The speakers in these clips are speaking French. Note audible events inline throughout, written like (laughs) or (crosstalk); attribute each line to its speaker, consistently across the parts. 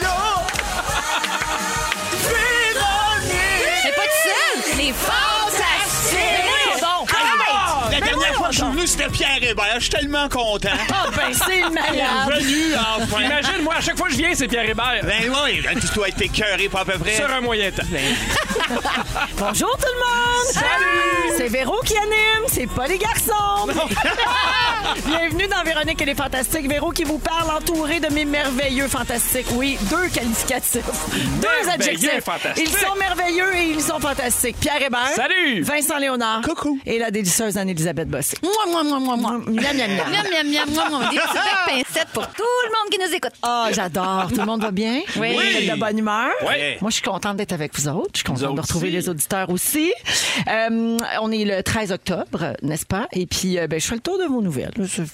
Speaker 1: là! Véronique!
Speaker 2: C'est pas tout seul! Les fantastiques! Bon,
Speaker 3: La dernière fois que je suis venu, c'était Pierre Hébert. Je suis tellement content.
Speaker 2: ben, c'est malade!
Speaker 3: Venu, enfin.
Speaker 4: Imagine, moi, à chaque fois que je viens, c'est Pierre Hébert.
Speaker 3: Ben oui, ben, tu dois être écœuré, pas à peu près.
Speaker 4: Sur un moyen temps.
Speaker 2: Bonjour tout le monde! Salut! C'est Véro qui anime, c'est pas les garçons! (laughs) Bienvenue dans Véronique et les Fantastiques. Véro qui vous parle entouré de mes merveilleux fantastiques. Oui, deux qualificatifs, deux
Speaker 4: Merveilleux
Speaker 2: adjectifs.
Speaker 4: fantastiques.
Speaker 2: Ils sont merveilleux et ils sont fantastiques. Pierre Hébert.
Speaker 4: Salut.
Speaker 2: Vincent Léonard.
Speaker 3: Coucou.
Speaker 2: Et la délicieuse Anne-Elisabeth Bossé.
Speaker 5: Moi, moi, moi, moi, moi.
Speaker 2: Miam, miam, miam.
Speaker 6: Miam, miam, miam, miam, miam. Des petites belles pincettes pour tout le monde qui nous écoute.
Speaker 2: Ah, j'adore. Tout le monde va bien? Oui. Vous êtes de bonne humeur?
Speaker 3: Oui.
Speaker 2: Moi, je suis contente d'être avec vous autres. Je suis contente de retrouver les auditeurs aussi. Euh, on est le 13 octobre, n'est-ce pas? Et puis, euh, ben, je fais le tour de vos nouvelles.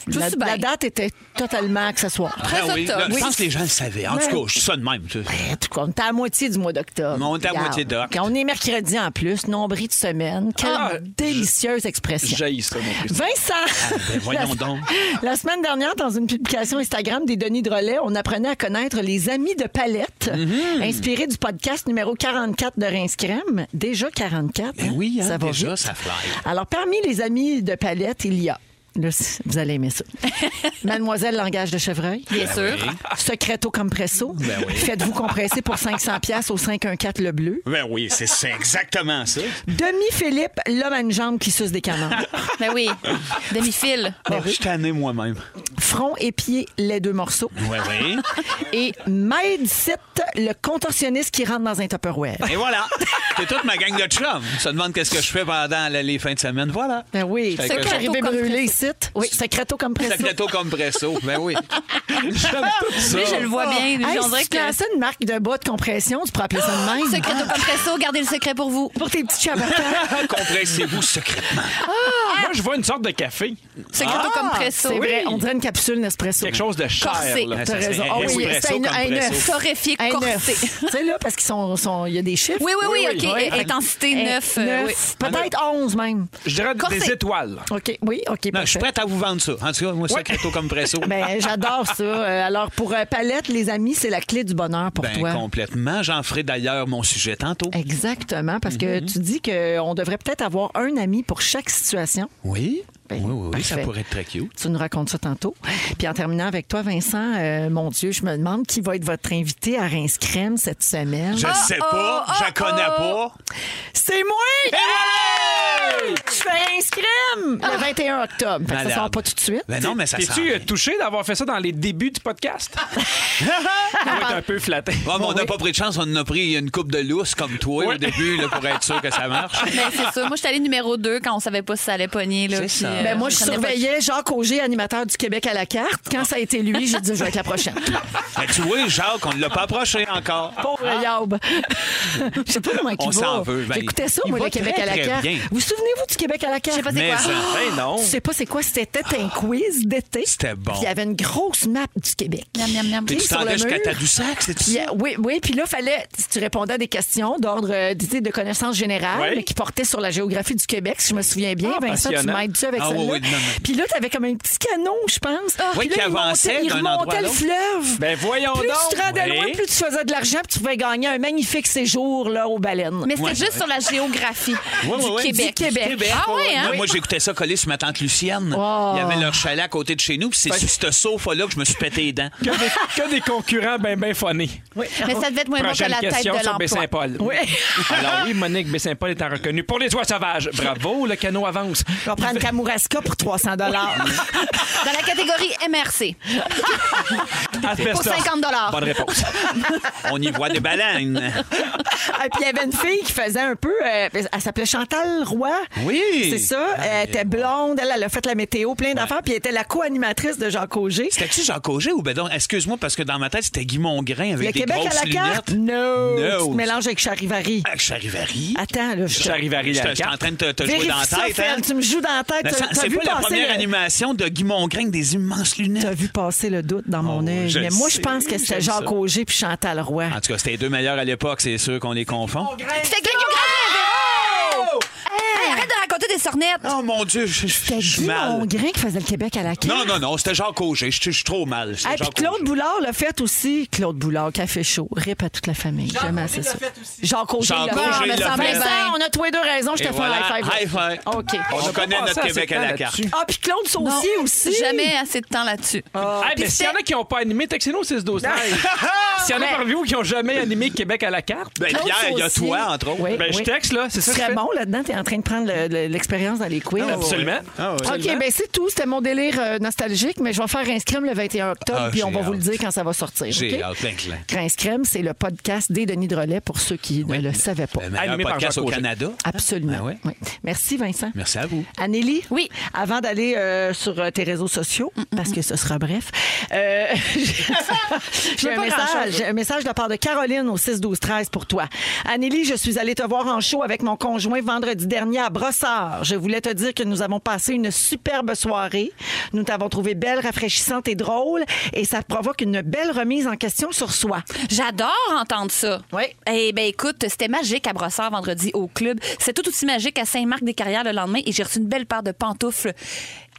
Speaker 2: La,
Speaker 6: si bien.
Speaker 2: la date était totalement accessoire.
Speaker 3: Ben oui,
Speaker 6: octobre.
Speaker 3: là, Je pense que les gens le savaient. En tout cas, je suis ça de même. tu sais.
Speaker 2: En tout cas, on est à la moitié du mois d'octobre.
Speaker 3: On est à
Speaker 2: Regarde.
Speaker 3: moitié d'octobre.
Speaker 2: Quand on est mercredi en plus, nombril de semaine. Quelle
Speaker 3: Ah,
Speaker 2: délicieuse expression.
Speaker 4: J'haïs ça, mon Christ.
Speaker 2: Vincent! (laughs)
Speaker 3: ben, voyons
Speaker 2: La-
Speaker 3: donc.
Speaker 2: La semaine dernière, dans une publication Instagram des Denis Drolet, on apprenait à connaître les amis de palette,
Speaker 3: Mhm.
Speaker 2: inspirés du podcast numéro 44 de Rince Crème. Déjà 44.
Speaker 3: Ben
Speaker 2: hein?
Speaker 3: oui, hein,
Speaker 2: ça va
Speaker 3: déjà,
Speaker 2: vite.
Speaker 3: ça fly.
Speaker 2: Alors, parmi les amis de palette, il y a. Là, c- vous allez aimer ça.
Speaker 3: (laughs)
Speaker 2: Mademoiselle Langage de Chevreuil.
Speaker 3: Ben
Speaker 6: Bien sûr.
Speaker 2: Secreto Compresso. Faites-vous compresser pour 500 pièces au 514 Le Bleu.
Speaker 3: Ben oui, c'est- c'est exactement ça.
Speaker 2: Ben Demi-Philippe, l'homme à une jambe qui suce des canards.
Speaker 3: (laughs)
Speaker 6: Ben oui. Demi-fil.
Speaker 3: Oh, je suis tanné moi-même.
Speaker 2: Front et pied, les deux morceaux.
Speaker 3: Oui, oui.
Speaker 2: et Maidsit, le contorsionniste qui rentre dans un Tupperware.
Speaker 3: (laughs) Et voilà. C'est toute ma gang de chums. Ça demande qu'est-ce que je fais pendant les- les fins de semaine. Voilà.
Speaker 2: Ben oui,
Speaker 3: Secreto
Speaker 2: qui arrivait
Speaker 6: compresso.
Speaker 2: brûlé ici. Oui, secreto comme presso.
Speaker 3: Sacreto comme presso. Ben oui. J'aime tout ça.
Speaker 6: Lui, je le vois bien. Lui,
Speaker 2: Hey,
Speaker 6: on dirait
Speaker 2: si tu
Speaker 6: que...
Speaker 2: lançais une marque de bas de compression, tu pourrais appeler ça de même.
Speaker 6: Secret au compresso, gardez le secret pour vous.
Speaker 2: Ah, Pour tes petits (laughs) chabatons.
Speaker 3: Compressez-vous secrètement.
Speaker 4: Moi, je vois une sorte de café.
Speaker 6: Secret au compresso.
Speaker 2: C'est vrai, on dirait une capsule Nespresso.
Speaker 4: Quelque chose de cher.
Speaker 6: Corsé.
Speaker 4: là.
Speaker 3: Ça, c'est
Speaker 2: raison.
Speaker 3: un
Speaker 2: Ah oui,
Speaker 3: espresso
Speaker 2: c'est un-
Speaker 3: comme
Speaker 2: un
Speaker 3: presso.
Speaker 2: œuf.
Speaker 6: Torréfié,
Speaker 2: Un
Speaker 6: corsé.
Speaker 2: neuf. (laughs) tu sais, là, parce qu'ils sont, sont- il y a des chiffres.
Speaker 6: Oui, oui, oui, OK.
Speaker 2: oui.
Speaker 6: Et- Intensité
Speaker 2: Eh,
Speaker 6: 9.
Speaker 2: neuf, peut-être 11 même.
Speaker 4: Je dirais des
Speaker 6: Corsé.
Speaker 4: étoiles.
Speaker 2: OK, oui,
Speaker 3: Non,
Speaker 2: OK,
Speaker 3: je suis
Speaker 2: parfait.
Speaker 3: prête à vous vendre ça. En tout cas, moi, secreto comme presso.
Speaker 2: (laughs) Ben, j'adore ça. Euh, Alors, pour euh, Palette, les amis, c'est la clé du bonheur pour
Speaker 3: Ben,
Speaker 2: toi.
Speaker 3: complètement. J'en ferai d'ailleurs mon sujet tantôt.
Speaker 2: Exactement, parce que
Speaker 3: Mhm.
Speaker 2: tu dis qu'on devrait peut-être avoir un ami pour chaque situation.
Speaker 3: Oui? Oui, oui, oui, ça
Speaker 2: Ben, parfait.
Speaker 3: pourrait être très cute.
Speaker 2: Tu nous racontes ça tantôt. Puis en terminant avec toi, Vincent, euh, mon Dieu, je me demande qui va être votre invité à Rince Crème cette semaine.
Speaker 3: Je sais pas,
Speaker 2: ah,
Speaker 3: je connais pas.
Speaker 2: C'est moi! Je fais Rince Crème le 21 octobre. Fait que
Speaker 3: Ah! Malade.
Speaker 2: ça sort pas tout de suite.
Speaker 3: Ben non, mais ça sent
Speaker 4: T'es-tu
Speaker 3: bien.
Speaker 4: euh, touché d'avoir fait ça dans les débuts
Speaker 6: (laughs)
Speaker 4: du podcast? On va être un peu flatté.
Speaker 3: (laughs) Ouais, mais on n'a pas pris de chance, on en a pris une coupe de lousse comme toi au
Speaker 4: Ouais.
Speaker 3: début là, pour être sûr que ça
Speaker 2: (laughs)
Speaker 3: marche.
Speaker 6: Ben, c'est ça. Moi, je suis allée numéro 2 quand on savait pas si ça allait pogner. Là,
Speaker 3: C'est
Speaker 6: puis,
Speaker 3: ça.
Speaker 6: euh,
Speaker 2: Ben moi, je
Speaker 6: prenais pas-
Speaker 2: surveillais Jacques Auger, animateur du Québec à la carte. Quand ça a été lui, j'ai dit, je vais être la prochaine.
Speaker 3: Ben, tu vois, Jacques, on ne l'a pas approché encore.
Speaker 2: Pauvre Yob. Je sais pas comment il
Speaker 3: On
Speaker 2: va.
Speaker 3: s'en veut, ben,
Speaker 2: J'écoutais ça,
Speaker 3: il
Speaker 2: moi,
Speaker 3: va
Speaker 2: le Québec
Speaker 3: très,
Speaker 2: à la
Speaker 3: très
Speaker 2: carte.
Speaker 3: bien.
Speaker 2: Vous vous souvenez-vous du Québec à la carte?
Speaker 6: Je sais pas c'est
Speaker 3: Mais
Speaker 6: quoi.
Speaker 3: ça, ben non.
Speaker 2: Tu sais pas c'est quoi, c'était un quiz d'été.
Speaker 3: Ah. C'était bon.
Speaker 2: Puis il y avait une grosse map du Québec.
Speaker 6: Miam, miam, miam.
Speaker 3: Puis
Speaker 2: Puis
Speaker 3: tu
Speaker 2: sur le
Speaker 3: t'en jusqu'à
Speaker 2: mur.
Speaker 3: Tadoussac, c'est
Speaker 2: Puis, euh, oui, oui, puis là, fallait, si tu répondais à des questions d'ordre euh, tu sais, de connaissances générales
Speaker 4: Ouais.
Speaker 2: mais qui portaient sur la géographie du Québec, si je me souviens bien.
Speaker 4: Ah,
Speaker 2: Vincent, tu
Speaker 4: passionnant.
Speaker 2: m'aides-tu avec
Speaker 3: Ah,
Speaker 2: celle-là?
Speaker 3: oui, oui, non, non.
Speaker 2: Puis là, t'avais comme un petit canon, je pense. Ah,
Speaker 3: Oui,
Speaker 2: Puis là,
Speaker 3: qui
Speaker 2: il
Speaker 3: avançait
Speaker 2: montait- il
Speaker 3: d'un endroit à
Speaker 2: remontait le
Speaker 3: l'autre.
Speaker 2: fleuve.
Speaker 4: Ben voyons
Speaker 2: plus
Speaker 4: donc.
Speaker 2: tu te rendais loin,
Speaker 4: Oui.
Speaker 2: plus tu faisais de l'argent, puis tu pouvais gagner un magnifique séjour là, aux baleines.
Speaker 6: Mais c'était juste sur la géographie
Speaker 3: Ouais, ouais,
Speaker 6: du
Speaker 3: ouais.
Speaker 6: Québec.
Speaker 2: Du Québec.
Speaker 6: Ah ouais, hein?
Speaker 3: Moi, moi, j'écoutais ça collé sur ma tante Lucienne.
Speaker 2: Oh.
Speaker 3: Il y avait leur chalet à côté de chez nous, puis c'est sur ce sofa-là que je me suis pété les (laughs) dents.
Speaker 4: Que des, (laughs) que des concurrents ben ben phonés.
Speaker 6: Mais ça devait être moins bon que
Speaker 4: Prochaine
Speaker 6: la tête de
Speaker 4: question sur
Speaker 6: l'emploi.
Speaker 4: Baie-Saint-Paul. Oui. (laughs) Alors oui, Monique Baie-Saint-Paul étant reconnue pour les oies sauvages. Bravo, le canot avance.
Speaker 2: On va prendre Kamouraska pour
Speaker 3: (laughs)
Speaker 2: 300
Speaker 6: Dans la catégorie MRC. Pour
Speaker 4: Asbestos.
Speaker 6: 50
Speaker 3: (laughs)
Speaker 4: Bonne réponse.
Speaker 3: On y voit des baleines.
Speaker 2: Ah, puis il y avait une fille qui faisait un peu. euh, elle s'appelait Chantal Roy,
Speaker 3: Oui. Ah,
Speaker 2: C'est ça. Elle était blonde, elle, elle a fait la météo, plein d'affaires, puis elle était la co-animatrice de Jean Cogé.
Speaker 3: C'était-tu Jean Cogé ou ben donc, excuse-moi, parce que dans ma tête, c'était Guy Mongrain avec
Speaker 2: Le
Speaker 3: des
Speaker 2: Québec à
Speaker 3: grosses
Speaker 2: la carte?
Speaker 3: lunettes.
Speaker 2: No. Tu
Speaker 3: No.
Speaker 2: te mélanges avec Charivari.
Speaker 3: Ah, Charivari.
Speaker 2: Attends, là, je
Speaker 4: Charivari
Speaker 3: Je
Speaker 4: à
Speaker 3: te- je
Speaker 4: la
Speaker 3: suis en
Speaker 4: carte.
Speaker 3: train de te, te jouer
Speaker 2: Vérifie
Speaker 3: dans la
Speaker 2: ça,
Speaker 3: tête.
Speaker 2: Phil,
Speaker 3: hein.
Speaker 2: tu me joues dans la tête.
Speaker 3: Mais
Speaker 2: T'as-
Speaker 3: ça-
Speaker 2: t'as
Speaker 3: C'est
Speaker 2: vu
Speaker 3: pas la
Speaker 2: passer
Speaker 3: première
Speaker 2: le-
Speaker 3: animation de Guy Mongrain avec des immenses lunettes.
Speaker 2: T'as vu passer le doute dans mon œil.
Speaker 3: Oh, je
Speaker 2: Mais moi,
Speaker 3: le
Speaker 2: je pense
Speaker 3: sais,
Speaker 2: que c'était
Speaker 3: j'aime
Speaker 2: Jacques
Speaker 3: ça.
Speaker 2: Auger puis Chantal Roy.
Speaker 3: En tout cas, c'était les deux meilleurs à l'époque, c'est sûr qu'on les confond.
Speaker 6: Fait que le Guy Mongrain, Véro! Hey, Arrête de raconter des sornettes.
Speaker 3: Oh mon Dieu, je je- je
Speaker 2: C'était
Speaker 3: suis
Speaker 2: Guy
Speaker 3: mal.
Speaker 2: Mongrain qui faisait le Québec à la carte.
Speaker 3: Non, non, non, c'était Jean Cogé. Je je suis trop mal. C'était
Speaker 2: Et puis
Speaker 3: Jean
Speaker 2: Claude
Speaker 3: Cogé.
Speaker 2: Boulard l'a fait aussi. Claude Boulard, café chaud. Rip à toute la famille. Jamais assez ça. Jean Cogé
Speaker 3: Jean
Speaker 2: l'a
Speaker 3: Cogé
Speaker 2: fait.
Speaker 3: l'a
Speaker 2: Ah,
Speaker 3: fait.
Speaker 2: Vincent, on a tous les deux raison. Je
Speaker 3: Et
Speaker 2: te fais
Speaker 3: voilà,
Speaker 2: un high five.
Speaker 3: high five.
Speaker 2: OK.
Speaker 3: On connaît notre Québec à la carte.
Speaker 2: Ah, puis Claude Saucier aussi.
Speaker 7: Jamais assez de temps là-dessus.
Speaker 4: Ah,
Speaker 6: Puis
Speaker 4: mais s'il y en a qui n'ont pas animé, textez-nous au 6 12
Speaker 2: (laughs)
Speaker 4: S'il y en a parmi vous qui n'ont jamais animé Québec à la carte,
Speaker 3: Ben,
Speaker 7: Claude
Speaker 3: Pierre, il y a
Speaker 7: Saucier.
Speaker 3: toi, entre autres.
Speaker 2: Oui,
Speaker 4: ben, je
Speaker 2: Eh, oui.
Speaker 4: texte, là, c'est ça
Speaker 2: Tu
Speaker 4: que je
Speaker 2: serais
Speaker 4: fais.
Speaker 2: bon là-dedans. T'es en train de prendre le- le- l'expérience dans les quiz.
Speaker 4: Absolument.
Speaker 3: Ah, oui.
Speaker 2: OK, ben c'est tout. C'était mon délire euh, nostalgique, mais je vais faire Rince Crème le 21 octobre,
Speaker 3: Ah,
Speaker 2: puis on
Speaker 3: j'ai
Speaker 2: va vous
Speaker 3: hâte.
Speaker 2: le dire quand ça va sortir.
Speaker 3: J'ai
Speaker 2: ok?
Speaker 3: hâte, plein clan.
Speaker 2: Rince Crème, c'est le podcast des Denis de Relais pour ceux qui ne le savaient pas.
Speaker 3: Le meilleur
Speaker 4: Animé par
Speaker 3: podcast
Speaker 4: Jean
Speaker 3: au
Speaker 4: Cogé.
Speaker 3: Canada.
Speaker 2: Absolument.
Speaker 3: Ah ouais?
Speaker 2: Oui. Merci, Vincent.
Speaker 3: Merci à vous.
Speaker 2: Anélie,
Speaker 7: Oui. Mm,
Speaker 2: avant d'aller euh, sur euh, tes réseaux sociaux, parce que ce sera bref, euh, (laughs) j'ai un,
Speaker 7: pas
Speaker 2: message-
Speaker 7: grand-chose.
Speaker 2: j'ai un message de la part de Caroline au 6-12-13 pour toi. Anélie, je suis allée te voir en show avec mon conjoint vendredi dernier à Brossard. Je voulais te dire que nous avons passé une superbe soirée. Nous t'avons trouvée belle, rafraîchissante et drôle, et ça te provoque une belle remise en question sur soi.
Speaker 7: J'adore entendre ça.
Speaker 2: Oui.
Speaker 7: Eh bien, écoute, c'était magique à Brossard vendredi au club. C'est tout aussi magique à Saint-Marc-des-Carrières le lendemain et j'ai reçu une belle paire de pantoufles.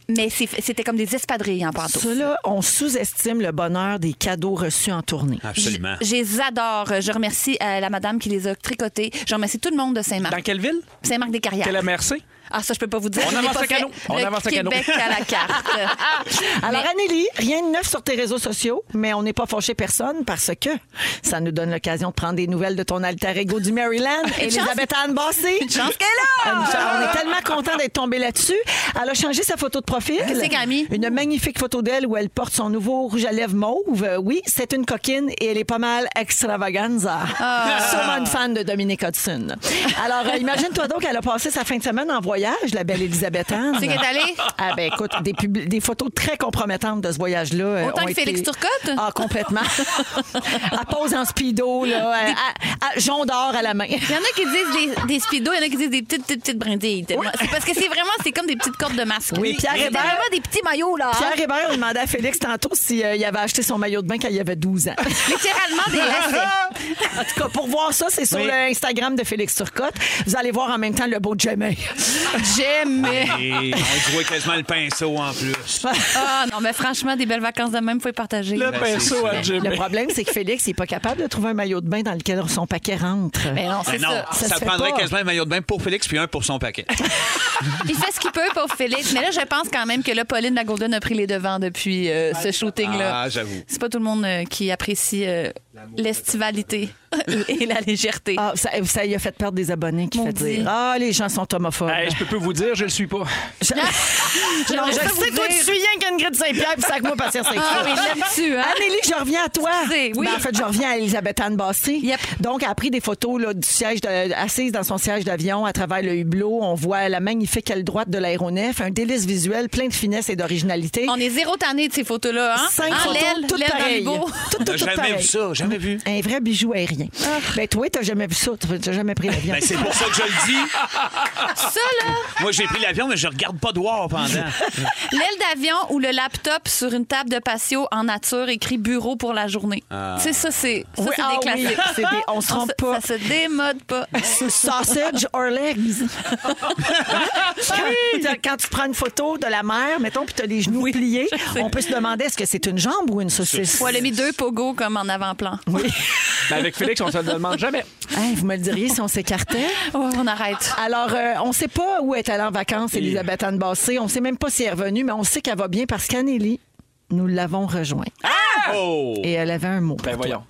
Speaker 7: Mais c'est- c'était comme des espadrilles en pantoufles.
Speaker 2: Cela, on sous-estime le bonheur des cadeaux reçus en tournée.
Speaker 3: Absolument.
Speaker 7: Je, je les adore. Je remercie euh, la madame qui les a tricotées. Je remercie tout le monde de
Speaker 4: Dans
Speaker 2: ben,
Speaker 7: Saint-Marc.
Speaker 4: quelle ville?
Speaker 7: Saint-Marc-des-Carrières.
Speaker 4: Quelle MRC?
Speaker 7: Ah, ça, je peux pas vous dire.
Speaker 4: On
Speaker 7: Je n'ai
Speaker 4: avance
Speaker 7: pas
Speaker 4: le
Speaker 7: fait
Speaker 4: canot. On
Speaker 7: le
Speaker 4: avance le canot.
Speaker 7: Québec à la carte.
Speaker 2: (laughs) Alors, Anélie, rien de neuf sur tes réseaux sociaux, mais on n'est pas fâché personne parce que ça nous donne l'occasion de prendre des nouvelles de ton alter ego du (laughs) Maryland, Elisabeth Anne Bossé. Une chance qu'elle On est tellement content d'être tombé là-dessus. Elle a changé sa photo de profil.
Speaker 7: Qu'est-ce qu'elle a mis?
Speaker 2: Une magnifique photo d'elle où elle porte son nouveau rouge à lèvres mauve. Euh, Oui, c'est une coquine et elle est pas mal extravaganza. Sûrement une fan de Dominique Hudson. Alors, euh, imagine-toi donc qu'elle a passé sa fin de semaine en voyage, la belle Elisabeth Anne.
Speaker 7: Tu sais qu'elle est allée?
Speaker 2: Ah ben écoute, des, pub- des photos très compromettantes de ce voyage-là. euh,
Speaker 7: Autant
Speaker 2: ont
Speaker 7: que
Speaker 2: été-
Speaker 7: Félix Turcotte?
Speaker 2: Ah,
Speaker 7: (laughs)
Speaker 2: complètement. à pose en speedo, là, à, à- à- jonc d'or à la main.
Speaker 7: Il y en a qui disent des, des speedos, il y en a qui disent des petites, petites, petites brindilles. C'est parce que c'est vraiment, c'est comme des petites cordes de masque.
Speaker 2: Oui, Pierre
Speaker 7: C'est
Speaker 2: Hébert.
Speaker 7: vraiment des petits maillots, là. hein.
Speaker 2: Pierre Hébert a demandé à Félix tantôt s'il avait acheté son maillot de bain quand il avait
Speaker 7: (laughs)
Speaker 2: 12 ans.
Speaker 7: Littéralement des lacets.
Speaker 2: en tout cas, pour voir ça, c'est sur
Speaker 3: Oui.
Speaker 2: le Instagram de Félix Turcotte. Vous allez voir en même temps le beau Jamie.
Speaker 7: J'aimais.
Speaker 3: Et on jouait quasiment le pinceau en plus.
Speaker 7: Ah non, mais franchement, des belles vacances de même, faut les partager.
Speaker 4: Ben,
Speaker 3: pinceau à Jim.
Speaker 2: Le problème, c'est que Félix n'est pas capable de trouver un maillot de bain dans lequel son paquet rentre.
Speaker 7: Mais non, c'est
Speaker 3: Ben non,
Speaker 7: ça.
Speaker 3: ça,
Speaker 2: Ça se fait
Speaker 3: prendrait
Speaker 2: pas.
Speaker 3: quasiment un maillot de bain pour Félix puis un pour son paquet.
Speaker 7: (laughs) Il fait ce qu'il peut, pauvre Félix. Mais là, je pense quand même que là, Pauline La Golden a pris les devants depuis euh, ce shooting-là.
Speaker 3: Ah, j'avoue.
Speaker 7: C'est pas tout le monde euh, qui apprécie euh, l'estivalité (laughs) et la légèreté.
Speaker 2: Ah, ça, ça y a fait perdre des abonnés qui fait
Speaker 7: Maudit.
Speaker 2: dire Ah, les gens sont homophobes.
Speaker 4: Hey, je peux pas vous dire, je le suis pas.
Speaker 2: Non,
Speaker 7: J'aimerais
Speaker 2: je
Speaker 7: ça vous
Speaker 2: sais, toi,
Speaker 7: dire-
Speaker 2: tu suis rien qu'une grille de Saint-Pierre, puis sac-moi partir saint
Speaker 7: Ah oui, j'aime-tu, hein?
Speaker 2: Amélie, je reviens à toi.
Speaker 7: Excusez, oui.
Speaker 2: Ben, en fait, je reviens à Elisabeth Anne Bassé.
Speaker 7: Yep.
Speaker 2: Donc, elle a pris des photos là, du siège de- assise dans son siège d'avion à travers le hublot. On voit la magnifique aile droite de l'aéronef, un délice visuel plein de finesse et d'originalité.
Speaker 7: On est zéro tanné de ces photos-là, hein?
Speaker 2: Cinq
Speaker 7: Hein,
Speaker 2: photos,
Speaker 7: l'aile,
Speaker 2: toutes
Speaker 7: l'aile dans le
Speaker 2: pareilles.
Speaker 7: beau.
Speaker 2: Toutes, toutes,
Speaker 3: T'as
Speaker 2: toutes
Speaker 3: jamais
Speaker 2: pareilles.
Speaker 3: vu ça, jamais vu.
Speaker 2: Un vrai bijou aérien.
Speaker 7: Ah.
Speaker 2: Ben toi, t'as jamais vu ça. T'as t'as jamais pris l'avion.
Speaker 3: Ben, c'est pour ça que je le dis.
Speaker 7: Ça, là,
Speaker 3: Moi, j'ai pris l'avion, mais je regarde pas de voir pendant.
Speaker 7: l'aile d'avion ou le laptop sur une table de patio en nature écrit bureau pour la journée.
Speaker 4: Ah.
Speaker 7: Tu sais, ça, c'est ça,
Speaker 2: Oui,
Speaker 7: c'est
Speaker 2: ah
Speaker 7: des
Speaker 2: oui,
Speaker 7: classiques.
Speaker 2: c'est des- on se trompe pas.
Speaker 7: Ça se démode pas.
Speaker 2: Sausage or legs.
Speaker 3: Hein?
Speaker 2: quand, t'as- quand tu prends une photo de la mer, mettons, puis tu as les genoux pliés, on peut se demander est-ce que c'est une jambe ou une saucisse?
Speaker 7: Ouais, elle a mis deux pogos comme en avant-plan.
Speaker 4: Mais Ben, avec Félix, on se le demande jamais.
Speaker 2: Hey, Hein, vous me le diriez si on s'écartait?
Speaker 7: Oh, on arrête.
Speaker 2: Alors, euh, on ne sait pas où est allée en vacances Elisabeth Anne Bassé. On ne sait même pas si elle est revenue, mais on sait qu'elle va bien parce qu'Anélie, nous l'avons rejointe. Ah,
Speaker 3: Oh!
Speaker 2: Et elle avait un mot.
Speaker 4: Ben voyons.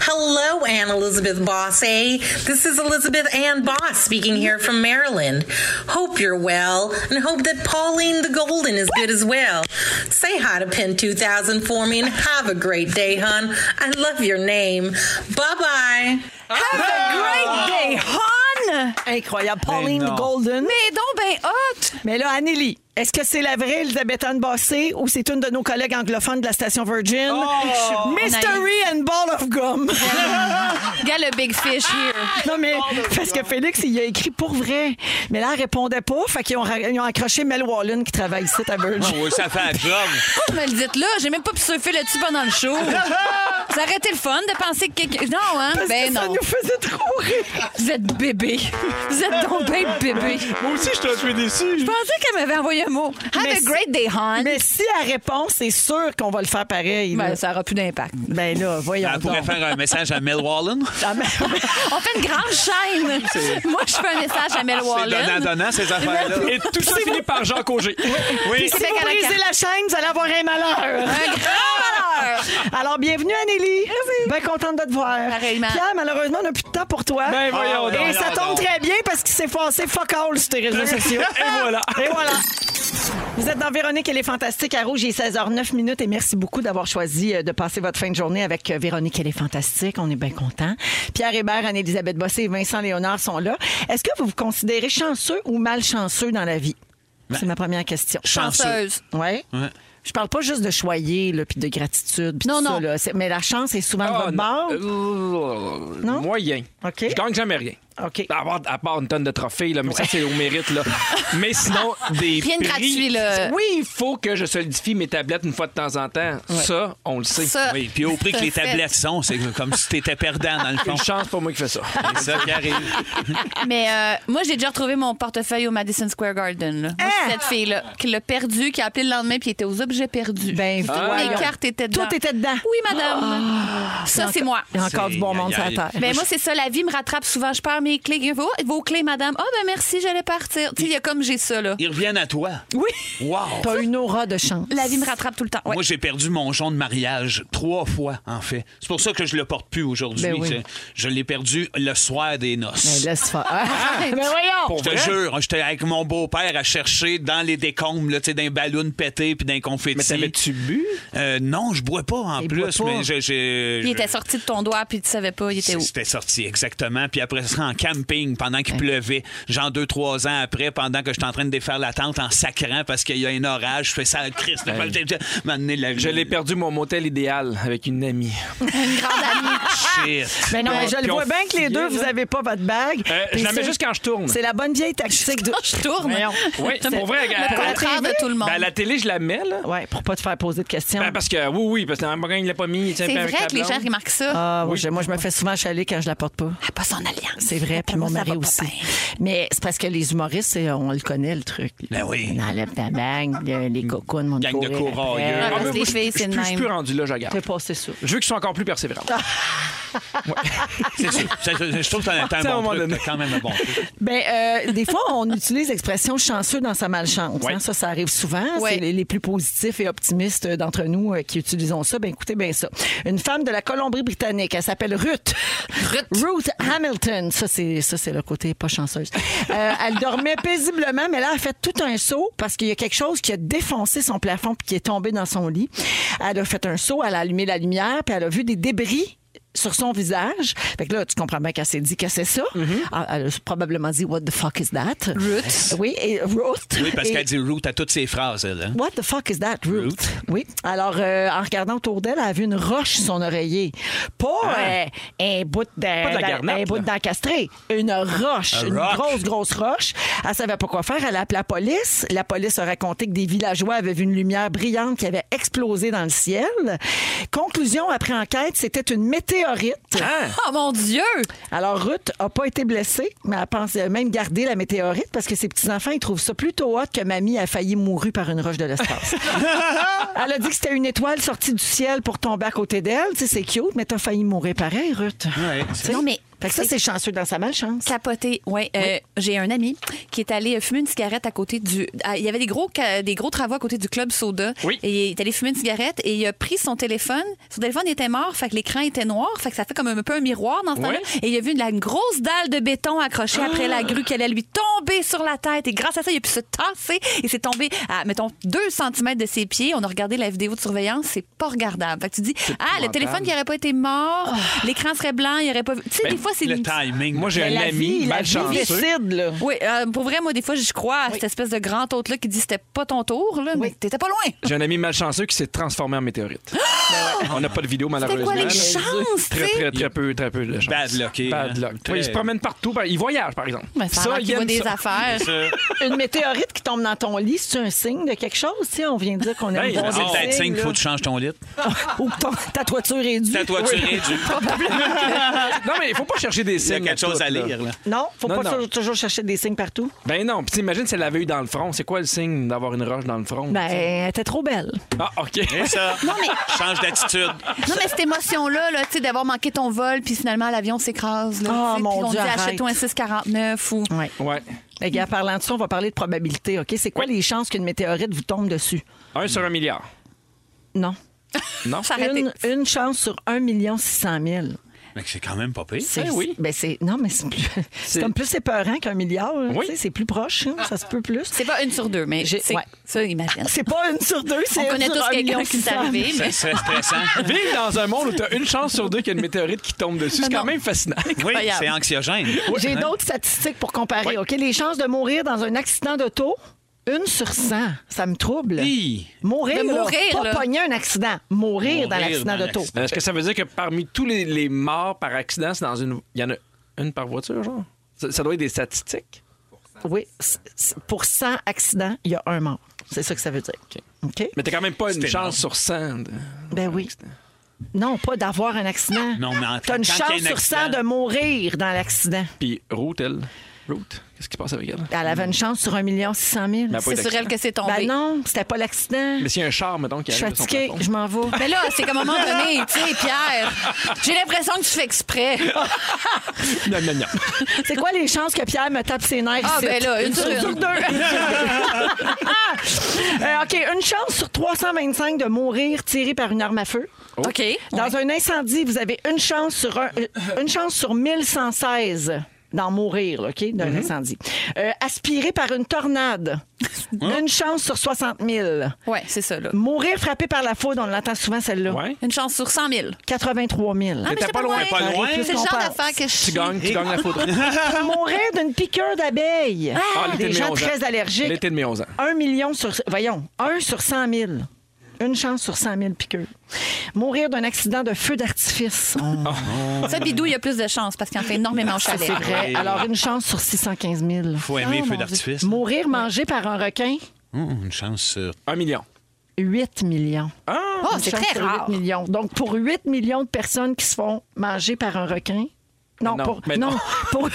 Speaker 8: Hello, Anne Elizabeth Bossé. This is Elizabeth Ann Boss speaking here from Maryland. Hope you're well, and hope that Pauline the Golden is good as well. Say hi to Pin 2000 for me, and have a great day, hun. I love your name. Bye bye.
Speaker 2: Ah,
Speaker 7: Have a great day, hon!
Speaker 2: Incroyable. Pauline
Speaker 3: Ah! non.
Speaker 2: Golden.
Speaker 7: Mais donc, ben
Speaker 2: bien hot! Mais là, Anneli, est-ce que c'est la vraie Elisabeth Anne Bossé ou c'est une de nos collègues anglophones de la station Virgin?
Speaker 1: Oh!
Speaker 2: Mystery and Ball of Gum.
Speaker 7: Regarde le Big Fish here.
Speaker 2: (laughs) Non, mais parce que Félix, il a écrit pour vrai. Mais là, elle répondait pas. Fait qu'ils ont, ra- ils ont accroché Mel Wallen qui travaille ici à Virgin.
Speaker 3: Oh, oui, ça fait un job.
Speaker 7: Pourquoi vous me le dites là? J'ai même pas pu surfer là-dessus pendant le show. Ça aurait été le fun de penser que quelqu'un. Non, hein?
Speaker 2: (laughs) Parce
Speaker 7: ben
Speaker 2: que
Speaker 7: non.
Speaker 2: ça nous faisait trop rire.
Speaker 7: Vous êtes bébé. Vous êtes donc bien bébé.
Speaker 4: Moi aussi, je suis un peu déçu.
Speaker 7: Je pensais qu'elle m'avait envoyé un mot. Have
Speaker 2: Mais
Speaker 7: a
Speaker 2: si-
Speaker 7: great day, hon.
Speaker 2: Mais si elle répond, c'est sûr qu'on va le faire pareil. là.
Speaker 7: Hein? Ben, ça aura plus d'impact.
Speaker 2: Ben là, voyons
Speaker 3: On pourrait
Speaker 2: donc.
Speaker 3: faire un message à Mel Wallen.
Speaker 2: Ah, mais-
Speaker 7: (laughs) On fait une grande
Speaker 3: (laughs)
Speaker 7: chaîne. (laughs) Moi, je fais un message à Mel
Speaker 3: C'est
Speaker 7: Wallen.
Speaker 3: donnant-donnant, ces affaires-là.
Speaker 4: Et tout ça fini par Jacques Auger.
Speaker 2: (laughs) Puis si
Speaker 7: C'est
Speaker 2: vous
Speaker 7: fait à la
Speaker 2: brisez la chaîne, vous allez avoir un malheur.
Speaker 7: Un grand malheur.
Speaker 2: Alors, bienvenue, Anélie. Merci. Bien contente de te voir.
Speaker 7: Pareillement.
Speaker 2: Pierre, malheureusement, on n'a plus de temps pour toi.
Speaker 4: Ben, voyons
Speaker 3: Ah,
Speaker 4: donc.
Speaker 2: Et ça
Speaker 3: voyons
Speaker 2: tombe
Speaker 3: donc.
Speaker 2: très bien parce qu'il s'est passé fuck all sur tes réseaux sociaux.
Speaker 4: (laughs) Et voilà.
Speaker 2: Et voilà. Vous êtes dans Véronique et les Fantastiques à Rouge. Il est 16h09 minutes et merci beaucoup d'avoir choisi euh, de passer votre fin de journée avec euh, Véronique et les Fantastiques. On est bien contents. Pierre Hébert, Anne-Élisabeth Bossé et Vincent Léonard sont là. Est-ce que vous vous considérez chanceux ou malchanceux dans la vie?
Speaker 4: Ben,
Speaker 2: C'est ma première question.
Speaker 3: (laughs)
Speaker 7: Chanceuse.
Speaker 2: Ouais.
Speaker 3: Ouais.
Speaker 2: Je parle pas juste de choyer là, puis de gratitude puis
Speaker 7: Non,
Speaker 2: tout ça,
Speaker 7: non.
Speaker 2: là. C'est- mais la chance est souvent
Speaker 4: Ah,
Speaker 2: de votre
Speaker 4: non.
Speaker 2: bord.
Speaker 4: Euh,
Speaker 2: Non?
Speaker 4: Moyen.
Speaker 2: OK.
Speaker 4: Je gagne jamais rien.
Speaker 2: OK.
Speaker 4: À part, à part une tonne de trophées, là, mais ça, c'est au mérite.
Speaker 7: (laughs)
Speaker 4: Là. mais sinon, des
Speaker 7: Rien de
Speaker 4: prix...
Speaker 7: gratuit, là.
Speaker 4: Oui, il faut que je solidifie mes tablettes une fois de temps en temps. Ça, on le sait.
Speaker 7: Ça,
Speaker 3: Oui, puis au prix que les
Speaker 7: ça fait.
Speaker 3: tablettes sont, c'est comme si t'étais perdant, dans le fond.
Speaker 4: Une chance pour moi qui fait
Speaker 7: (laughs)
Speaker 4: ça.
Speaker 3: C'est ça qui arrive.
Speaker 7: Mais euh, moi, j'ai déjà retrouvé mon portefeuille au Madison Square Garden. là. Moi, je suis cette fille-là qui l'a perdu, qui a appelé le lendemain puis était aux objets perdus.
Speaker 2: Ben,
Speaker 7: Toutes
Speaker 2: voyons.
Speaker 7: mes cartes étaient dedans.
Speaker 2: Tout était dedans. Ah!
Speaker 7: Oui, madame. ça, c'est moi.
Speaker 2: Il y a encore
Speaker 3: C'est-
Speaker 2: du bon monde
Speaker 3: aïe,
Speaker 2: sur la
Speaker 3: aïe.
Speaker 2: terre.
Speaker 7: Ben moi, c'est ça, la vie me rattrape souvent. Je perds mes clés. Vos, vos clés, madame. Ah, ben merci, j'allais partir. Tu sais, il y a comme j'ai ça, là.
Speaker 3: Ils reviennent à toi.
Speaker 2: Oui.
Speaker 3: Wow.
Speaker 2: T'as une aura de chance.
Speaker 7: La vie me rattrape tout le temps. Ouais.
Speaker 3: Moi, j'ai perdu mon jonc de mariage trois fois, en fait. C'est pour ça que je le porte plus aujourd'hui.
Speaker 2: Ben oui.
Speaker 3: C'est- Je l'ai perdu le soir des
Speaker 2: Mais
Speaker 3: noces.
Speaker 2: Ben, laisse faire.
Speaker 7: Ah,
Speaker 2: (laughs) Ben, Mais voyons.
Speaker 3: Je te jure, hein, j'étais avec mon beau-père à chercher dans les décombres, là, tu sais, d'un ballon pété puis d'un confetti.
Speaker 4: Mais t'avais-tu bu?
Speaker 3: Euh, non, je bois pas en
Speaker 2: Il boit
Speaker 3: plus,
Speaker 2: pas.
Speaker 3: mais j'ai- j'ai.
Speaker 7: Il était sorti de ton doigt, puis tu savais pas, il était où.
Speaker 3: C'était sorti, exactement. Puis après, ça, en camping pendant qu'il pleuvait. Genre deux, trois ans après, pendant que j'étais en train de défaire la tente en sacrant parce qu'il y a un orage, je fais ça, Christ. M'amener la
Speaker 4: Je l'ai perdu mon motel idéal avec une amie.
Speaker 7: Une grande amie.
Speaker 3: (laughs) Ah! Shit.
Speaker 2: Mais non,
Speaker 4: Puis
Speaker 2: mais je
Speaker 4: on-
Speaker 2: le
Speaker 4: puis on
Speaker 2: vois bien que les
Speaker 4: fouillait,
Speaker 2: deux, vous
Speaker 4: là.
Speaker 2: avez pas votre bague.
Speaker 4: Euh, je
Speaker 2: Puis
Speaker 4: la mets
Speaker 2: ça,
Speaker 4: juste quand je tourne.
Speaker 2: C'est la bonne vieille tactique de.
Speaker 7: je tourne.
Speaker 2: Voyons.
Speaker 4: Oui,
Speaker 2: C'est-
Speaker 4: pour vrai.
Speaker 7: Le contraire de tout le monde.
Speaker 4: Ben, à la télé, je la mets, là.
Speaker 2: Ouais, pour pas te faire poser de questions.
Speaker 4: Ben, parce que, oui, oui, parce que la Morgan, il l'a pas mis.
Speaker 7: C'est vrai que les gens
Speaker 4: qui
Speaker 7: remarquent ça.
Speaker 2: Ah, moi, je- moi, je me fais souvent chaler quand je la porte pas.
Speaker 7: Ah, pas son alliance.
Speaker 2: C'est vrai, puis mon
Speaker 7: Moi, ça
Speaker 2: mari
Speaker 7: va pas
Speaker 2: aussi.
Speaker 7: bien.
Speaker 2: Mais c'est parce que les humoristes, c'est- on le connaît, le truc.
Speaker 3: Ben oui.
Speaker 2: On enlève ta bague, le- les cocons, mon
Speaker 3: Gang de courailleurs.
Speaker 7: Ah, parce que les filles, c'est le
Speaker 4: Je suis plus
Speaker 7: même.
Speaker 4: rendu là, je Ah. la
Speaker 2: Je vais
Speaker 4: garde.
Speaker 2: passer ça.
Speaker 4: Je veux qu'ils soient encore plus persévérants.
Speaker 3: C'est sûr. C'est- c'est- Je trouve que t'as t'as
Speaker 4: À un
Speaker 3: un
Speaker 4: moment
Speaker 3: bon truc.
Speaker 4: donné.
Speaker 3: T'as quand même un bon truc.
Speaker 2: Ben, euh, des fois, on utilise l'expression chanceux dans sa malchance. hein. Ça, ça arrive souvent.
Speaker 7: Ouais.
Speaker 2: C'est les, les plus positifs et optimistes d'entre nous euh, qui utilisons ça. Ben, écoutez bien ça. Une femme de la Colombie-Britannique, elle s'appelle Ruth. Ruth. Hamilton. Ça, c'est ça, c'est le côté pas chanceuse. Euh, elle dormait paisiblement, mais là, elle a fait tout un saut parce qu'il y a quelque chose qui a défoncé son plafond puis qui est tombé dans son lit. Elle a fait un saut, elle a allumé la lumière, puis elle a vu des débris sur son visage. Fait que là, tu comprends bien qu'elle s'est dit que c'est ça. Ah, Elle a probablement dit What the fuck is that? Ruth. Oui, et Ruth.
Speaker 3: Oui, parce
Speaker 2: Et-
Speaker 3: qu'elle dit root à toutes ses phrases, elle. hein.
Speaker 2: What the fuck is that, Ruth?
Speaker 3: Ruth.
Speaker 2: Oui. Alors, euh, en regardant autour d'elle, elle a vu une roche sur son oreiller. Pas euh, un bout de,
Speaker 4: de la garnappe,
Speaker 2: un bout
Speaker 4: là.
Speaker 2: d'encastré. Une roche.
Speaker 3: Un
Speaker 2: une
Speaker 3: rock.
Speaker 2: grosse, grosse roche. Elle savait pas quoi faire. Elle a appelé la police. La police a raconté que des villageois avaient vu une lumière brillante qui avait explosé dans le ciel. Conclusion après enquête, c'était une météorite.
Speaker 7: Oh mon Dieu!
Speaker 2: Alors, Ruth a pas été blessée, mais elle pense euh, même garder la météorite parce que ses petits-enfants, ils trouvent ça plutôt hot que mamie a failli mourir par une roche
Speaker 3: (laughs)
Speaker 2: de l'espace. elle a dit que c'était une étoile sortie du ciel pour tomber à côté d'elle. Tu sais, c'est cute, mais t'as failli mourir pareil, Ruth.
Speaker 3: Ouais.
Speaker 2: Tu sais?
Speaker 7: Non, mais-
Speaker 2: Fait que ça, c'est chanceux dans sa malchance.
Speaker 7: Capoté. Ouais, euh, j'ai un ami qui est allé fumer une cigarette à côté du. ah, Il y avait des gros, ca- des gros travaux à côté du club soda.
Speaker 4: Oui.
Speaker 7: Et il est allé fumer une cigarette et il a pris son téléphone. Son téléphone était mort, fait que l'écran était noir, fait que ça fait comme un peu un miroir dans ce temps-là.
Speaker 4: Oui.
Speaker 7: Et il a vu une, la- une grosse dalle de béton accrochée après la grue qui allait lui tomber sur la tête. Et grâce à ça, il a pu se tasser et c'est tombé à, mettons, 2 cm de ses pieds. On a regardé la vidéo de surveillance, c'est pas regardable. Fait que tu dis, ah, le
Speaker 4: épouvantable.
Speaker 7: téléphone qui n'aurait pas été mort, l'écran serait blanc, il aurait pas. vu- Tu sais, des fois, c'est
Speaker 3: Ben, Le timing. Moi, j'ai
Speaker 7: Mais
Speaker 3: un
Speaker 7: la
Speaker 3: ami
Speaker 7: vie, la vie
Speaker 3: malchanceux.
Speaker 7: décide, là. Oui, euh, pour vrai, moi, des fois, je crois à cette espèce de grand hôte-là qui dit c'était pas ton tour, là, mais t'étais pas loin.
Speaker 4: J'ai un ami malchanceux qui s'est transformé
Speaker 2: (gasps)
Speaker 4: en météorite. On n'a pas de vidéo, malheureusement.
Speaker 7: quoi les
Speaker 4: là.
Speaker 7: chances,
Speaker 4: Très,
Speaker 7: tu sais?
Speaker 4: très, très peu, très peu de chance.
Speaker 3: Bad luck, eh,
Speaker 4: Bad
Speaker 3: hein.
Speaker 4: luck.
Speaker 3: Très-
Speaker 4: Ouais, il se promène partout. par- Il voyage, par exemple.
Speaker 2: Mais Ben, ça a l'air qu'il
Speaker 4: il
Speaker 2: voit
Speaker 4: aime
Speaker 2: des (laughs)
Speaker 4: ça.
Speaker 2: affaires. Une météorite qui tombe dans ton lit, c'est un signe de quelque chose? Tu sais, on vient de dire qu'on aime
Speaker 3: Ben,
Speaker 2: voir
Speaker 3: c'est
Speaker 2: des
Speaker 3: peut-être signe
Speaker 2: signes,
Speaker 3: qu'il
Speaker 2: là.
Speaker 3: faut que tu changes ton lit.
Speaker 2: (laughs) Ou que ton- ta toiture est due.
Speaker 3: Ta toiture
Speaker 2: Oui. (laughs)
Speaker 3: est due.
Speaker 4: (laughs) non, mais il faut pas chercher des
Speaker 3: Il y
Speaker 4: signes.
Speaker 3: a quelque
Speaker 4: à
Speaker 3: chose
Speaker 4: tout,
Speaker 3: à
Speaker 4: là.
Speaker 3: lire. Là.
Speaker 2: Non, faut
Speaker 4: Non,
Speaker 2: pas
Speaker 4: non.
Speaker 2: toujours- toujours chercher des signes partout.
Speaker 4: Ben non. Puis t'imagines si elle l'avait eu dans le front. C'est quoi le signe d'avoir une roche dans le front?
Speaker 2: Ben, elle était trop belle.
Speaker 4: Ah, OK.
Speaker 3: Et ça,
Speaker 7: Non, mais-
Speaker 3: change d'attitude.
Speaker 7: Non, mais cette émotion-là, là, tu sais, d'avoir manqué ton vol, puis finalement, l'avion s'écrase. là,
Speaker 2: Ah,
Speaker 7: tu sais,
Speaker 2: mon
Speaker 7: puis on
Speaker 2: Dieu,
Speaker 7: dit
Speaker 2: arrête.
Speaker 7: achète-toi un 649 ou.
Speaker 2: Ouais.
Speaker 4: (laughs) Ouais.
Speaker 2: Les gars, parlant de ça, on va parler de probabilité, OK? C'est quoi les chances qu'une météorite vous tombe dessus?
Speaker 4: Un sur un milliard.
Speaker 2: Non.
Speaker 4: Non?
Speaker 7: Ça arrête.
Speaker 2: Une, une chance sur 1 600 000.
Speaker 3: Mais c'est quand même pas pire.
Speaker 2: C'est,
Speaker 4: Eh oui.
Speaker 2: ben c'est, non, mais c'est, plus, c'est comme plus épeurant qu'un milliard. hein,
Speaker 4: Oui.
Speaker 2: tu sais, C'est plus proche, hein, ça se peut plus.
Speaker 7: C'est pas une sur deux, mais
Speaker 2: J'ai-
Speaker 7: c'est
Speaker 2: ouais.
Speaker 7: ça, imagine.
Speaker 2: C'est pas une sur deux, c'est
Speaker 7: On
Speaker 2: une
Speaker 7: connaît
Speaker 2: sur
Speaker 7: tous
Speaker 2: un million
Speaker 7: quelqu'un qui s'est
Speaker 2: 600 000.
Speaker 7: arrivé, mais
Speaker 3: Ça serait stressant.
Speaker 4: Vivre dans un monde où t'as une chance sur deux qu'il y a une météorite qui tombe dessus,
Speaker 2: Ben
Speaker 4: c'est quand même fascinant.
Speaker 3: Oui,
Speaker 7: Incroyable.
Speaker 3: c'est anxiogène.
Speaker 2: J'ai
Speaker 3: Hein?
Speaker 2: d'autres statistiques pour comparer. OK, les chances de mourir dans un accident d'auto, une sur 100. Ça me trouble.
Speaker 3: Hi.
Speaker 2: Mourir,
Speaker 7: De
Speaker 2: là,
Speaker 7: mourir,
Speaker 2: pas
Speaker 7: là.
Speaker 2: pogner un accident, mourir, dans
Speaker 3: Mourir
Speaker 2: l'accident
Speaker 3: dans
Speaker 2: d'auto.
Speaker 3: l'accident.
Speaker 4: Euh, Est-ce que ça veut dire que parmi tous les, les morts par accident, c'est dans une. Il y en a une par voiture, genre? Ça, ça doit être des statistiques.
Speaker 2: Oui, c- c- pour 100 accidents, il y a un mort. C'est ça que ça veut dire. OK.
Speaker 4: Mais t'as quand même pas une
Speaker 3: C'était
Speaker 4: chance
Speaker 3: énorme.
Speaker 4: sur 100. de-
Speaker 2: Ben oui. Non, pas d'avoir un accident.
Speaker 3: Non, mais en- quand
Speaker 2: T'as une
Speaker 3: il
Speaker 2: chance
Speaker 3: y a un
Speaker 2: sur 100
Speaker 3: accident-
Speaker 2: de mourir dans l'accident.
Speaker 4: Puis Route, elle. Route, qu'est-ce qui se passe avec elle?
Speaker 2: Elle avait une chance sur 1 600 000.
Speaker 3: Ben
Speaker 4: Mais elle a pas eu
Speaker 7: c'est sur
Speaker 4: d'accident.
Speaker 7: elle que c'est tombé.
Speaker 2: Ben non, c'était pas l'accident.
Speaker 4: Mais s'il y a un char, mettons, qui
Speaker 2: Je suis
Speaker 4: arrive de son
Speaker 2: fatiguée,
Speaker 4: plafond.
Speaker 2: je m'en vais. Ben,
Speaker 7: Mais là, c'est qu'à un moment donné,
Speaker 2: (laughs)
Speaker 7: tu sais, Pierre, j'ai l'impression que tu fais exprès.
Speaker 2: Oh.
Speaker 4: Non, non, non.
Speaker 2: C'est quoi les chances que Pierre me tape ses nerfs
Speaker 7: Ah,
Speaker 2: ici?
Speaker 7: ben là, une sur
Speaker 3: (laughs)
Speaker 7: une.
Speaker 2: deux. (laughs) Euh, OK, une chance sur 325 de mourir tiré par une arme à feu.
Speaker 7: OK.
Speaker 2: Dans un incendie, vous avez une chance sur, un- euh, une chance sur 1116 d'en mourir, là, OK, d'un incendie. Euh, aspiré par une tornade, une chance sur 60 000.
Speaker 7: Ouais, c'est ça, là.
Speaker 2: Mourir frappé par la foudre, on l'entend souvent celle-là.
Speaker 4: Ouais.
Speaker 7: Une chance sur 100 000.
Speaker 2: 83 000.
Speaker 7: Ah, mais
Speaker 4: T'étais
Speaker 7: j'étais
Speaker 4: pas loin,
Speaker 3: pas
Speaker 2: Ça
Speaker 3: loin.
Speaker 2: arrive plus
Speaker 7: C'est le
Speaker 2: qu'on
Speaker 7: genre
Speaker 2: pense.
Speaker 7: d'affaire que je.
Speaker 4: Tu gagnes, tu gagnes la faute.
Speaker 2: Mourir d'une piqûre d'abeille.
Speaker 4: Ah, l'été
Speaker 2: Des
Speaker 4: de mes
Speaker 2: gens
Speaker 4: 11 ans.
Speaker 2: très allergiques.
Speaker 4: L'été de mes 11 ans.
Speaker 2: Un million sur. Voyons, un sur 100 000. Une chance sur 100 000 piqûres. Mourir d'un accident de feu d'artifice.
Speaker 7: Ça, Bidou, il y a plus de chance parce qu'il en fait énormément au
Speaker 2: Ça,
Speaker 7: chalet.
Speaker 2: c'est vrai.
Speaker 3: Oui.
Speaker 2: Alors, une chance sur 615 000.
Speaker 3: Faut aimer
Speaker 7: Ah,
Speaker 3: feu
Speaker 7: mon
Speaker 3: d'artifice.
Speaker 2: Mourir mangé par un requin,
Speaker 3: Hum, une chance sur.
Speaker 4: Un million.
Speaker 2: 8 millions.
Speaker 7: Oh,
Speaker 2: Une
Speaker 7: c'est
Speaker 2: chance
Speaker 7: très
Speaker 2: sur 8
Speaker 7: rare.
Speaker 2: millions. Donc, pour 8 millions de personnes qui se font manger par un requin. Non,
Speaker 4: Mais non,
Speaker 2: pour.
Speaker 4: mais
Speaker 2: non,
Speaker 4: non.
Speaker 2: (laughs) pour.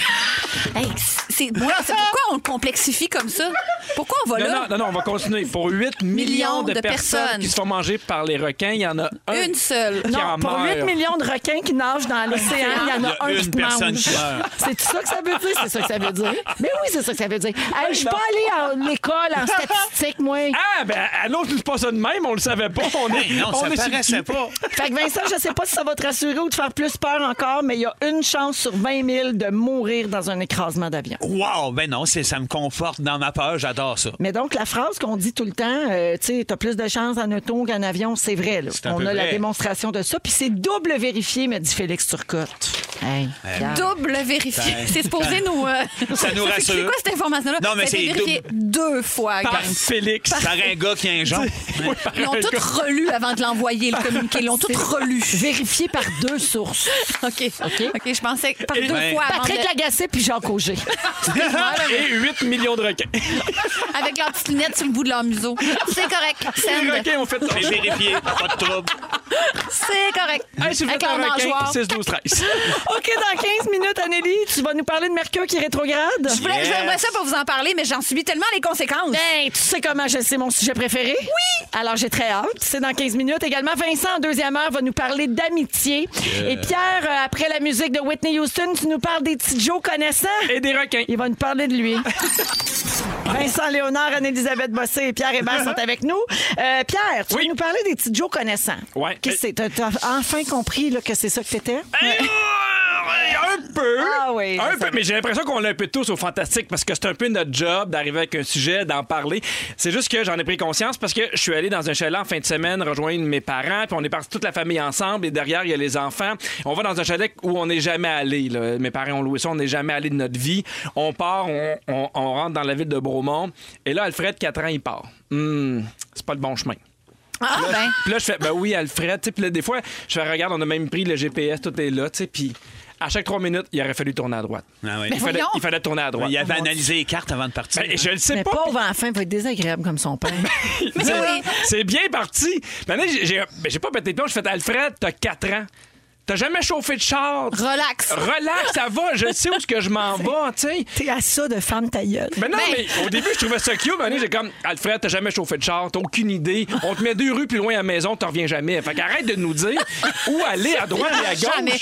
Speaker 7: Hey, c'est moi, c'est pourquoi on le complexifie comme ça? Pourquoi on va
Speaker 4: Non,
Speaker 7: Oh, là?
Speaker 4: non, non, non, on va continuer. Pour 8 millions de,
Speaker 7: de
Speaker 4: personnes,
Speaker 7: personnes.
Speaker 4: qui se font manger par les requins, il y en a un
Speaker 7: Une seule.
Speaker 4: qui
Speaker 2: Non,
Speaker 4: en
Speaker 2: pour
Speaker 4: meurt.
Speaker 2: 8 millions de requins qui nagent dans l'océan, il y en a,
Speaker 3: Il y a une
Speaker 2: un qui te
Speaker 3: personne
Speaker 2: mange. (laughs)
Speaker 3: qui meurt.
Speaker 2: C'est ça que ça veut dire? C'est ça que ça veut dire? Mais oui, c'est ça que ça veut dire. Hey, je suis pas allée à l'école en statistique, moi.
Speaker 4: Ah, ben, à l'autre, c'est pas ça de même, on le savait pas. On est,
Speaker 3: Hey, non,
Speaker 4: on
Speaker 3: ça
Speaker 4: est sur le
Speaker 3: paraissait
Speaker 4: cul.
Speaker 3: pas.
Speaker 2: Fait que Vincent, je sais pas si ça va te rassurer ou te faire plus peur encore, mais il y a une chance sur 20 000 de mourir dans un écrasement d'avion.
Speaker 3: Wow, ben non, c'est- ça me conforte dans ma peur, j'adore ça.
Speaker 2: Mais donc, la phrase qu'on dit tout le temps, euh, tu sais, t'as plus de chances en auto qu'en avion, c'est vrai. là.
Speaker 3: C'est un
Speaker 2: On a
Speaker 3: peu
Speaker 2: la
Speaker 3: vrai.
Speaker 2: démonstration de ça, puis c'est double vérifié, me dit Félix Turcotte. Hein? Hey, Pierre.
Speaker 7: Double vérifié.
Speaker 3: Ben,
Speaker 7: c'est supposé nous. euh,
Speaker 3: Ça nous
Speaker 7: c'est- C'est
Speaker 3: rassure.
Speaker 7: quoi cette information-là?
Speaker 3: Non, mais
Speaker 7: Ça a été
Speaker 3: c'est
Speaker 7: vérifié deux fois.
Speaker 4: Par
Speaker 7: gang.
Speaker 4: Félix.
Speaker 3: Ben, Par un gars qui a un jonc.
Speaker 7: Ils l'ont tout relu avant de l'envoyer, le communiqué. Ils l'ont tout relu.
Speaker 2: Vérifié par deux sources.
Speaker 7: (laughs) OK. OK. je pensais que par deux
Speaker 3: Ouais.
Speaker 7: fois avant
Speaker 2: Patrick
Speaker 7: de-
Speaker 2: Lagacé puis Jean (laughs) Cogé.
Speaker 4: Et 8 millions de requins.
Speaker 7: avec leurs petites lunettes sur le bout de leur museau. C'est correct.
Speaker 4: Les
Speaker 7: Send.
Speaker 4: requins ont fait
Speaker 3: J'ai vérifié, pas de trouble.
Speaker 7: C'est correct.
Speaker 4: Hey, si vous
Speaker 7: avec
Speaker 4: êtes
Speaker 7: leur
Speaker 4: un requin,
Speaker 7: nageoire.
Speaker 4: 6, 12, 13.
Speaker 2: OK, dans 15 minutes, Anneli, tu vas nous parler de Mercure qui rétrograde?
Speaker 7: Je voulais,
Speaker 3: Yes.
Speaker 7: j'aimerais ça pour vous en parler, mais j'en subis tellement les conséquences.
Speaker 2: Hey, Ben, tu sais comment je sais mon sujet préféré? Oui! Alors, j'ai très hâte. C'est dans 15 minutes. Également, Vincent, en deuxième heure, va nous parler d'amitié. Et Pierre, euh, après la musique de Whitney Houston, tu nous parles des petits Joe connaissants.
Speaker 4: Et des requins.
Speaker 2: Il va nous parler de lui. Vincent Léonard, Anne-Elisabeth Bossé et Pierre Hébert sont avec nous. Euh, Pierre, tu
Speaker 4: Oui.
Speaker 2: veux nous parler des petits Joe connaissants?
Speaker 4: Ouais.
Speaker 2: Qu'est-ce que c'est? T'as- T'as enfin compris là, que c'est ça que t'étais?
Speaker 4: Hey, oh, hey, peu.
Speaker 2: Ah oui, ça,
Speaker 4: Un peu,
Speaker 2: ça-
Speaker 4: mais j'ai l'impression qu'on l'a un peu tous au fantastique parce que c'est un peu notre job d'arriver avec un sujet, d'en parler. C'est juste que j'en ai pris conscience parce que je suis allé dans un chalet en fin de semaine rejoindre mes parents, puis on est parti toute la famille ensemble et derrière il y a les enfants. On va dans un chalet où on n'est jamais allé. là. Mes parents ont loué ça, on n'est jamais allé de notre vie. On part, on, on- on rentre dans la ville de Bromont et là Alfred 4 ans il part. Hmm, c'est pas le bon chemin.
Speaker 7: Ah,
Speaker 4: Là,
Speaker 7: ben.
Speaker 4: Puis là, je fais, ben oui, Alfred. tu sais, Puis là, des fois, je fais, regarde, on a même pris le GPS, tout est là, tu sais. Puis à chaque trois minutes, il aurait fallu tourner à droite.
Speaker 3: Ah oui.
Speaker 4: il, fallait, il fallait tourner à droite.
Speaker 3: Il avait analysé les cartes avant de partir.
Speaker 4: Ben, je le sais
Speaker 2: Mais
Speaker 4: pas.
Speaker 2: pauvre enfant, il va être désagréable comme son
Speaker 4: (laughs)
Speaker 2: père.
Speaker 4: puis (laughs) c'est- C'est bien parti. Maintenant, j'ai- j'ai ben, j'ai pas pété de plomb. Je fais, Alfred, t'as 4 ans. T'as jamais chauffé de char.
Speaker 7: Relax.
Speaker 4: Relax, ça va. Je sais où est-ce que je m'en vais, tu sais.
Speaker 2: T'es à ça de femme ta gueule.
Speaker 4: Mais non, mais au début, je trouvais ça cute. Mais j'ai comme, Alfred, t'as jamais chauffé de char, t'as aucune idée. On te met deux rues plus loin à la maison, t'en reviens jamais. Fait qu'arrête de nous dire où aller à droite
Speaker 7: (laughs)
Speaker 4: et à gauche.
Speaker 7: Jamais.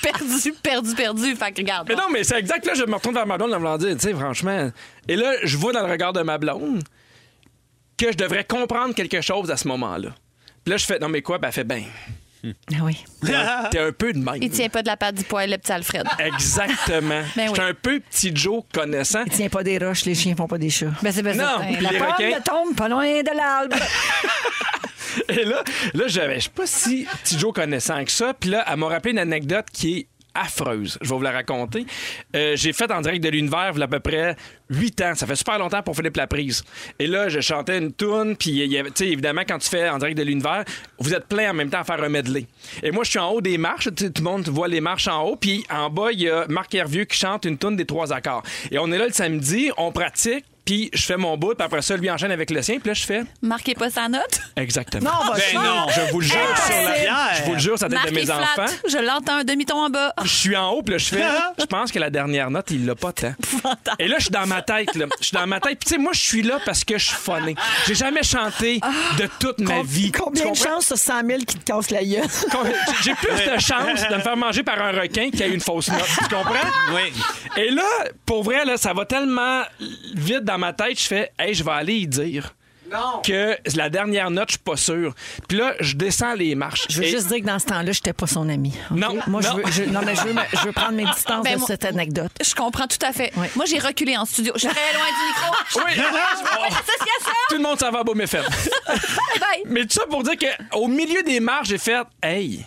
Speaker 7: perdu, perdu, perdu. Fait que regarde.
Speaker 4: Mais non, mais c'est exact. Là, je me retourne vers ma blonde en voulant dire, tu sais, franchement. Et là, je vois dans le regard de ma blonde que je devrais comprendre quelque chose à ce moment-là. Puis là, je fais, non, mais quoi? Ben, elle fait, ben,
Speaker 2: Ah oui.
Speaker 4: t'es un- t'es un peu de même.
Speaker 7: Il tient pas de la patte du poil, le petit Alfred.
Speaker 4: Euh. Exactement.
Speaker 7: (laughs) Ben oui.
Speaker 4: J'étais un peu petit Joe connaissant.
Speaker 2: Tiens pas des roches, les chiens font pas des chats.
Speaker 7: Ben, c'est bien
Speaker 4: Non,
Speaker 7: certain.
Speaker 4: puis
Speaker 7: La
Speaker 4: les
Speaker 7: pomme
Speaker 4: requins.
Speaker 7: de-
Speaker 2: tombe pas loin de l'arbre.
Speaker 4: Et là, là je je sais pas si petit Joe connaissant que ça. Puis là, elle m'a rappelé une anecdote qui est affreuse. Je vais vous la raconter. Euh, j'ai fait en direct de l'univers il y a à peu près 8 ans. Ça fait super longtemps pour Philippe Laprise. Et là, je chantais une toune. Puis il y avait- tu sais, évidemment, quand tu fais en direct de l'univers, vous êtes plein en même temps à faire un medley. Et moi, je suis en haut des marches. Tu sais, Tout le monde voit les marches en haut. Puis en bas, il y a Marc Hervieux qui chante une toune des trois accords. Et on est là le samedi, on pratique. Puis je fais mon bout, puis après ça, lui enchaîne avec le sien. Puis là, je fais...
Speaker 7: Marquez pas sa note.
Speaker 4: Exactement.
Speaker 2: Non, on va
Speaker 3: Ben
Speaker 2: se
Speaker 3: non,
Speaker 4: Je vous le jure sur la
Speaker 3: Impossible.
Speaker 4: Ah, Je vous le jure, ça tête de
Speaker 7: Marquez
Speaker 4: mes
Speaker 7: flat.
Speaker 4: enfants.
Speaker 7: Je l'entends un demi-ton en bas. Oh,
Speaker 4: Je suis en haut, puis là, je fais. Je pense que la dernière note, il l'a pas tant. Et là, je suis dans ma tête, là. Je suis dans ma tête. Puis, tu sais, moi, je suis là parce que je suis phoné. J'ai jamais chanté de toute ma vie. Tu
Speaker 2: Combien de
Speaker 4: comprends?
Speaker 2: chances sur 100 000 qui te cassent la
Speaker 4: (laughs)
Speaker 2: gueule?
Speaker 4: Combien- J'ai plus de chance de me faire manger par un requin qu'il y a une fausse note. Tu comprends?
Speaker 3: Oui.
Speaker 4: Et là, pour vrai, là, ça va tellement vite dans ma tête, je fais, hey, je vais aller y dire. Que la dernière note, je suis pas sûr. Puis là, je descends les marches.
Speaker 2: Je veux
Speaker 4: Et-
Speaker 2: juste dire que dans ce temps-là, j'étais pas son ami.
Speaker 4: Non,
Speaker 2: Moi,
Speaker 4: non.
Speaker 2: Je, veux, je- non, mais je veux, me- je veux prendre
Speaker 4: (laughs)
Speaker 2: mes distances
Speaker 7: Ben,
Speaker 2: de
Speaker 7: moi-
Speaker 2: cette aneclote.
Speaker 7: Je comprends tout à fait.
Speaker 2: Ouais.
Speaker 7: Moi, j'ai reculé en studio. Je suis très loin du micro.
Speaker 4: (laughs)
Speaker 7: Je
Speaker 4: Oui.
Speaker 7: fais pas d'association.
Speaker 4: Tout le monde s'en va à Beauméfaite.
Speaker 7: Bye.
Speaker 4: Mais tout ça pour dire qu'au milieu des marches, j'ai fait Hey,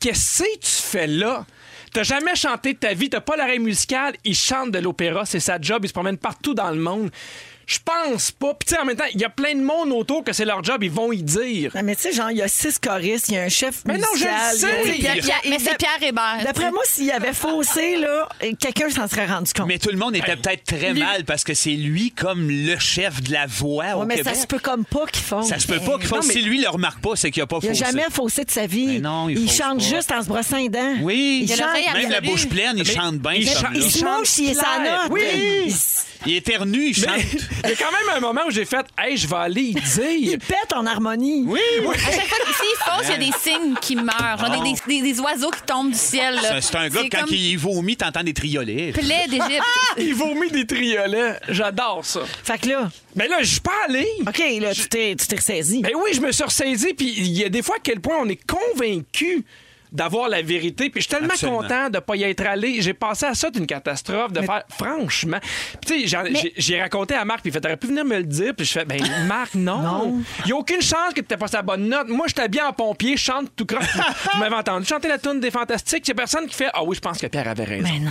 Speaker 4: qu'est-ce que tu fais là? T'as jamais chanté de ta vie, t'as pas l'oreille musicale, il chante de l'opéra, c'est sa job, il se promène partout dans le monde. Je pense pas. Puis tu sais, en même temps, il y a plein de monde autour que c'est leur job, ils vont y dire.
Speaker 2: Ah, Mais tu sais, genre, il y a six choristes, il y a un chef
Speaker 4: Mais Ben non, je le
Speaker 2: musical,
Speaker 4: sais!
Speaker 2: il y a-
Speaker 7: Puis Pierre- Pierre- Mais Ah, c'est Pierre Hébert.
Speaker 2: D'après moi, s'il y avait faussé, là, quelqu'un s'en serait rendu compte.
Speaker 3: Mais tout le monde était peut-être très mal parce que c'est lui comme le chef de la voix
Speaker 2: Ouais,
Speaker 3: au
Speaker 2: mais
Speaker 3: Québec.
Speaker 2: ça se peut comme pas qu'il fausse.
Speaker 3: Ça se peut pas qu'il fasse.
Speaker 2: Non, mais
Speaker 3: Si lui le remarque pas, c'est qu'il a pas
Speaker 2: Il
Speaker 3: faussé.
Speaker 2: n'a jamais faussé de sa vie.
Speaker 3: Mais non, il
Speaker 2: il
Speaker 3: fausse
Speaker 2: chante
Speaker 3: pas.
Speaker 2: juste en se brossant les dents.
Speaker 3: Oui,
Speaker 2: Il,
Speaker 7: a
Speaker 2: chante,
Speaker 7: l'oreille à-
Speaker 3: même la
Speaker 7: absolue.
Speaker 3: bouche pleine, il chante bien.
Speaker 4: il
Speaker 3: ce
Speaker 4: chante-
Speaker 3: homme-là.
Speaker 2: il
Speaker 4: Il
Speaker 2: se
Speaker 4: chante
Speaker 2: mouche, il est sa
Speaker 4: clair.
Speaker 2: note.
Speaker 4: Oui.
Speaker 2: Il, s-
Speaker 3: Il éternue, il chante.
Speaker 4: Mais (laughs) il y a quand même un moment où j'ai fait Hey, je vais aller y dire.
Speaker 2: il pète en harmonie.
Speaker 3: Oui, oui.
Speaker 7: À chaque fois que s'il fausse, il y a des signes qui meurent. Genre des,
Speaker 4: Oh.
Speaker 7: des- des- des oiseaux qui tombent du ciel. là.
Speaker 3: C'est- C'est un gars, quand
Speaker 7: comme
Speaker 3: il vomit, t'entends des triolets.
Speaker 7: plaie d'Égypte.
Speaker 4: (laughs) Il vomit des triolets. J'adore ça.
Speaker 2: Fait que là,
Speaker 4: Mais là, je suis pas allé.
Speaker 2: OK, là, tu t'es tu t'es ressaisi.
Speaker 4: Ben oui, je me suis ressaisi, puis il y a des fois à quel point on est convaincu d'avoir la vérité, puis je suis tellement
Speaker 3: Absolument.
Speaker 4: content de pas y être allé. J'ai passé à ça d'une catastrophe, de faire franchement. Puis tu sais, j'en- j'ai- j'ai raconté à Marc, puis il fait t'aurais pu venir me le dire, puis je fais
Speaker 7: (laughs)
Speaker 4: ben Marc non, il y a aucune chance que t'aies pas sa bonne note. Moi, j'étais bien en pompier, je chante tout croche. Vous m'avez entendu chanter la tune des fantastiques, il y a personne qui fait ah oui, je pense que Pierre avait raison.
Speaker 2: Mais non.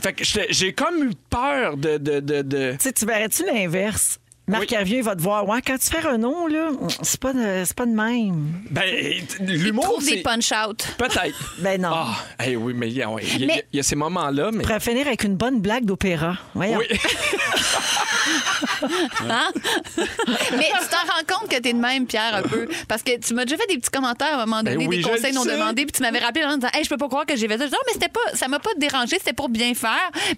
Speaker 4: Fait que j'étais- j'ai comme eu peur de de de, de-
Speaker 2: Tu sais, tu verrais-tu l'inverse? Marc
Speaker 4: Oui.
Speaker 2: Hervieux, il va te voir. Ouais, quand tu fais un nom, là, c'est pas, de- c'est pas de même.
Speaker 4: ben
Speaker 7: Il
Speaker 4: l'humour
Speaker 7: trouve
Speaker 4: c'est
Speaker 7: des punch-out. (laughs)
Speaker 4: peut-être.
Speaker 2: Ben non.
Speaker 4: Ah, hey, oui, mais il y, a- ouais, il y a-
Speaker 7: Mais-
Speaker 4: il y a ces moments-là, mais.
Speaker 2: Je pourrais finir avec une bonne blague d'opéra. Voyons.
Speaker 4: Oui.
Speaker 7: Hein? Mais tu t'en rends compte que t'es de même, Pierre, un peu. Parce que tu m'as déjà fait des petits commentaires à un moment
Speaker 4: Ben
Speaker 7: donné,
Speaker 4: oui,
Speaker 7: des
Speaker 4: je
Speaker 7: conseils
Speaker 4: le
Speaker 7: non
Speaker 4: sais.
Speaker 7: demandés, puis tu m'avais rappelé en disant Hey, je peux pas croire que j'ai fait ça. Je dis, Non, mais c'était pas, ça m'a pas dérangé, c'était pour bien faire.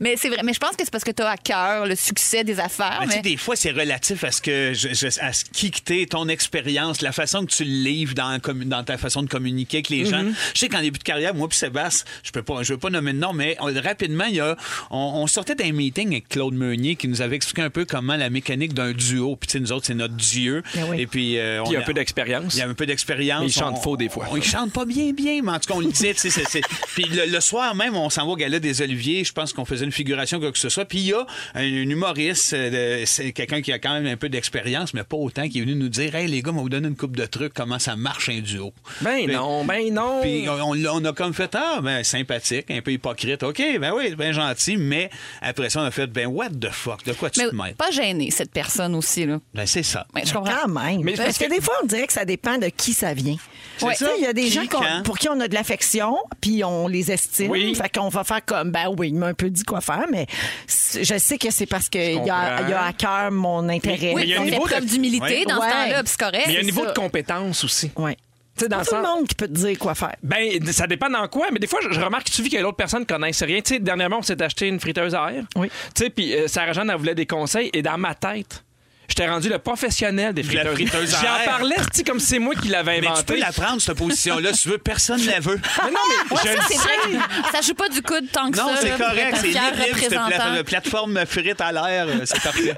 Speaker 7: Mais c'est vrai. Mais je pense que c'est parce que t'as à cœur le succès des affaires.
Speaker 3: Mais Ben,
Speaker 4: Ben,
Speaker 3: tu sais,
Speaker 7: Mais,
Speaker 3: des fois, c'est relatif à ce que je- je- à ce qui que t'es, ton expérience, la façon que tu le livres dans, la commu- dans ta façon de communiquer avec les gens. Je sais qu'en début de carrière, moi puis Sébastien, je peux pas, je veux pas nommer de nom, mais on- rapidement, il y a, on, on sortait d'un meeting avec Claude Meunier qui nous avait expliqué un peu comment la la mécanique d'un duo. Puis, tu sais, nous autres, c'est notre dieu.
Speaker 4: Ben oui.
Speaker 3: Et puis, euh,
Speaker 4: Puis il y a un peu
Speaker 3: d'expérience. Il y a un peu d'expérience.
Speaker 4: Mais il chante
Speaker 3: On-
Speaker 4: faux des fois.
Speaker 3: on- il chante pas bien, bien, mais en tout cas, on le disait. tu sais, c'est- c'est- Puis le, le soir même, on s'en va au gala des Oliviers. Je pense qu'on faisait une figuration, quoi que ce soit. Puis il y a un, un humoriste, euh, de- c'est quelqu'un qui a quand même un peu d'expérience, mais pas autant, qui est venu nous dire Hey, les gars, on va vous donner une coupe de trucs, comment ça marche un duo.
Speaker 4: Ben non, ben non.
Speaker 3: Puis on, on l'a- on a comme fait Ah, ben sympathique, un peu hypocrite. OK, ben oui, ben gentil, mais après ça, on a fait Ben what the fuck, de quoi tu te
Speaker 7: Mais
Speaker 3: mêles?
Speaker 7: pas gênée, cette personne aussi. Là.
Speaker 3: Ben c'est ça.
Speaker 7: Mais je comprends.
Speaker 2: Quand même.
Speaker 7: Mais
Speaker 2: parce,
Speaker 7: parce
Speaker 2: que,
Speaker 7: que-
Speaker 2: des fois, on dirait que ça dépend de qui ça vient.
Speaker 3: C'est
Speaker 2: Ouais.
Speaker 3: ça.
Speaker 2: Tu sais, Il y a des
Speaker 3: Qui,
Speaker 2: gens qu'on-
Speaker 3: quand?
Speaker 2: pour qui on a de l'affection, puis on les estime.
Speaker 4: Oui.
Speaker 2: Fait qu'on va faire comme, ben oui, il m'a un peu dit quoi faire, mais c- je sais que c'est parce qu'il y a,
Speaker 4: comprends.
Speaker 2: il y a à cœur mon intérêt.
Speaker 4: Oui, Mais il y a un
Speaker 7: on fait
Speaker 4: niveau de-
Speaker 7: preuve d'humilité
Speaker 2: Ouais.
Speaker 7: dans
Speaker 2: Ouais.
Speaker 7: ce temps-là, puis c'est correct.
Speaker 4: Mais il y a un
Speaker 7: c'est
Speaker 4: niveau
Speaker 7: ça.
Speaker 4: de compétence aussi.
Speaker 2: Ouais.
Speaker 4: Tu sais, dans
Speaker 2: Pas
Speaker 4: le
Speaker 2: tout
Speaker 4: sens.
Speaker 2: le monde qui peut te dire quoi faire.
Speaker 4: Ben, ça dépend dans quoi, mais des fois, je je remarque tu vis que l'autre personne ne connaisse rien. Tu sais, dernièrement, on s'est acheté une friteuse à air.
Speaker 2: Oui.
Speaker 4: Tu sais, puis euh, Sarah-Jeanne, elle voulait des conseils, et dans ma tête, j'étais rendu le professionnel des
Speaker 3: De la
Speaker 4: friteuses.
Speaker 3: friteuse à air.
Speaker 4: J'en parlais, tu sais, comme c'est moi qui l'avais
Speaker 3: Mais tu
Speaker 4: inventé.
Speaker 3: peux la prendre, cette position-là, si tu veux, personne ne la veut.
Speaker 4: Mais non, mais je
Speaker 7: Ouais,
Speaker 4: le
Speaker 7: ça, c'est
Speaker 4: sais.
Speaker 7: vrai que ça joue pas du coude tant que
Speaker 3: Non,
Speaker 7: ça.
Speaker 3: c'est
Speaker 7: là,
Speaker 3: correct, c'est
Speaker 7: fier
Speaker 3: libre, cette
Speaker 7: représentant.
Speaker 3: plate- plateforme frite à l'air, euh, c'est parfait.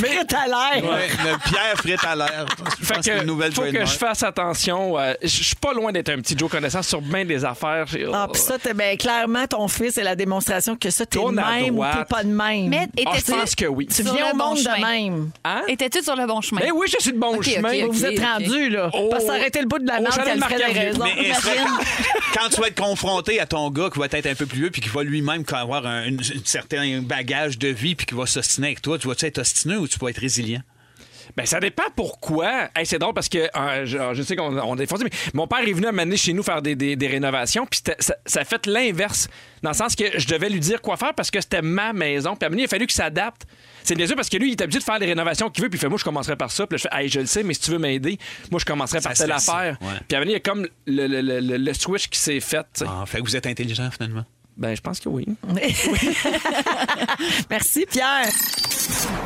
Speaker 4: Mais
Speaker 2: Tout à l'air.
Speaker 3: Ouais, le Pierre frite à l'air. Je
Speaker 4: Fait
Speaker 3: pense que c'est une
Speaker 4: que,
Speaker 3: nouvelle
Speaker 4: faut que
Speaker 3: trademark.
Speaker 4: je fasse attention. euh, je je suis pas loin d'être un petit Joe connaissant sur bien des affaires. J'ai-
Speaker 2: Ah, puis ça, t'es- ben, clairement, ton fils est la démonstration que ça, t'es de
Speaker 4: Tourne à
Speaker 2: même ou t'es
Speaker 4: droite.
Speaker 2: pas de même.
Speaker 7: Mais
Speaker 4: Ah, je
Speaker 7: étais-tu
Speaker 4: pense que oui.
Speaker 2: tu
Speaker 7: sur
Speaker 2: viens
Speaker 7: le
Speaker 2: au
Speaker 7: bon
Speaker 2: monde de
Speaker 7: chemin.
Speaker 2: même.
Speaker 4: Hein?
Speaker 7: Étais-tu sur le bon chemin?
Speaker 4: Ben oui, je suis de bon
Speaker 7: Ok,
Speaker 4: chemin.
Speaker 7: ok, ok.
Speaker 2: Vous êtes rendu là.
Speaker 4: Oh.
Speaker 2: Parce que ça aurait été le bout de la
Speaker 4: Au
Speaker 2: langue,
Speaker 4: chalet de
Speaker 2: Alfred avait
Speaker 4: Marc-Hervé.
Speaker 2: raison.
Speaker 3: Mais est-ce que- quand tu vas être confronté à ton gars qui va être un peu plus vieux puis qui va lui-même avoir un, une- un certain bagage de vie puis qui va s'ostiner avec toi, tu vas-tu être ostineux ou tu vas être résilient?
Speaker 4: Ben, ça dépend pourquoi. Hey, c'est drôle parce que euh, je, je sais qu'on on est foncé, mais mon père est venu amener chez nous faire des, des- des rénovations, puis c'était- ça, ça a fait l'inverse. Dans le sens que je devais lui dire quoi faire parce que c'était ma maison. Puis à un moment donné, il a fallu qu'il s'adapte. C'est bien sûr parce que lui, il est habitué de faire les rénovations qu'il veut, puis il fait Moi, je commencerai par ça. Puis là, je fais Hey, je le sais, mais si tu veux m'aider, moi, je commencerai par
Speaker 3: se
Speaker 4: telle
Speaker 3: laisse,
Speaker 4: affaire.
Speaker 3: ouais.
Speaker 4: Puis à un moment donné, il y a comme le, le- le- le- le switch qui s'est fait. tu sais.
Speaker 3: Ah, fait que vous êtes intelligent finalement.
Speaker 4: Ben, je pense que oui.
Speaker 2: (laughs) Merci, Pierre.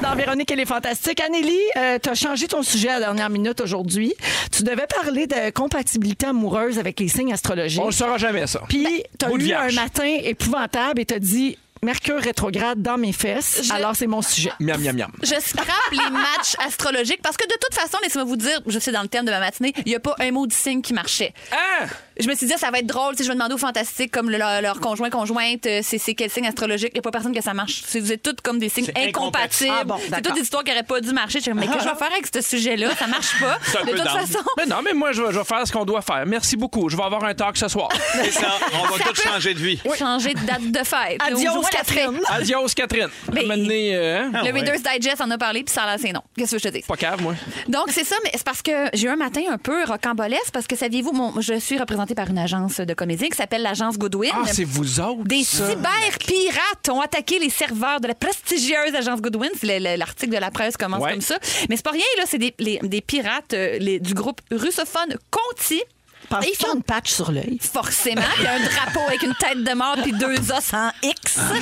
Speaker 2: Dans Véronique, elle est fantastique. Anélie, euh, tu as changé ton sujet à la dernière minute aujourd'hui. Tu devais parler de compatibilité amoureuse avec les signes astrologiques.
Speaker 4: On le saura jamais, ça.
Speaker 2: Puis, tu as
Speaker 4: Bout de
Speaker 2: eu un
Speaker 4: vierge.
Speaker 2: matin épouvantable et tu dit Mercure rétrograde dans mes fesses.
Speaker 7: Je-
Speaker 2: Alors, c'est mon sujet.
Speaker 4: Miam, miam, miam.
Speaker 7: Je scrape les matchs astrologiques parce que de toute façon, laissez-moi vous dire, je suis dans le thème de ma matinée, il n'y a pas un mot du signe qui marchait.
Speaker 4: Ah!
Speaker 7: Je me suis dit, ça va être drôle si je vais demander aux fantastiques comme le- leur, leur conjoint, conjointe, euh, c'est c'est quel signe astrologique. Il n'y a pas personne que ça marche. C'est- Vous êtes toutes comme des signes
Speaker 3: C'est incompatible.
Speaker 7: incompatibles.
Speaker 2: Ah bon,
Speaker 7: c'est
Speaker 2: d'accord.
Speaker 7: toutes des histoires qui n'auraient pas dû marcher. Je suis comme, mais qu'est-ce que je vais faire avec ce sujet-là? Ça marche pas.
Speaker 3: (laughs) C'est un
Speaker 7: De
Speaker 3: peu
Speaker 7: toute
Speaker 3: down.
Speaker 7: façon,
Speaker 4: Ben non, mais moi, je vais, je vais faire ce qu'on doit faire. Merci beaucoup. Je vais avoir un talk ce
Speaker 7: (laughs)
Speaker 4: soir.
Speaker 3: C'est ça, (laughs) on va tous changer de vie.
Speaker 7: changer de date de fête.
Speaker 2: Adios,
Speaker 7: On voit la
Speaker 2: Catherine.
Speaker 7: fête.
Speaker 4: Adios, Catherine.
Speaker 7: Mais-
Speaker 4: Amenez, euh,
Speaker 3: Ah
Speaker 7: Le
Speaker 3: ouais.
Speaker 7: Reader's Digest en a parlé, puis ça a l'air, c'est non. Qu'est-ce que je te dis?
Speaker 4: Pas cave, moi.
Speaker 7: Donc, c'est ça, mais c'est parce que j'ai eu un matin un peu rocambolesque, parce que saviez-vous, mon- je suis représentée par une agence de comédiens qui s'appelle l'agence Goodwin.
Speaker 4: Ah, c'est vous autres.
Speaker 7: Des
Speaker 4: ça.
Speaker 7: cyberpirates ont attaqué les serveurs de la prestigieuse agence Goodwin. C'est le- le- L'article de la presse commence
Speaker 4: Ouais.
Speaker 7: comme ça. Mais c'est pas rien, là. C'est des, les- des pirates euh, les- du groupe russophone Conti.
Speaker 2: Pense
Speaker 7: Et ils font
Speaker 2: une patch sur l'œil.
Speaker 7: forcément. Il y a un drapeau avec une tête de mort puis deux os en X.
Speaker 4: Ah, ben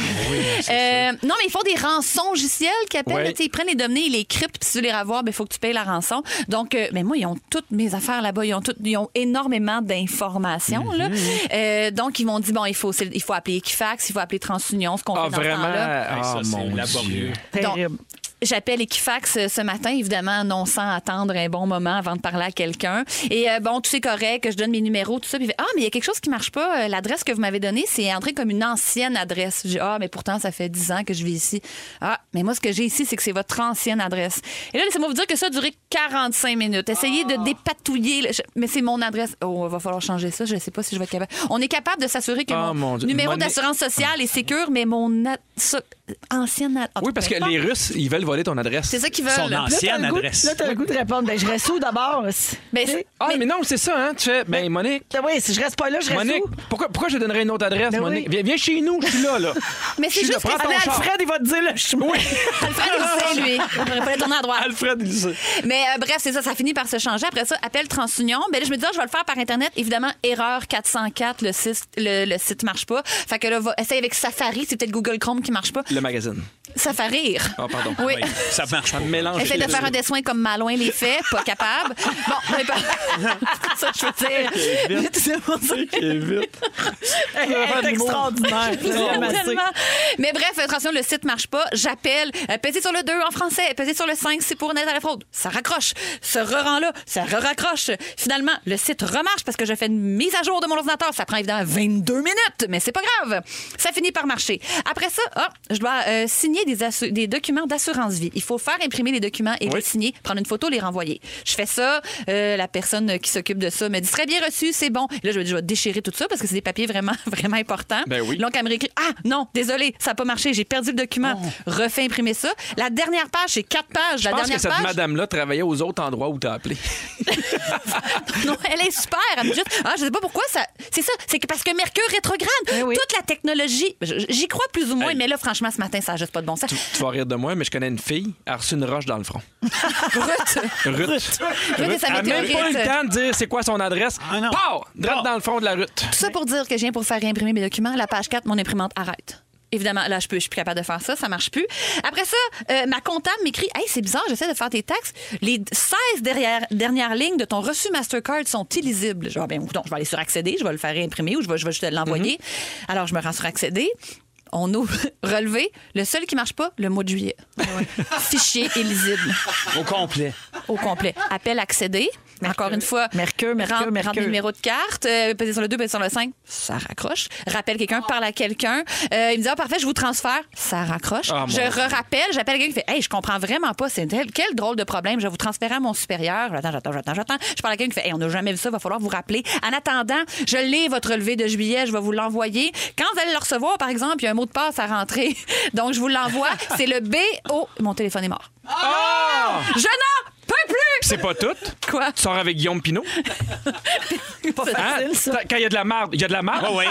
Speaker 7: Euh, non, mais ils font des rançons logicielles qui appellent.
Speaker 4: Ouais.
Speaker 7: là, tu sais, Ils prennent les données, ils les cryptent, puis si tu veux les revoir, il faut que tu payes la rançon. Donc, euh, mais moi, ils ont toutes mes affaires là-bas. Ils ont, toutes- ils ont énormément d'informations.
Speaker 4: Mhm,
Speaker 7: là. Euh, donc, ils m'ont dit, bon, il faut, c'est- il faut appeler Equifax, il faut appeler TransUnion, ce qu'on
Speaker 4: Ah,
Speaker 7: fait dans ce
Speaker 4: vraiment?
Speaker 7: temps-là.
Speaker 3: Hey,
Speaker 4: Ah,
Speaker 3: ça, c'est
Speaker 4: mon
Speaker 3: laborieux.
Speaker 4: Dieu.
Speaker 2: Terrible.
Speaker 7: J'appelle Equifax euh, ce matin, évidemment, non sans attendre un bon moment avant de parler à quelqu'un. Et euh, bon, tout c'est correct, que je donne mes numéros, tout ça. Puis il fait, ah, mais il y a quelque chose qui marche pas. Euh, L'adresse que vous m'avez donnée, c'est entrée comme une ancienne adresse. J'ai ah, mais pourtant, ça fait 10 ans que je vis ici. Ah, mais moi, ce que j'ai ici, c'est que c'est votre ancienne adresse. Et là, laissez-moi vous dire que ça a duré 45 minutes. Essayez
Speaker 4: Ah.
Speaker 7: de dépatouiller. le- je- Mais c'est mon adresse. Oh, va falloir changer ça. Je sais pas si je vais être capable. On est capable de s'assurer que
Speaker 4: Ah,
Speaker 7: mon,
Speaker 4: mon Dieu.
Speaker 7: numéro
Speaker 4: Monnaie-
Speaker 7: d'assurance sociale est sécure, mais mon a- so- ancienne adresse.
Speaker 4: Oui, parce que les Russes, ils veulent voler ton adresse.
Speaker 7: C'est ça qu'ils veulent.
Speaker 3: Son
Speaker 7: là.
Speaker 2: Là, t'as
Speaker 3: ancienne
Speaker 2: le goût-
Speaker 3: adresse.
Speaker 2: Là, t'as le goût de répondre. Ben, je reste où d'abord?
Speaker 7: Ben,
Speaker 2: Tu sais,
Speaker 7: c'est-
Speaker 4: Ah, mais, non, c'est ça, hein. Tu fais, ben, Monique.
Speaker 2: Ben oui, si je reste pas là, je reste
Speaker 4: Monique,
Speaker 2: où?
Speaker 4: pourquoi, pourquoi je donnerais une autre adresse,
Speaker 2: Ben
Speaker 4: Monique?
Speaker 2: oui.
Speaker 4: Viens, viens chez nous, je suis là, là.
Speaker 7: (laughs) Mais c'est
Speaker 4: Je suis
Speaker 7: juste
Speaker 4: là,
Speaker 7: que-
Speaker 4: prends ton
Speaker 7: Ah, ben,
Speaker 4: char.
Speaker 2: Fred, il va te dire le chemin.
Speaker 7: Alfred,
Speaker 4: (laughs)
Speaker 7: il le sait, lui. Il fallait tourner à droite.
Speaker 4: Alfred, il sait.
Speaker 7: Mais euh, bref, c'est ça, ça finit par se changer. Après ça, appel TransUnion. Ben là, je me dis, ah, je vais le faire par Internet. Évidemment, erreur 404, le site, le, le site marche pas. Fait que là, va, essaye avec Safari, c'est peut-être Google Chrome qui marche pas.
Speaker 4: le magazine.
Speaker 7: Ça fait rire.
Speaker 4: Ah, pardon.
Speaker 7: Oui.
Speaker 3: Ça marche pas.
Speaker 4: mélange
Speaker 7: Essaye de faire un dessin comme Malouin les fait, pas capable. Bon, mais pas... (laughs) ça, je veux dire. (laughs) C'est pour ça.
Speaker 2: Elle est
Speaker 7: (laughs)
Speaker 2: extraordinaire. (laughs) Vraiment, c'est-
Speaker 7: Tellement. Mais bref, attention, le site marche pas. J'appelle. Euh, Pesez sur le 2 en français. Pesez sur le 5, c'est pour naître à la fraude. Ça raccroche. Ce rerend là, ça raccroche. Finalement, le site remarche parce que je fais une mise à jour de mon ordinateur. Ça prend évidemment 22 minutes, mais c'est pas grave. Ça finit par marcher. Après ça, ah, je dois euh, signer des, assu- des documents d'assurance vie. Il faut faire imprimer les documents et les signer, prendre une photo, les renvoyer. Je fais ça. euh, la personne qui s'occupe de ça me dit très bien reçu, c'est bon. Et là, je me dis, je vais déchirer tout ça parce que c'est des papiers vraiment, (laughs) vraiment importants.
Speaker 4: Ben oui.
Speaker 7: Donc, elle me réécrit Ah, non, désolé, ça n'a pas marché, j'ai perdu le document. Refais imprimer ça. La dernière page, c'est quatre pages.
Speaker 4: Oh. Je
Speaker 7: la
Speaker 4: pense
Speaker 7: dernière
Speaker 4: que cette
Speaker 7: page.
Speaker 4: madame-là travaillait aux autres endroits où t'as appelé.
Speaker 7: (laughs)
Speaker 4: (laughs)
Speaker 7: Non, elle est super. Elle me dit juste, ah, je sais pas pourquoi ça. C'est ça, c'est que parce que Mercure rétrograde.
Speaker 4: Eh
Speaker 7: Toute la technologie, j- j'y crois plus ou moins, mais là, franchement, ce matin, ça n'a juste pas de bon sens.
Speaker 4: Tu vas rire de moi, mais je connais une fille, elle a reçu une roche dans le front. (laughs)
Speaker 7: Ruth,
Speaker 4: Ruth.
Speaker 7: (laughs) Ruth et sa
Speaker 4: Elle a même pas eu
Speaker 7: météorite.
Speaker 4: le temps de dire c'est quoi son adresse.
Speaker 3: Ah non.
Speaker 4: Pow! Drette
Speaker 3: Non.
Speaker 4: dans le front de la route.
Speaker 7: Tout ça pour dire que je viens pour faire réimprimer mes documents. La page 4, mon imprimante arrête. Évidemment, là, je peux, je suis plus capable de faire ça, ça marche plus. Après ça, euh, ma comptable m'écrit Hey, c'est bizarre, j'essaie de faire tes taxes. Les 16 derrière- dernières lignes de ton reçu Mastercard sont illisibles. Genre, ben, donc, je vais aller sur accéder, je vais le faire réimprimer ou je vais, je vais juste l'envoyer. Alors, je me rends sur accéder. On ouvre (laughs) relevé. Le seul qui marche pas, le mois de juillet. Fichier illisible
Speaker 3: Au complet.
Speaker 7: au complet. Appel accédé. Encore une fois,
Speaker 2: Mercure, Mercure,
Speaker 7: rentre,
Speaker 2: Mercure.
Speaker 7: rentre le numéro de carte, euh, pesez sur le 2, pesez sur le 5, ça raccroche. Rappelle quelqu'un, parle à quelqu'un. Euh, il me dit, ah, parfait, je vous transfère, ça raccroche.
Speaker 4: Ah, mon
Speaker 7: je
Speaker 4: Dieu.
Speaker 7: re-rappelle, j'appelle quelqu'un qui fait, hey, je comprends vraiment pas, c'est tel- quel drôle de problème, je vais vous transférer à mon supérieur. J'attends, j'attends, j'attends, j'attends. Je parle à quelqu'un qui fait, hey, on n'a jamais vu ça, va falloir vous rappeler. En attendant, je l'ai, votre relevé de juillet, je vais vous l'envoyer. Quand vous allez le recevoir, par exemple, il y a un mot de passe à rentrer, (laughs) donc je vous l'envoie. c'est le BO. Mon téléphone est mort.
Speaker 4: Ah!
Speaker 7: Je n'en peux plus!
Speaker 4: C'est pas tout.
Speaker 3: (laughs)
Speaker 7: Quoi?
Speaker 4: Tu sors avec Guillaume
Speaker 2: (laughs)
Speaker 4: Pinot.
Speaker 2: Ah,
Speaker 4: Hein? T'as- Quand il y a de la marde, il y a de la marde.
Speaker 3: ouais.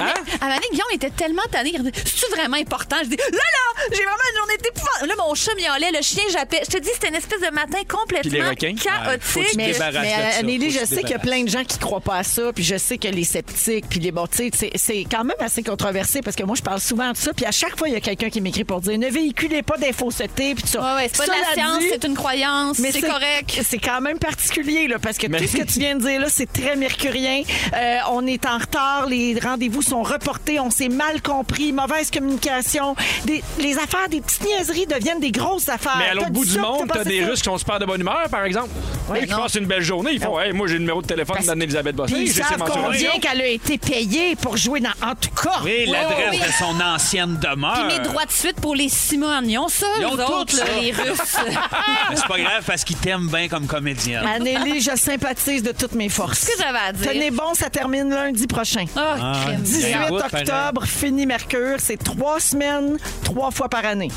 Speaker 4: Hein?
Speaker 7: À ma Guillaume était tellement tanné. Il dit, C'est-tu vraiment important? Je dis, là, là, j'ai vraiment une journée d'épouvante. Là, mon chat miaulait, le chien jappait. Je te dis, c'était une espèce de matin
Speaker 4: Puis les
Speaker 7: complètement
Speaker 4: requins?
Speaker 3: Ouais,
Speaker 7: chaotique.
Speaker 3: faut que tu te
Speaker 2: Mais,
Speaker 3: débarrasses
Speaker 2: mais,
Speaker 3: de ça.
Speaker 2: Anneli,
Speaker 3: Faut
Speaker 2: je
Speaker 3: se
Speaker 2: sais qu'il y a
Speaker 3: débarrasser.
Speaker 2: plein de gens qui croient pas à ça, puis je sais que les sceptiques, puis les bon, tu sais, c'est- c'est quand même assez controversé parce que moi, je parle souvent de ça, puis à chaque fois, il y a quelqu'un qui m'écrit pour dire ne véhiculez pas d'infos-sautés, puis tout ça.
Speaker 7: Ouais, ouais, c'est pas de
Speaker 2: Ça,
Speaker 7: la
Speaker 2: là-dessus,
Speaker 7: science, c'est une croyance,
Speaker 2: mais
Speaker 7: c'est correct.
Speaker 2: C'est quand même particulier, là, parce que
Speaker 4: Mais-
Speaker 2: tout ce que tu viens de dire, là, c'est très mercurien. Euh, on est en retard, les rendez-vous sont reportés, on s'est mal compris, mauvaise communication. Des- les affaires, des petites niaiseries deviennent des grosses affaires.
Speaker 4: Mais à
Speaker 2: Ah, T'as
Speaker 4: l'autre
Speaker 2: dit
Speaker 4: bout du
Speaker 2: ça,
Speaker 4: monde, t'as
Speaker 2: passé
Speaker 4: des
Speaker 2: ça.
Speaker 4: Russes qui sont super de bonne humeur, par exemple.
Speaker 2: Ouais,
Speaker 4: et qui
Speaker 2: non.
Speaker 4: passent une belle journée. Ils font Hey, moi, j'ai le numéro de téléphone
Speaker 2: Parce-
Speaker 4: d'Anne-Elisabeth Bossé.
Speaker 2: Puis ils
Speaker 4: j'ai ses
Speaker 2: savent
Speaker 4: mensurations.
Speaker 2: combien qu'elle a été payée pour jouer dans En tout cas.
Speaker 3: Oui, l'adresse
Speaker 7: oui, oui.
Speaker 3: de son ancienne demeure.
Speaker 7: Puis mes droits de suite pour les Simonions, ça,
Speaker 3: Ils
Speaker 7: les
Speaker 3: ont
Speaker 7: autres,
Speaker 3: tout
Speaker 7: là,
Speaker 3: ça.
Speaker 7: les Russes.
Speaker 3: (laughs) Ah! Mais c'est pas grave parce qu'il t'aime bien comme comédienne.
Speaker 2: Anneli, je sympathise de toutes mes forces.
Speaker 7: Qu'est-ce que j'avais à dire?
Speaker 2: Tenez bon, ça termine lundi prochain.
Speaker 3: Ah,
Speaker 7: Oh, crème.
Speaker 2: 18
Speaker 3: Bien, route,
Speaker 2: octobre, fini Mercure. C'est trois semaines, trois fois par année.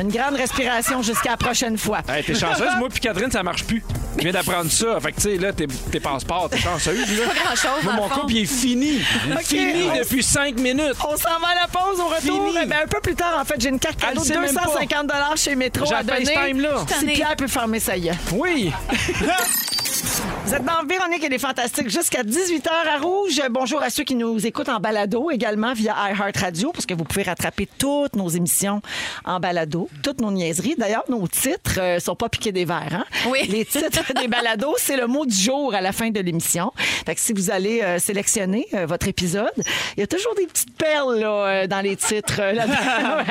Speaker 2: Une grande respiration jusqu'à la prochaine fois.
Speaker 4: Hey, t'es chanceuse, moi puis Catherine, ça marche plus. Je viens d'apprendre ça. Fait que, tu sais, là, tes, tes passeports, t'es
Speaker 2: (laughs)
Speaker 4: chanceuse. Là.
Speaker 7: Pas grand-chose,
Speaker 4: Moi,
Speaker 7: dans
Speaker 4: mon
Speaker 7: le fond.
Speaker 4: couple, il est fini. Fini
Speaker 2: on-
Speaker 4: depuis cinq minutes.
Speaker 2: On s'en va à la pause au retour.
Speaker 4: Fini.
Speaker 2: Eh ben, un peu plus tard, en fait, j'ai une carte
Speaker 4: Elle
Speaker 2: cadeau de
Speaker 4: sait même pas.
Speaker 2: 250 chez Métro à
Speaker 4: J'appelle
Speaker 2: donner.
Speaker 4: ce time-là.
Speaker 2: Si Pierre peut fermer sa gueule.
Speaker 4: Oui.
Speaker 2: Vous êtes dans Véronique et les Fantastiques jusqu'à 18h à Rouge. Bonjour à ceux qui nous écoutent en balado également via iHeartRadio parce que vous pouvez rattraper toutes nos émissions en balado, toutes nos niaiseries. D'ailleurs, nos titres euh, sont pas piqués des verres. Hein?
Speaker 7: Oui.
Speaker 2: Les titres des balados, c'est le mot du jour à la fin de l'émission. Fait que si vous allez euh, sélectionner euh, votre épisode, il y a toujours des petites perles là, euh, dans les titres. euh, là-dedans.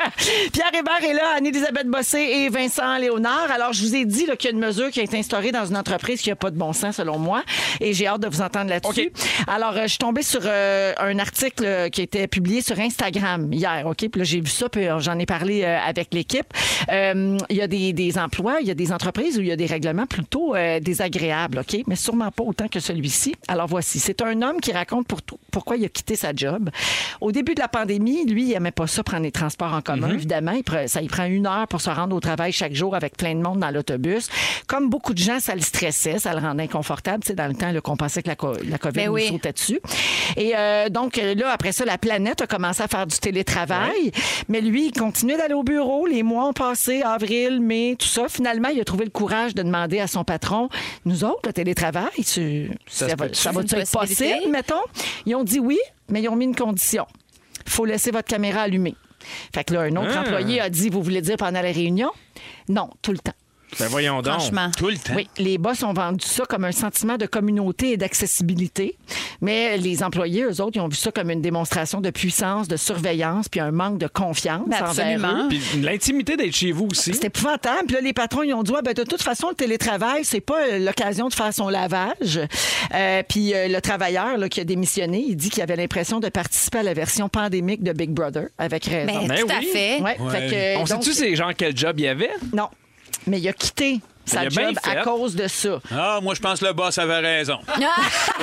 Speaker 2: Pierre Hébert est là, Anne-Élisabeth Bossé et Vincent Léonard. Alors, je vous ai dit là, qu'il y a une mesure qui a été instaurée dans une entreprise qui n'a pas de bon sens, selon moi, et j'ai hâte de vous entendre là-dessus.
Speaker 4: OK.
Speaker 2: Alors, euh, je suis tombée sur euh, un article euh, qui a été publié sur Instagram hier, OK? Puis là, j'ai vu ça, puis euh, j'en ai parlé euh, avec l'équipe. Euh, Il y a des, des emplois, il y a des entreprises où il y a des règlements plutôt euh, désagréables, OK? Mais sûrement pas autant que celui-ci. Alors, voici. C'est un homme qui raconte pour tout- pourquoi il a quitté sa job. Au début de la pandémie, lui, il aimait pas ça, prendre les transports en
Speaker 7: Mhm.
Speaker 2: commun, évidemment. Il pre- ça, il prend une heure pour se rendre au travail chaque jour avec plein de monde dans l'autobus. Comme beaucoup de gens, ça le stressait, ça le rendait inconfortable. Tu sais, dans le temps, là, qu'on pensait que la, co- la COVID
Speaker 7: Ben
Speaker 2: nous
Speaker 7: oui.
Speaker 2: sautait était dessus. Et euh, donc, euh, là, après ça, la planète a commencé à faire du télétravail. Mais lui, il continuait d'aller au bureau. Les mois ont passé, avril, mai, tout ça. Finalement, il a trouvé le courage de demander à son patron, nous autres, le télétravail, tu- ça,
Speaker 4: se
Speaker 2: va,
Speaker 4: peut-tu?
Speaker 2: ça va-tu
Speaker 7: Une
Speaker 2: être possible,
Speaker 7: possibilité?
Speaker 2: mettons? Ils ont dit oui, mais ils ont mis une condition. faut laisser votre caméra allumée. Fait que là, un autre
Speaker 4: Ah.
Speaker 2: employé a dit Vous voulez dire pendant la réunion Non, tout le temps.
Speaker 4: Ben voyons donc.
Speaker 2: Franchement.
Speaker 3: Tout le temps.
Speaker 2: Oui, les boss ont vendu ça comme un sentiment de communauté et d'accessibilité. Mais les employés, eux autres, ils ont vu ça comme une démonstration de puissance, de surveillance, puis un manque de confiance.
Speaker 7: Ben,
Speaker 2: envers
Speaker 7: absolument.
Speaker 2: eux.
Speaker 4: Puis l'intimité d'être chez vous aussi.
Speaker 2: C'est épouvantable. Puis là, les patrons, ils ont dit, Ah, ben, de toute façon, le télétravail, c'est pas euh, l'occasion de faire son lavage. Euh, puis euh, le travailleur là, qui a démissionné, il dit qu'il avait l'impression de participer à la version pandémique de Big Brother, avec raison.
Speaker 7: Ben,
Speaker 4: Ben
Speaker 7: tout à
Speaker 4: oui.
Speaker 7: fait.
Speaker 2: Ouais,
Speaker 3: Ouais.
Speaker 2: fait que, euh,
Speaker 4: On
Speaker 2: donc,
Speaker 4: sait-tu ces gens quel job il y avait?
Speaker 2: Non, mais il a quitté
Speaker 4: Il
Speaker 2: sa
Speaker 4: a bien
Speaker 2: job
Speaker 4: fait.
Speaker 2: à cause de ça.
Speaker 3: Ah, moi, je pense que le boss avait raison.
Speaker 7: Ah!
Speaker 3: Ouais,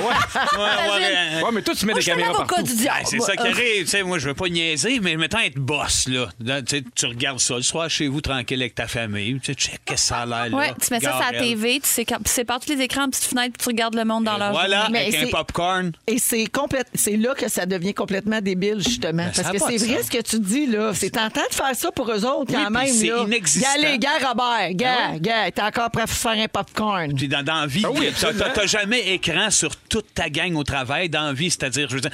Speaker 3: ouais, ouais,
Speaker 4: Ouais, mais toi, tu mets des
Speaker 7: Moi, je suis
Speaker 4: caméras
Speaker 7: l'avocat
Speaker 4: partout.
Speaker 7: du diable.
Speaker 3: Ah, c'est ça
Speaker 7: euh.
Speaker 3: qui arrive. Tu sais, moi, je veux pas niaiser, mais mettons être boss, là. Dans- tu sais, tu regardes ça le soir chez vous, tranquille avec ta famille. Tu sais, check qu'est-ce que ça a l'air, là.
Speaker 7: Ouais, tu mets ça sur la
Speaker 3: Garel.
Speaker 7: TV, tu, séca- tu sépares tous les écrans en petites fenêtres, puis tu regardes le monde dans
Speaker 3: Et
Speaker 7: leur
Speaker 3: Ben Voilà,
Speaker 7: journée.
Speaker 2: Mais
Speaker 3: avec un
Speaker 2: c'est-
Speaker 3: popcorn.
Speaker 2: Et c'est complète, c'est là que ça devient complètement débile justement,
Speaker 3: Ben, ça
Speaker 2: parce
Speaker 3: a
Speaker 2: que
Speaker 3: pas
Speaker 2: c'est
Speaker 3: de
Speaker 2: vrai
Speaker 3: sens.
Speaker 2: ce que tu dis là. C'est tentant de faire ça pour eux autres quand
Speaker 3: puis
Speaker 2: même
Speaker 3: c'est
Speaker 2: là.
Speaker 3: inexistant.
Speaker 2: Gars, les gars, Robert, gars,
Speaker 3: Ah ouais?
Speaker 2: gars, t'es encore prêt à faire un popcorn.
Speaker 3: Puis dans, dans la vie,
Speaker 4: Ah oui,
Speaker 3: t'as-
Speaker 4: absolument.
Speaker 3: t'as t'as jamais écran sur toute ta gang au travail. Dans la vie, c'est-à-dire, je veux dire,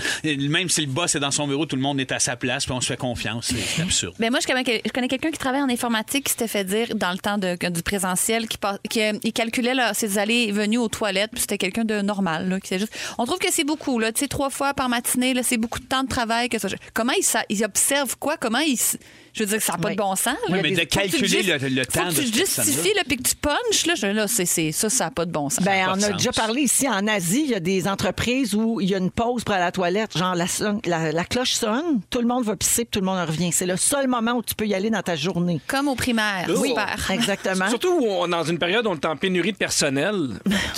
Speaker 3: même si le boss est dans son bureau, tout le monde est à sa place, puis on se fait confiance. C'est c'est absurde.
Speaker 7: Ben moi, je connais, je connais quelqu'un qui travaille en informatique qui s'était fait dire dans le temps de- du présentiel qu'il pas- qu'il, euh, il calculait là, ses allées et venues aux toilettes, puis c'était quelqu'un de normal. Là, qui s'est juste... On trouve que c'est beaucoup, là, tu sais, trois fois par matinée, là, c'est beaucoup de temps de travail. Que ça... Comment il, sa- il observe quoi? Comment il. s- Je veux dire que ça n'a pas
Speaker 2: Oui.
Speaker 7: de bon sens.
Speaker 3: Oui,
Speaker 7: là.
Speaker 3: mais
Speaker 7: Il y a
Speaker 3: de calculer
Speaker 7: faut que tu
Speaker 3: le- le
Speaker 7: faut
Speaker 3: temps
Speaker 7: que
Speaker 3: de cette
Speaker 7: tu justifies,
Speaker 3: personne-là.
Speaker 7: là, puis que tu punches, là, je- là, c'est- c'est- ça, ça n'a pas de bon sens.
Speaker 2: Ben,
Speaker 3: pas
Speaker 2: on
Speaker 3: de
Speaker 2: a
Speaker 3: sens.
Speaker 2: déjà parlé ici en Asie, il y a des entreprises où il y a une pause pour aller à la toilette, genre la, sonne- la, la cloche sonne, tout le monde va pisser, puis tout le monde revient. C'est le seul moment où tu peux y aller dans ta journée.
Speaker 7: Comme au primaire. Super.
Speaker 2: exactement.
Speaker 4: Surtout où on, dans une période où on est en pénurie
Speaker 2: (laughs)
Speaker 4: de personnel,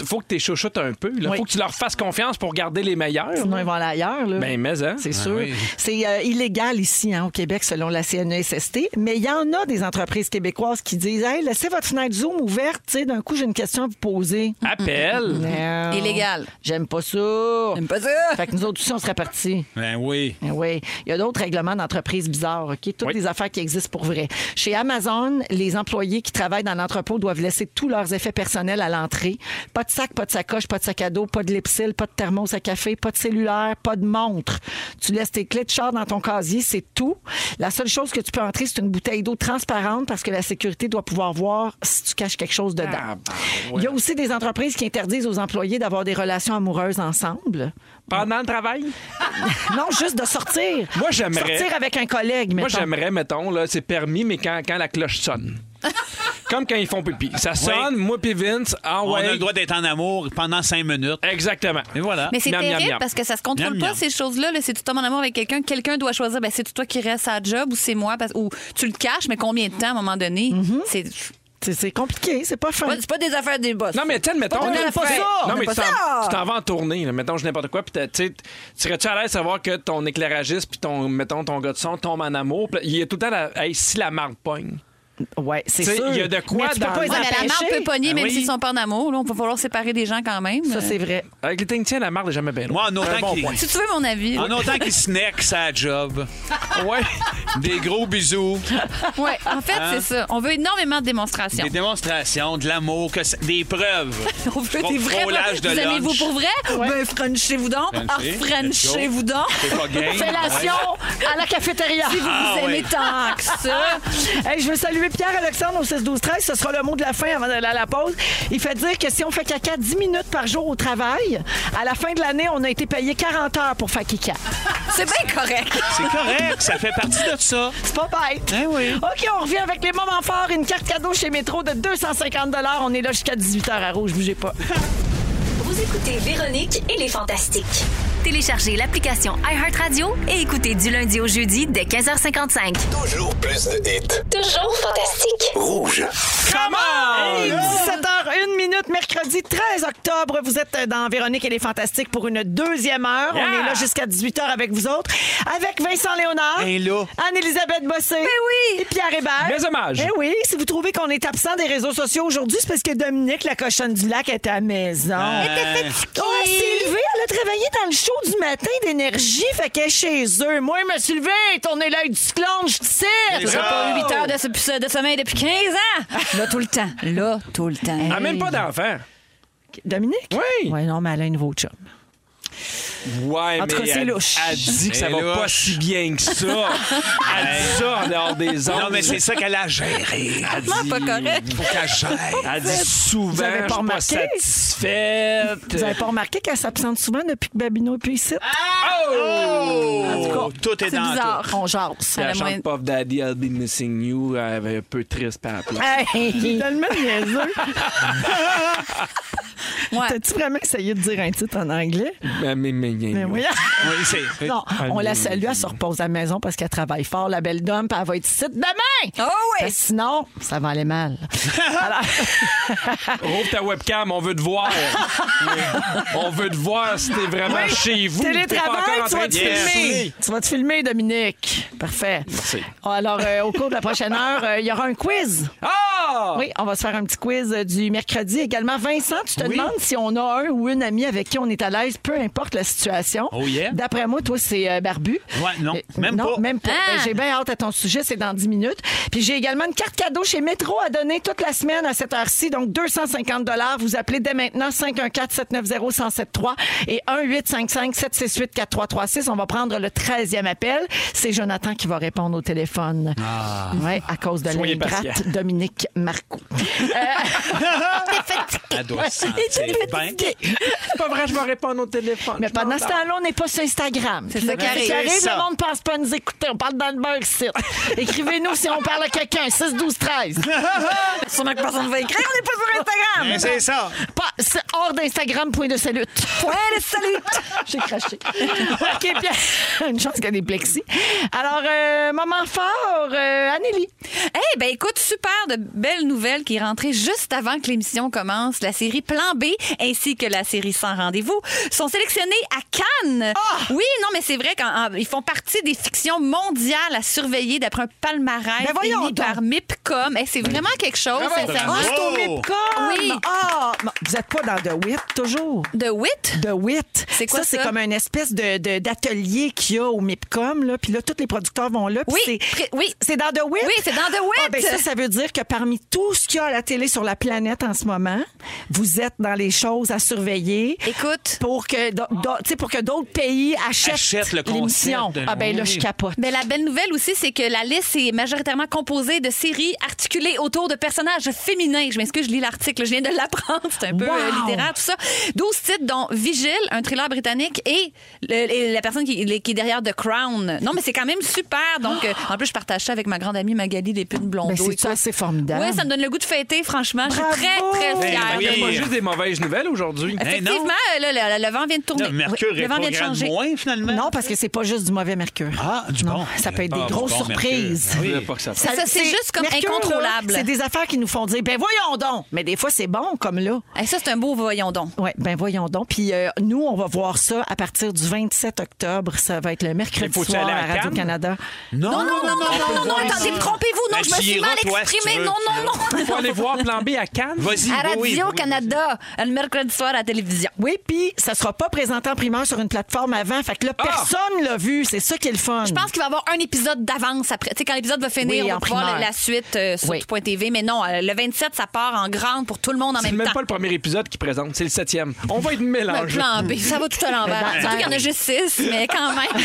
Speaker 4: faut que tu chouchoutes un peu. Il
Speaker 2: Oui.
Speaker 4: faut que tu leur fasses confiance pour garder les meilleurs.
Speaker 2: Sinon, ils vont aller ailleurs. Là.
Speaker 4: Ben, mais, hein?
Speaker 2: C'est sûr. C'est euh, illégal ici, hein, au Québec, selon la E CNESST. Mais il y en a des entreprises québécoises qui disent Hey, laissez votre fenêtre Zoom ouverte. Tu sais, D'un coup, j'ai une question à vous poser. (laughs)
Speaker 4: Appel.
Speaker 2: Non.
Speaker 7: (laughs) Illégal.
Speaker 2: J'aime pas ça.
Speaker 7: J'aime pas ça.
Speaker 2: Oh. Fait que nous autres aussi, on serait partis.
Speaker 3: Ben oui.
Speaker 2: Eh Oui, il y a d'autres règlements d'entreprise bizarres, OK? Toutes
Speaker 4: Oui.
Speaker 2: les affaires qui existent pour vrai. Chez Amazon, les employés qui travaillent dans l'entrepôt doivent laisser tous leurs effets personnels à l'entrée. Pas de sac, pas de sacoche, pas de sac à dos, pas de lipsil, pas de thermos à café, pas de cellulaire, pas de montre. Tu laisses tes clés de char dans ton casier, c'est tout. La seule chose que tu peux entrer, c'est une bouteille d'eau transparente parce que la sécurité doit pouvoir voir si tu caches quelque chose dedans.
Speaker 4: Ah, bah, ouais.
Speaker 2: Il y a aussi des entreprises qui interdisent aux employés d'avoir des relations amoureuses ensemble.
Speaker 4: Pendant le travail?
Speaker 2: Non, juste de sortir.
Speaker 4: Moi, j'aimerais-
Speaker 2: Sortir avec un collègue, mettons.
Speaker 4: Moi, j'aimerais, mettons, là, c'est permis, mais quand, quand la cloche
Speaker 2: (laughs)
Speaker 4: sonne. Comme quand ils font pipi. Ça sonne, moi puis Vince, ah
Speaker 3: On a
Speaker 4: ouais.
Speaker 3: le droit d'être en amour pendant cinq minutes.
Speaker 4: Exactement.
Speaker 3: Et voilà.
Speaker 7: Mais c'est
Speaker 4: Miam, miam,
Speaker 7: terrible
Speaker 4: miam.
Speaker 7: parce que ça se contrôle
Speaker 3: Miam,
Speaker 7: pas
Speaker 3: miam.
Speaker 7: ces choses-là. là. Si tu tombes en amour avec quelqu'un, quelqu'un doit choisir. Ben, c'est toi qui restes à la job ou c'est moi parce- ou tu le caches, mais combien de temps à un moment donné
Speaker 2: Mhm.
Speaker 7: C'est
Speaker 2: C'est- C'est compliqué, c'est pas fun.
Speaker 6: C'est pas des affaires des boss.
Speaker 4: Non, mais tiens, mettons. ben,
Speaker 2: On aime pas ça!
Speaker 4: Non,
Speaker 2: On
Speaker 4: mais
Speaker 2: aime pas
Speaker 4: tu t'en-
Speaker 6: ça!
Speaker 4: tu t'en vas en tournée. là. Mettons, je n'importe quoi. Puis, t'as- tu sais, serais-tu à l'aise de savoir que ton éclairagiste, puis ton, mettons, ton gars de son tombe en amour? Puis il est tout le temps, la- hey, si la marde pogne.
Speaker 2: Ouais, c'est
Speaker 4: Tu sais,
Speaker 2: sûr.
Speaker 4: il y a de quoi
Speaker 2: Mais tu peux
Speaker 4: dans-
Speaker 2: pas les
Speaker 4: Ouais,
Speaker 7: Ouais, mais la marque
Speaker 2: empêcher.
Speaker 7: peut pogner
Speaker 4: Ben
Speaker 7: même
Speaker 4: oui.
Speaker 7: s'ils sont pas en amour. Là, on va falloir séparer des gens quand même.
Speaker 2: Ça, c'est vrai.
Speaker 4: Avec les techniciens, la marde n'est jamais belle.
Speaker 3: Moi, en
Speaker 4: C'est un
Speaker 3: autant
Speaker 4: bon
Speaker 3: qu'il
Speaker 4: point.
Speaker 7: si tu veux mon avis,
Speaker 4: Ah,
Speaker 3: en
Speaker 7: là.
Speaker 3: autant qu'il snack sa job.
Speaker 4: Ouais.
Speaker 3: Des gros bisous,
Speaker 7: ouais, en fait,
Speaker 4: Hein?
Speaker 7: c'est ça. On veut énormément de démonstrations.
Speaker 3: des démonstrations, de l'amour, que ça- des preuves.
Speaker 7: On veut
Speaker 3: Fro-
Speaker 7: des vrais.
Speaker 3: frôlage de
Speaker 7: vous aimez-vous
Speaker 3: lunch.
Speaker 7: pour vrai? Ben, Frenchez-vous donc. Ah,
Speaker 3: Frenchez,
Speaker 7: Frenchez-vous
Speaker 3: let's
Speaker 7: donc.
Speaker 3: C'est pas game.
Speaker 2: Fellation à la cafétéria.
Speaker 7: Si vous
Speaker 3: Ah,
Speaker 7: vous aimez
Speaker 3: ouais.
Speaker 7: tant
Speaker 4: (laughs)
Speaker 7: que ça.
Speaker 2: Hey, je veux saluer Pierre-Alexandre au 6-12-13. Ce sera le mot de la fin avant d'aller à la pause. Il fait dire que si on fait caca 10 minutes par jour au travail, à la fin de l'année, on a été payé 40 heures pour faire caca.
Speaker 7: C'est bien correct.
Speaker 3: C'est correct, ça fait partie de ça.
Speaker 2: C'est pas bête.
Speaker 3: Eh oui.
Speaker 2: OK, on revient avec les moments forts. Une carte cadeau chez Métro de 250 On est là jusqu'à 18h à Rouge. Bougez pas.
Speaker 5: Vous écoutez Véronique et les Fantastiques.
Speaker 9: Téléchargez l'application iHeartRadio et écoutez du lundi au jeudi de 15h55.
Speaker 10: Toujours plus de hits.
Speaker 5: Toujours fantastique.
Speaker 10: Rouge.
Speaker 2: Hey, 17h01 minute, mercredi 13 octobre. Vous êtes euh, dans Véronique et les Fantastiques pour une deuxième heure. On est là jusqu'à 18h avec vous autres. Avec Vincent Léonard.
Speaker 3: Et là.
Speaker 2: Anne-Elisabeth Bossé.
Speaker 7: oui.
Speaker 2: Et Pierre Hébert.
Speaker 4: Mes hommages.
Speaker 2: Eh oui, si vous trouvez qu'on est absent des réseaux sociaux aujourd'hui, c'est parce que Dominique, la cochonne du lac, est à la maison.
Speaker 3: Euh,
Speaker 2: Oh, elle s'est levée, elle a travaillé dans le show du matin d'énergie, fait qu'elle est chez eux. Moi, je me suis levée, tourné l'œil du cyclone, je tire.
Speaker 3: Déjà.
Speaker 7: J'ai pas eu 8 heures de, se- de sommeil depuis 15 ans. Là, tout le temps. Là, tout le temps.
Speaker 4: Ah, même pas d'enfant.
Speaker 2: Dominique?
Speaker 4: Oui.
Speaker 2: Ouais, non, mais elle a un nouveau chum.
Speaker 4: Ouais,
Speaker 2: En tout
Speaker 4: mais
Speaker 2: cas, c'est
Speaker 4: elle,
Speaker 2: louche.
Speaker 4: elle dit que ça
Speaker 3: C'est
Speaker 4: va pas
Speaker 3: louche.
Speaker 4: si bien que ça.
Speaker 3: (laughs)
Speaker 4: elle dit ça en dehors des ondes.
Speaker 3: Non, mais c'est ça qu'elle a géré.
Speaker 4: Elle dit,
Speaker 7: pas correct.
Speaker 3: Faut qu'elle gère.
Speaker 4: Elle dit souvent,
Speaker 2: Vous avez
Speaker 4: je
Speaker 2: pas
Speaker 4: suis pas
Speaker 2: remarqué?
Speaker 4: satisfaite.
Speaker 2: Vous avez pas remarqué qu'elle s'absente souvent depuis que Babino est plus ici?
Speaker 7: Ah!
Speaker 3: Oh! Tout est,
Speaker 7: C'est
Speaker 3: dans
Speaker 7: bizarre.
Speaker 2: On jase.
Speaker 4: Puis
Speaker 7: Elle a
Speaker 4: Elle
Speaker 7: moins-
Speaker 4: chante Puff Daddy, I'll be missing you. Elle est un peu triste par la place.
Speaker 2: Ah! Hey! Tellement (laughs) niaiseux.
Speaker 7: Ouais.
Speaker 2: T'as-tu vraiment essayé de dire un titre en anglais?
Speaker 4: Mais- mais- mais- mais-
Speaker 2: Mais Ben oui.
Speaker 3: tout. Oui, c'est.
Speaker 2: Non, on la salue, elle se repose à la maison parce qu'elle travaille fort, la belle dame, puis elle va être ici demain!
Speaker 7: Oh oui!
Speaker 2: Parce que sinon, ça va aller
Speaker 7: (laughs)
Speaker 2: mal.
Speaker 4: Ouvre ta webcam, on veut te voir. on veut te voir si t'es vraiment chez vous.
Speaker 2: Télétravail, tu vas te
Speaker 3: Yes.
Speaker 2: filmer. Tu vas te filmer, Dominique. Parfait.
Speaker 4: Merci.
Speaker 2: Alors, euh, au cours de la prochaine heure, euh, il y aura un quiz.
Speaker 4: Ah!
Speaker 2: Oui, on va se faire un petit quiz euh, du mercredi. Également, Vincent, tu te demandes si on a un ou une amie avec qui on est à l'aise, peu importe la situation.
Speaker 3: Oh yeah.
Speaker 2: D'après moi, toi, c'est euh, Barbu.
Speaker 3: Ouais, non,
Speaker 2: Euh,
Speaker 3: même
Speaker 2: non,
Speaker 3: pas.
Speaker 2: même pas.
Speaker 7: Ah.
Speaker 2: Euh, J'ai bien hâte à ton sujet, c'est dans 10 minutes. Puis j'ai également une carte cadeau chez Métro à donner toute la semaine à cette heure-ci, donc 250 Vous appelez dès maintenant 514-790-1073 et 1-855-768-4336. On va prendre le 13e appel. C'est Jonathan qui va répondre au téléphone. Ah. Ouais, à cause de
Speaker 4: Soyez patient.
Speaker 2: l'ingrate Dominique
Speaker 3: (laughs)
Speaker 2: Marcoux. Euh, (laughs)
Speaker 3: Elle doit se sentir bien.
Speaker 4: C'est pas vrai, je vais répondre au téléphone.
Speaker 2: Mais pendant ce temps-là, on n'est pas sur Instagram.
Speaker 7: C'est ça qui
Speaker 2: Ce qui
Speaker 7: arrive.
Speaker 2: arrive,
Speaker 3: ça.
Speaker 2: le monde pense pas à nous écouter. On parle dans le beurre
Speaker 7: (laughs)
Speaker 2: ici. Écrivez-nous si on parle à quelqu'un. 6, 12, 13.
Speaker 7: Sûrement que personne ne va écrire.
Speaker 2: on n'est pas sur Instagram.
Speaker 3: Mais c'est ça.
Speaker 2: Pas, c'est hors d'Instagram, point de salut. (laughs) Point de salut. J'ai
Speaker 7: (laughs)
Speaker 2: craché. OK, bien. (laughs) Une chance qu'il y a des plexis. Alors, euh, moment fort, euh, Anneli.
Speaker 7: Eh ben écoute, super de belles nouvelles qui est rentrée juste avant que l'émission commence. La série Plan B ainsi que la série Sans rendez-vous sont sélectionnées à Cannes.
Speaker 2: Ah!
Speaker 7: Oui, non, mais c'est vrai qu'ils font partie des fictions mondiales à surveiller d'après un palmarès
Speaker 2: Ben voyons
Speaker 7: émis
Speaker 2: donc.
Speaker 7: par MIPCOM. Eh, c'est vraiment quelque chose, sincèrement.
Speaker 3: Ah, c'est au
Speaker 2: Mipcom.
Speaker 7: Oui.
Speaker 2: Ah, Oh. vous n'êtes pas dans The Whip, toujours.
Speaker 7: De Wit?
Speaker 2: De WIT.
Speaker 7: C'est quoi
Speaker 2: c'est
Speaker 7: ça?
Speaker 2: comme une espèce de, de- d'atelier qu'il y a au MIPCOM. Là. Puis là, tous les producteurs vont là. puis
Speaker 7: Oui,
Speaker 2: c'est,
Speaker 7: pré- oui.
Speaker 2: c'est dans The WIT.
Speaker 7: Oui, c'est dans The Wit.
Speaker 2: Ah, ben ça, ça veut dire que parmi tout ce qu'il y a à la télé sur la planète en ce moment, vous êtes dans les choses à surveiller.
Speaker 7: Écoute.
Speaker 2: Pour que, d'o- d'o- tu sais, pour que d'autres pays achètent,
Speaker 3: Achètent le concept
Speaker 2: l'émission.
Speaker 3: de-
Speaker 2: Ah ben là,
Speaker 3: Oui.
Speaker 2: je capote.
Speaker 7: Mais la belle nouvelle aussi, c'est que la liste est majoritairement composée de séries articulées autour de personnages féminins. Je m'excuse, je lis l'article, je viens de l'apprendre. C'est un peu
Speaker 2: Wow!
Speaker 7: euh, littéraire, tout ça. 12 titres, dont Vigile, un thriller britannique, et, le- et la personne qui, qui est derrière The Crown. Non, mais c'est quand même super. Donc, euh, en plus, je partage ça avec ma grande amie Magali Lépine
Speaker 2: Ben,
Speaker 7: Blondeau.
Speaker 2: c'est ça, c'est formidable.
Speaker 7: Oui, ça me donne le goût de fêter, franchement. Je suis
Speaker 2: Bravo!
Speaker 7: très, très fière.
Speaker 3: Ben
Speaker 4: Il y a
Speaker 3: oui.
Speaker 4: pas juste des mauvaises nouvelles aujourd'hui. Hein?
Speaker 3: Eh, non.
Speaker 7: Effectivement, euh, là, le, le vent vient de tourner.
Speaker 3: Non, Mercure
Speaker 7: Oui,
Speaker 3: est
Speaker 7: le vent
Speaker 3: pas
Speaker 7: vient de
Speaker 3: grand
Speaker 7: changer.
Speaker 3: moins, finalement.
Speaker 2: Non, parce que c'est pas juste du mauvais mercure.
Speaker 3: Ah, du
Speaker 2: Non,
Speaker 3: bon.
Speaker 2: ça peut être des
Speaker 3: Ah, du
Speaker 2: grosses
Speaker 3: bon mercure.
Speaker 2: surprises.
Speaker 3: Ah oui.
Speaker 4: Je voulais pas que ça fasse.
Speaker 7: Ça, c'est juste comme
Speaker 2: là,
Speaker 7: incontrôlable.
Speaker 2: C'est des affaires qui nous font dire, ben voyons donc. Mais des fois, c'est bon, comme là.
Speaker 7: Eh, ça, c'est un beau voyons donc.
Speaker 2: Oui, ben voyons donc. Puis euh, nous, on va voir ça à partir du 27 octobre. Ça va être le mercredi
Speaker 4: Mais faut-tu
Speaker 2: soir
Speaker 4: aller
Speaker 2: à,
Speaker 4: à Cannes?
Speaker 2: Radio-Canada.
Speaker 7: Non,
Speaker 3: Oh,
Speaker 7: non, non, non, non, non, attendez, trompez-vous. Non,
Speaker 3: Ben,
Speaker 7: je me
Speaker 3: tu y
Speaker 7: suis
Speaker 3: iras,
Speaker 7: mal
Speaker 3: toi, si tu
Speaker 7: exprimée.
Speaker 3: veux.
Speaker 7: Non, non, non.
Speaker 4: Faut aller voir Plan B à Cannes.
Speaker 3: Vas-y,
Speaker 7: À
Speaker 3: oui, oui,
Speaker 7: Radio-Canada, le mercredi soir à la télévision.
Speaker 2: Oui, puis ça sera pas présenté en primeur sur une plateforme avant. Fait que là,
Speaker 4: Ah!
Speaker 2: personne l'a vu. C'est ça qui est le fun.
Speaker 7: Je pense qu'il va y avoir un épisode d'avance après. Tu sais, quand l'épisode va finir,
Speaker 2: Oui,
Speaker 7: on
Speaker 2: en
Speaker 7: va voir
Speaker 2: primaire.
Speaker 7: la, la suite euh, sur
Speaker 2: Oui.
Speaker 7: tout point TV. Mais non, euh, le 27, ça part en grande pour tout le monde en
Speaker 4: C'est
Speaker 7: même
Speaker 4: même
Speaker 7: temps.
Speaker 4: pas le premier épisode qui présente, c'est le septième. On va être
Speaker 7: Le
Speaker 4: mélangés.
Speaker 7: plan B, ça va tout à l'envers.
Speaker 2: Ben,
Speaker 7: Surtout qu'il y en a juste six, mais quand même.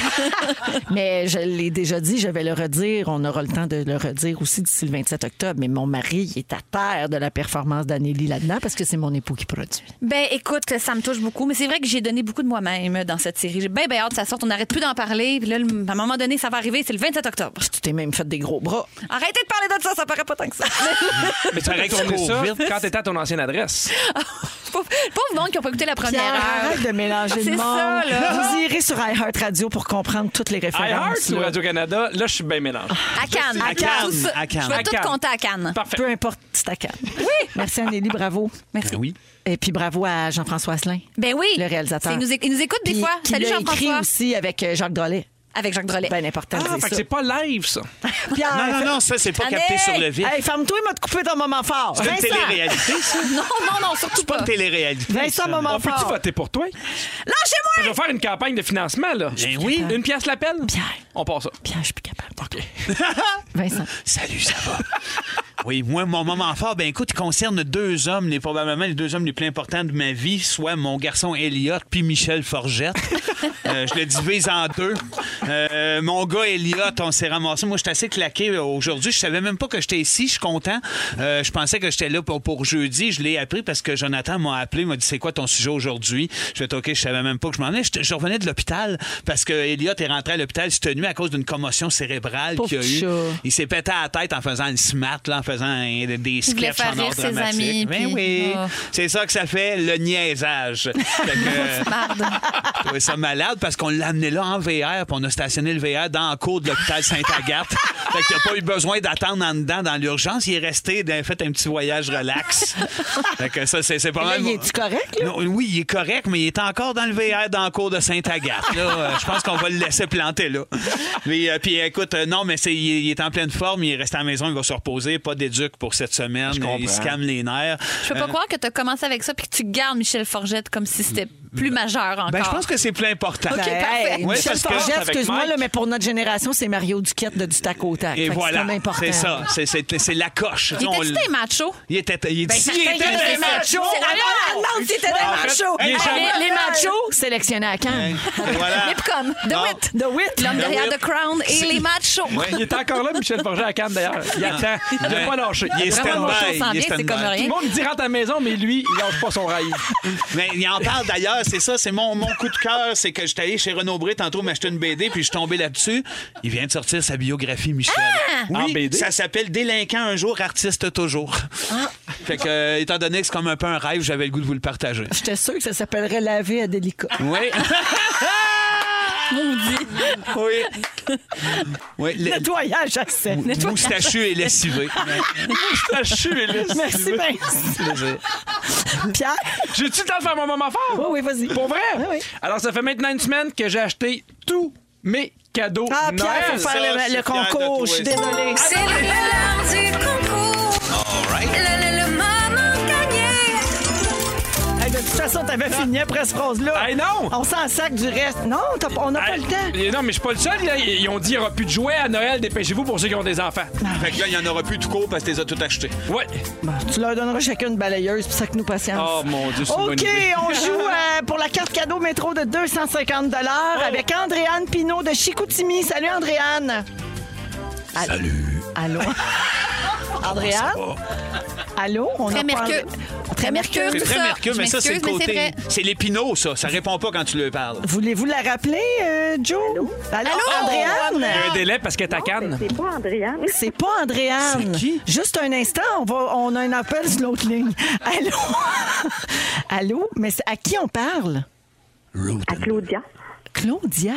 Speaker 2: (laughs) Mais je l'ai déjà dit, je vais le redire. On aura le temps de le redire aussi d'ici le 27 octobre. Mais mon mari il est à terre de la performance d'Anneli là-dedans parce que c'est mon époux qui produit.
Speaker 7: Ben écoute, ça me touche beaucoup, mais c'est vrai que j'ai donné beaucoup de moi-même dans cette série. J'ai bien, bien hâte que ça sorte. On n'arrête plus d'en parler. Puis là, le- à un moment donné, ça va arriver. C'est le 27 octobre.
Speaker 2: Tu t'es même fait des gros bras.
Speaker 7: Arrêtez de parler de ça, ça paraît pas tant que ça.
Speaker 4: Mais tu as
Speaker 3: Pareil que
Speaker 4: tourné
Speaker 3: tu
Speaker 4: ça
Speaker 3: cours vite.
Speaker 4: quand t'étais à ton ancienne adresse.
Speaker 7: Pauvre, pauvre monde qui n'a pas écouté la première
Speaker 2: Pierre,
Speaker 7: heure.
Speaker 2: arrête de mélanger
Speaker 7: C'est
Speaker 2: le monde.
Speaker 7: ça, là.
Speaker 2: Vous irez sur iHeartRadio pour comprendre toutes les
Speaker 4: iHeart
Speaker 2: références.
Speaker 4: ou
Speaker 2: là.
Speaker 4: Radio-Canada, là, je suis bien mélangé.
Speaker 7: À Cannes.
Speaker 3: À Cannes,
Speaker 7: Tout ça.
Speaker 3: à Cannes.
Speaker 7: Je vais
Speaker 4: À
Speaker 7: tout
Speaker 4: Cannes.
Speaker 7: compter à Cannes.
Speaker 4: Parfait.
Speaker 2: Peu importe, c'est à Cannes. Oui. Merci, Anneli, bravo.
Speaker 7: Merci.
Speaker 3: Ben oui.
Speaker 2: Et puis bravo à Jean-François Asselin,
Speaker 7: Ben oui.
Speaker 2: le réalisateur.
Speaker 7: C'est- Il nous, éc- il nous écoute des
Speaker 2: Puis-
Speaker 7: fois.
Speaker 2: qui
Speaker 7: Salut
Speaker 2: l'a écrit
Speaker 7: Jean-François.
Speaker 2: aussi avec euh, Jacques Drolet.
Speaker 7: Avec Jacques Drolet.
Speaker 2: Ben important de
Speaker 4: Ah,
Speaker 2: dire
Speaker 4: fait que
Speaker 2: ça.
Speaker 4: c'est pas live, ça.
Speaker 2: Pierre,
Speaker 3: Non, non, non, ça, c'est pas capté
Speaker 7: Allez!
Speaker 3: sur le vide.
Speaker 2: Hey, ferme-toi, il m'a te coupé ton moment fort.
Speaker 3: C'est une
Speaker 2: Vincent.
Speaker 3: télé-réalité, ça.
Speaker 7: non, non, non, surtout
Speaker 3: Pas
Speaker 7: pas.
Speaker 3: une télé-réalité.
Speaker 2: Vincent, moment
Speaker 4: On peut-tu
Speaker 2: fort.
Speaker 4: Ah, voter pour toi?
Speaker 7: Lâchez-moi!
Speaker 4: Je vais faire une campagne de financement, là.
Speaker 3: Ben oui.
Speaker 4: Une pièce l'appel?
Speaker 2: Pierre.
Speaker 4: On part ça. Ben,
Speaker 2: Pierre, je suis plus capable. OK. Vincent.
Speaker 3: Salut, ça va. (laughs) Oui, moi, mon moment fort, ben écoute, il concerne deux hommes, les, probablement les deux hommes les plus importants de ma vie, soit mon garçon Elliot puis Michel Forgette. Euh, je le divise en deux. Euh, mon gars Elliot, on s'est ramassé. Moi, j'étais assez claqué euh, aujourd'hui. Je savais même pas que j'étais ici. Je suis content. Euh, je pensais que j'étais là pour, pour jeudi. Je l'ai appris parce que Jonathan m'a appelé, m'a dit c'est quoi ton sujet aujourd'hui. Je fais OK, je savais même pas que je m'en allais. Je, je revenais de l'hôpital parce que Elliot est rentré à l'hôpital cette nuit à cause d'une commotion cérébrale
Speaker 2: Pauvre
Speaker 3: qu'il a eu.
Speaker 2: chat.
Speaker 3: Il s'est pété à la tête en faisant une smart, là, en faisant un- des
Speaker 7: voulait
Speaker 3: sketchs
Speaker 7: faire
Speaker 3: en
Speaker 7: rire
Speaker 3: or
Speaker 7: ses
Speaker 3: dramatique.
Speaker 7: amis,
Speaker 3: Ben
Speaker 7: puis-
Speaker 3: oui.
Speaker 7: Oh.
Speaker 3: C'est ça que ça fait, le
Speaker 7: (laughs)
Speaker 3: niaisage. Fait que, je trouvais ça malade parce qu'on l'a amené là en VR, puis on a stationné le VR dans le cours de l'hôpital Sainte-Agathe.
Speaker 7: (laughs)
Speaker 3: fait qu'il n'a pas eu besoin d'attendre en dedans dans l'urgence. Il est resté, il a fait un petit voyage
Speaker 7: (laughs)
Speaker 3: relax. fait que ça, c'est c'est pas
Speaker 2: Là,
Speaker 3: mal.
Speaker 2: il est-tu correct, là?
Speaker 3: Non, Euh, oui, il est correct, mais il est encore dans le VR dans le cours de Sainte-Agathe. là. Euh, Je pense qu'on va le laisser planter là. Mais, euh, puis écoute, euh, non, mais c'est, il, est- il est en pleine forme, il est resté à la maison, il va se reposer, pas d'éduc pour cette semaine. Il se calme les nerfs.
Speaker 7: Je peux
Speaker 3: Euh,
Speaker 7: pas croire que tu as commencé avec ça puis que tu gardes Michel Forgette comme si c'était plus majeur encore.
Speaker 3: ben, je pense que c'est plus important.
Speaker 7: OK,
Speaker 2: Ben,
Speaker 7: parfait.
Speaker 2: hey,
Speaker 3: Ouais,
Speaker 2: Michel
Speaker 3: parce que-
Speaker 2: Forget,
Speaker 3: avec
Speaker 2: excuse-moi,
Speaker 3: Mike-
Speaker 2: là, mais pour notre génération, c'est Mario Duquette de du tac au tac. Fait
Speaker 3: Et
Speaker 2: que
Speaker 3: voilà,
Speaker 2: C'est comme important.
Speaker 3: c'est ça, c'est, c'est, c'est la coche.
Speaker 7: Il
Speaker 3: On
Speaker 7: était-tu
Speaker 3: l-
Speaker 7: des machos?
Speaker 3: Il était, il était,
Speaker 7: certain
Speaker 3: il
Speaker 7: qu'il
Speaker 3: était
Speaker 7: Ben, était
Speaker 3: des
Speaker 7: macho.
Speaker 3: machos.
Speaker 7: C'est-
Speaker 3: ouais,
Speaker 7: alors,
Speaker 3: non.
Speaker 2: non, c'était des
Speaker 3: En fait,
Speaker 2: machos.
Speaker 3: il est
Speaker 2: Ah,
Speaker 3: jamais-
Speaker 2: Les, les machos sélectionnés à (laughs) Cannes.
Speaker 3: Et voilà.
Speaker 7: Mais comme The
Speaker 3: Non.
Speaker 7: Wit.
Speaker 2: The Wit.
Speaker 7: L'homme
Speaker 3: The
Speaker 7: derrière
Speaker 3: Wit.
Speaker 7: The Crown et les machos.
Speaker 4: Il est encore là, Michel Forger à Cannes, d'ailleurs. Il attend. Il n'a
Speaker 3: Ouais.
Speaker 4: pas lâché.
Speaker 3: Il est
Speaker 7: Vraiment,
Speaker 3: stand-by.
Speaker 7: on s'en
Speaker 3: il est
Speaker 7: bien, c'est
Speaker 3: stand-by.
Speaker 7: comme
Speaker 4: Tout le
Speaker 7: rien.
Speaker 4: monde dit rentre à la maison, mais lui, il lâche pas
Speaker 2: (laughs)
Speaker 4: son rail.
Speaker 3: Mais il en parle d'ailleurs, c'est ça, c'est mon, mon coup de cœur, c'est que j'étais allé chez Renaud Bré tantôt m'acheter une BD, puis je suis tombé là-dessus. Il vient de sortir sa biographie, Michel.
Speaker 7: Ah!
Speaker 3: Oui,
Speaker 4: En BD?
Speaker 3: ça s'appelle Délinquant un jour, artiste toujours.
Speaker 7: Ah!
Speaker 3: Fait que, euh, étant donné que c'est comme un peu un rêve, j'avais le goût de vous le partager.
Speaker 2: J'étais sûre que ça s'appellerait La vie à délicat.
Speaker 7: (laughs)
Speaker 3: Oui.
Speaker 7: (laughs)
Speaker 3: Oui. Oui. le-
Speaker 2: Nettoyage à sec.
Speaker 3: moustachu et
Speaker 7: (laughs)
Speaker 3: lessivé.
Speaker 4: Moustachu, Élise.
Speaker 2: Merci, Vincent. Pierre?
Speaker 4: J'ai-tu le temps de faire mon moment fort?
Speaker 2: Oui, oui, vas-y.
Speaker 4: Pour vrai?
Speaker 2: Ah oui.
Speaker 4: Alors, ça fait maintenant une semaine que j'ai acheté tous mes cadeaux.
Speaker 2: Ah, Pierre,
Speaker 4: Noël.
Speaker 2: faut faire le-
Speaker 3: ça, je suis
Speaker 2: le,
Speaker 3: fier de
Speaker 2: concours.
Speaker 3: toi,
Speaker 2: Je suis
Speaker 3: ça.
Speaker 2: désolée.
Speaker 5: C'est l'heure du concours. Le, le, le moment gagné.
Speaker 3: Ah.
Speaker 2: Hey, de toute façon, t'avais fini après cette phrase-là.
Speaker 4: Hey, non!
Speaker 2: On s'en sac du reste. Non, t'as- on n'a pas le temps.
Speaker 4: Eh, Non, mais je suis pas le seul. là. Ils ont dit qu'il n'y aura plus de jouets à Noël. Dépêchez-vous pour ceux qui ont des enfants.
Speaker 2: Ah.
Speaker 3: Fait que là, il n'y en aura plus tout court parce que tu les as tout achetés.
Speaker 4: Ouais.
Speaker 2: Bon, tu leur donneras chacun une balayeuse pour ça que nous patience.
Speaker 4: Oh, mon Dieu, c'est une bonne
Speaker 2: OK,
Speaker 4: idée.
Speaker 2: on joue euh, pour la carte cadeau métro de 250
Speaker 4: Oh.
Speaker 2: avec Andréane Pinault de Chicoutimi. Salut, Andréane.
Speaker 10: Salut.
Speaker 2: Allô? Andréane? Allô? On
Speaker 7: Très
Speaker 2: a pas-
Speaker 7: mercure. Très mercure,
Speaker 3: C'est
Speaker 7: tout
Speaker 3: très
Speaker 7: ça.
Speaker 3: mercure,
Speaker 7: Je
Speaker 3: mais ça, c'est le
Speaker 7: m'excuse, mais
Speaker 3: côté.
Speaker 7: vrai.
Speaker 3: C'est l'épinot, ça. Ça répond pas quand tu le parles.
Speaker 2: Voulez-vous la rappeler, euh, Joe? Allô? Andréane?
Speaker 4: Il y a un délai parce que ta canne.
Speaker 2: C'est pas Andréane. Juste un instant, on, va, on a un appel sur l'autre ligne. (laughs) Allô? Allô? Mais c'est- à qui on parle?
Speaker 11: Claudia.
Speaker 2: Claudia.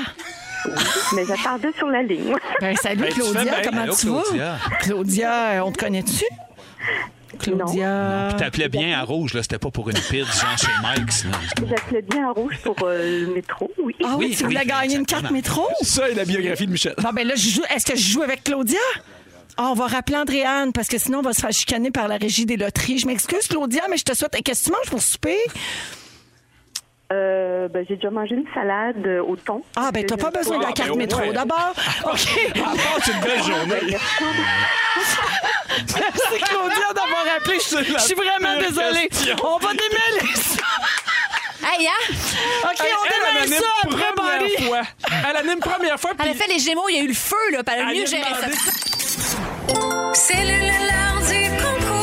Speaker 11: Mais j'attendais sur la ligne. (laughs)
Speaker 2: Ben, salut
Speaker 4: tu
Speaker 2: Claudia,
Speaker 4: fais bien.
Speaker 2: comment
Speaker 3: Allô,
Speaker 2: tu
Speaker 3: Claudia.
Speaker 2: vas? Claudia, euh, on te connaît-tu? Claudia.
Speaker 3: Puis t'appelais bien à rouge, là. C'était pas pour une pire, genre chez Mike, sinon.
Speaker 11: J'appelais bien en rouge pour euh, le métro, oui.
Speaker 2: Ah oui,
Speaker 3: Oui,
Speaker 2: tu voulais
Speaker 3: oui,
Speaker 2: gagner une carte
Speaker 3: exactement.
Speaker 2: métro?
Speaker 4: Ça et la biographie de Michel.
Speaker 2: Bon, ben là, je joue. Est-ce que je joue avec Claudia? Ah, on va rappeler Andréane, parce que sinon, on va se faire chicaner par la régie des loteries. Je m'excuse, Claudia, mais je te souhaite. Qu'est-ce que tu manges pour souper?
Speaker 11: Euh, ben, j'ai déjà mangé une salade euh, au thon.
Speaker 2: Ah, ben, t'as pas besoin de la
Speaker 4: Ah, ben,
Speaker 2: carte
Speaker 4: au
Speaker 2: métro
Speaker 4: moins.
Speaker 2: d'abord. OK.
Speaker 4: (laughs) Ah, passe une
Speaker 2: (laughs)
Speaker 4: belle journée.
Speaker 2: Merci, Claudia, d'avoir appelé. Je je suis vraiment
Speaker 4: pire
Speaker 2: désolée.
Speaker 4: question.
Speaker 2: On va démêler ça.
Speaker 7: Hey, hein?
Speaker 2: OK,
Speaker 4: Hey,
Speaker 2: on
Speaker 4: elle,
Speaker 2: démêle
Speaker 4: anime
Speaker 2: ça après Marie.
Speaker 4: première fois. Elle anime première fois.
Speaker 7: Elle a
Speaker 4: puis
Speaker 7: fait les Gémeaux, il y a eu le feu, là, puis elle a
Speaker 4: elle
Speaker 7: mieux
Speaker 4: a
Speaker 7: géré ça.
Speaker 4: demandé-
Speaker 5: C'est le, le, l'heure du concours.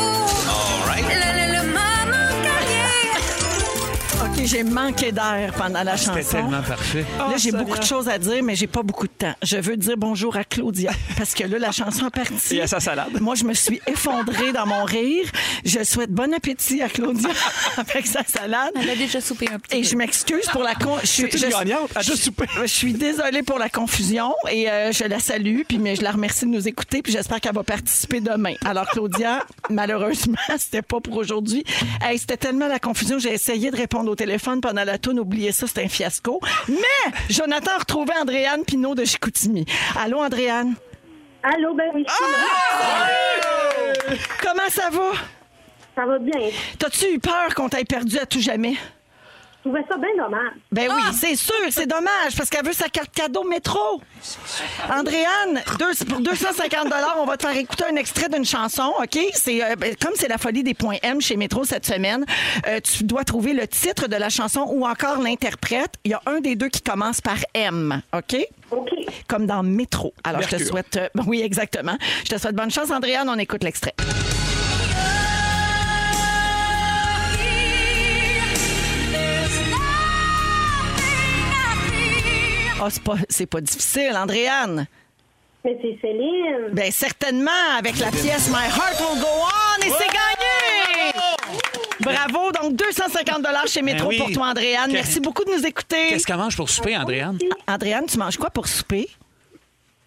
Speaker 5: Le, le, le moment gagné.
Speaker 2: OK, j'ai manqué d'air pendant
Speaker 4: Ah,
Speaker 2: la
Speaker 7: Ah
Speaker 2: chanson.
Speaker 3: C'était tellement parfait.
Speaker 2: Là, j'ai
Speaker 4: Oh,
Speaker 2: beaucoup de
Speaker 4: Sonia.
Speaker 2: choses à dire, mais j'ai pas beaucoup de temps. Je veux dire bonjour à Claudia, parce que là, la chanson est partie.
Speaker 4: Et à sa salade.
Speaker 2: Moi, je me suis effondrée dans mon rire. Je souhaite bon appétit à Claudia (laughs) avec sa salade.
Speaker 7: (laughs) Elle a déjà soupé un petit
Speaker 2: Et je m'excuse pour la con. Je suis
Speaker 4: C'est une
Speaker 2: je-
Speaker 4: gagnante. Elle a juste soupé.
Speaker 2: Je suis désolée pour la confusion et euh, je la salue, puis mais je la remercie de nous écouter, puis j'espère qu'elle va participer demain. Alors, Claudia, malheureusement, c'était pas pour aujourd'hui. Hey, c'était tellement la confusion, j'ai essayé de répondre au téléphone pendant la toune. Oubliez ça, c'était un fiasco. Mais Jonathan a retrouvé Andréane Pinault de Chicoutimi. Allô, Andréane?
Speaker 11: Allô, ben
Speaker 2: Ah!
Speaker 11: oui, je suis là.
Speaker 2: Comment ça va?
Speaker 11: ça va bien.
Speaker 2: T'as-tu eu peur qu'on t'aille perdu à tout jamais?
Speaker 11: trouvais ça bien dommage.
Speaker 2: Ben oui, c'est sûr, c'est dommage, parce qu'elle veut sa carte cadeau métro. Andréane, deux- pour 250 on va te faire écouter un extrait d'une chanson, OK? C'est euh, ben, Comme c'est la folie des points M chez Métro cette semaine, euh, tu dois trouver le titre de la chanson ou encore l'interprète. Il y a un des deux qui commence par M, OK?
Speaker 11: OK.
Speaker 2: Comme dans Métro. Alors, je te
Speaker 12: Mercure.
Speaker 2: souhaite... euh, (laughs) ben oui, exactement. Je te souhaite bonne chance, Andréane. On écoute l'extrait. Ah, c'est pas, c'est pas difficile, Andréane.
Speaker 11: Mais c'est euh, Céline.
Speaker 2: Ben certainement, avec la pièce My Heart Will Go On, et c'est gagné! Bravo, donc 250 chez
Speaker 3: Ben
Speaker 2: Métro
Speaker 3: oui.
Speaker 2: pour toi, Andréane.
Speaker 3: Qu'est-
Speaker 2: Merci beaucoup de nous écouter.
Speaker 3: Qu'est-ce qu'elle mange pour souper, Andréane?
Speaker 2: A- Andréane, tu manges quoi pour souper?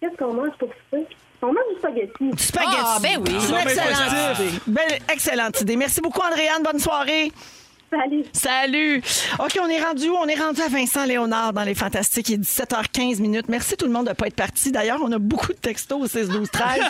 Speaker 11: Qu'est-ce qu'on mange pour souper? On mange du spaghetti. Du
Speaker 2: Spaghetti.
Speaker 3: Ah,
Speaker 2: C'est une excellente idée. Belle- excellente idée. Merci beaucoup, Andréane. Bonne soirée. (laughs)
Speaker 11: Salut.
Speaker 2: Salut. OK, on est rendu où? On est rendu à Vincent Léonard dans Les Fantastiques. Il est 17h15 minutes. Merci tout le monde de ne pas être parti. D'ailleurs, on a beaucoup de textos au 6 12 13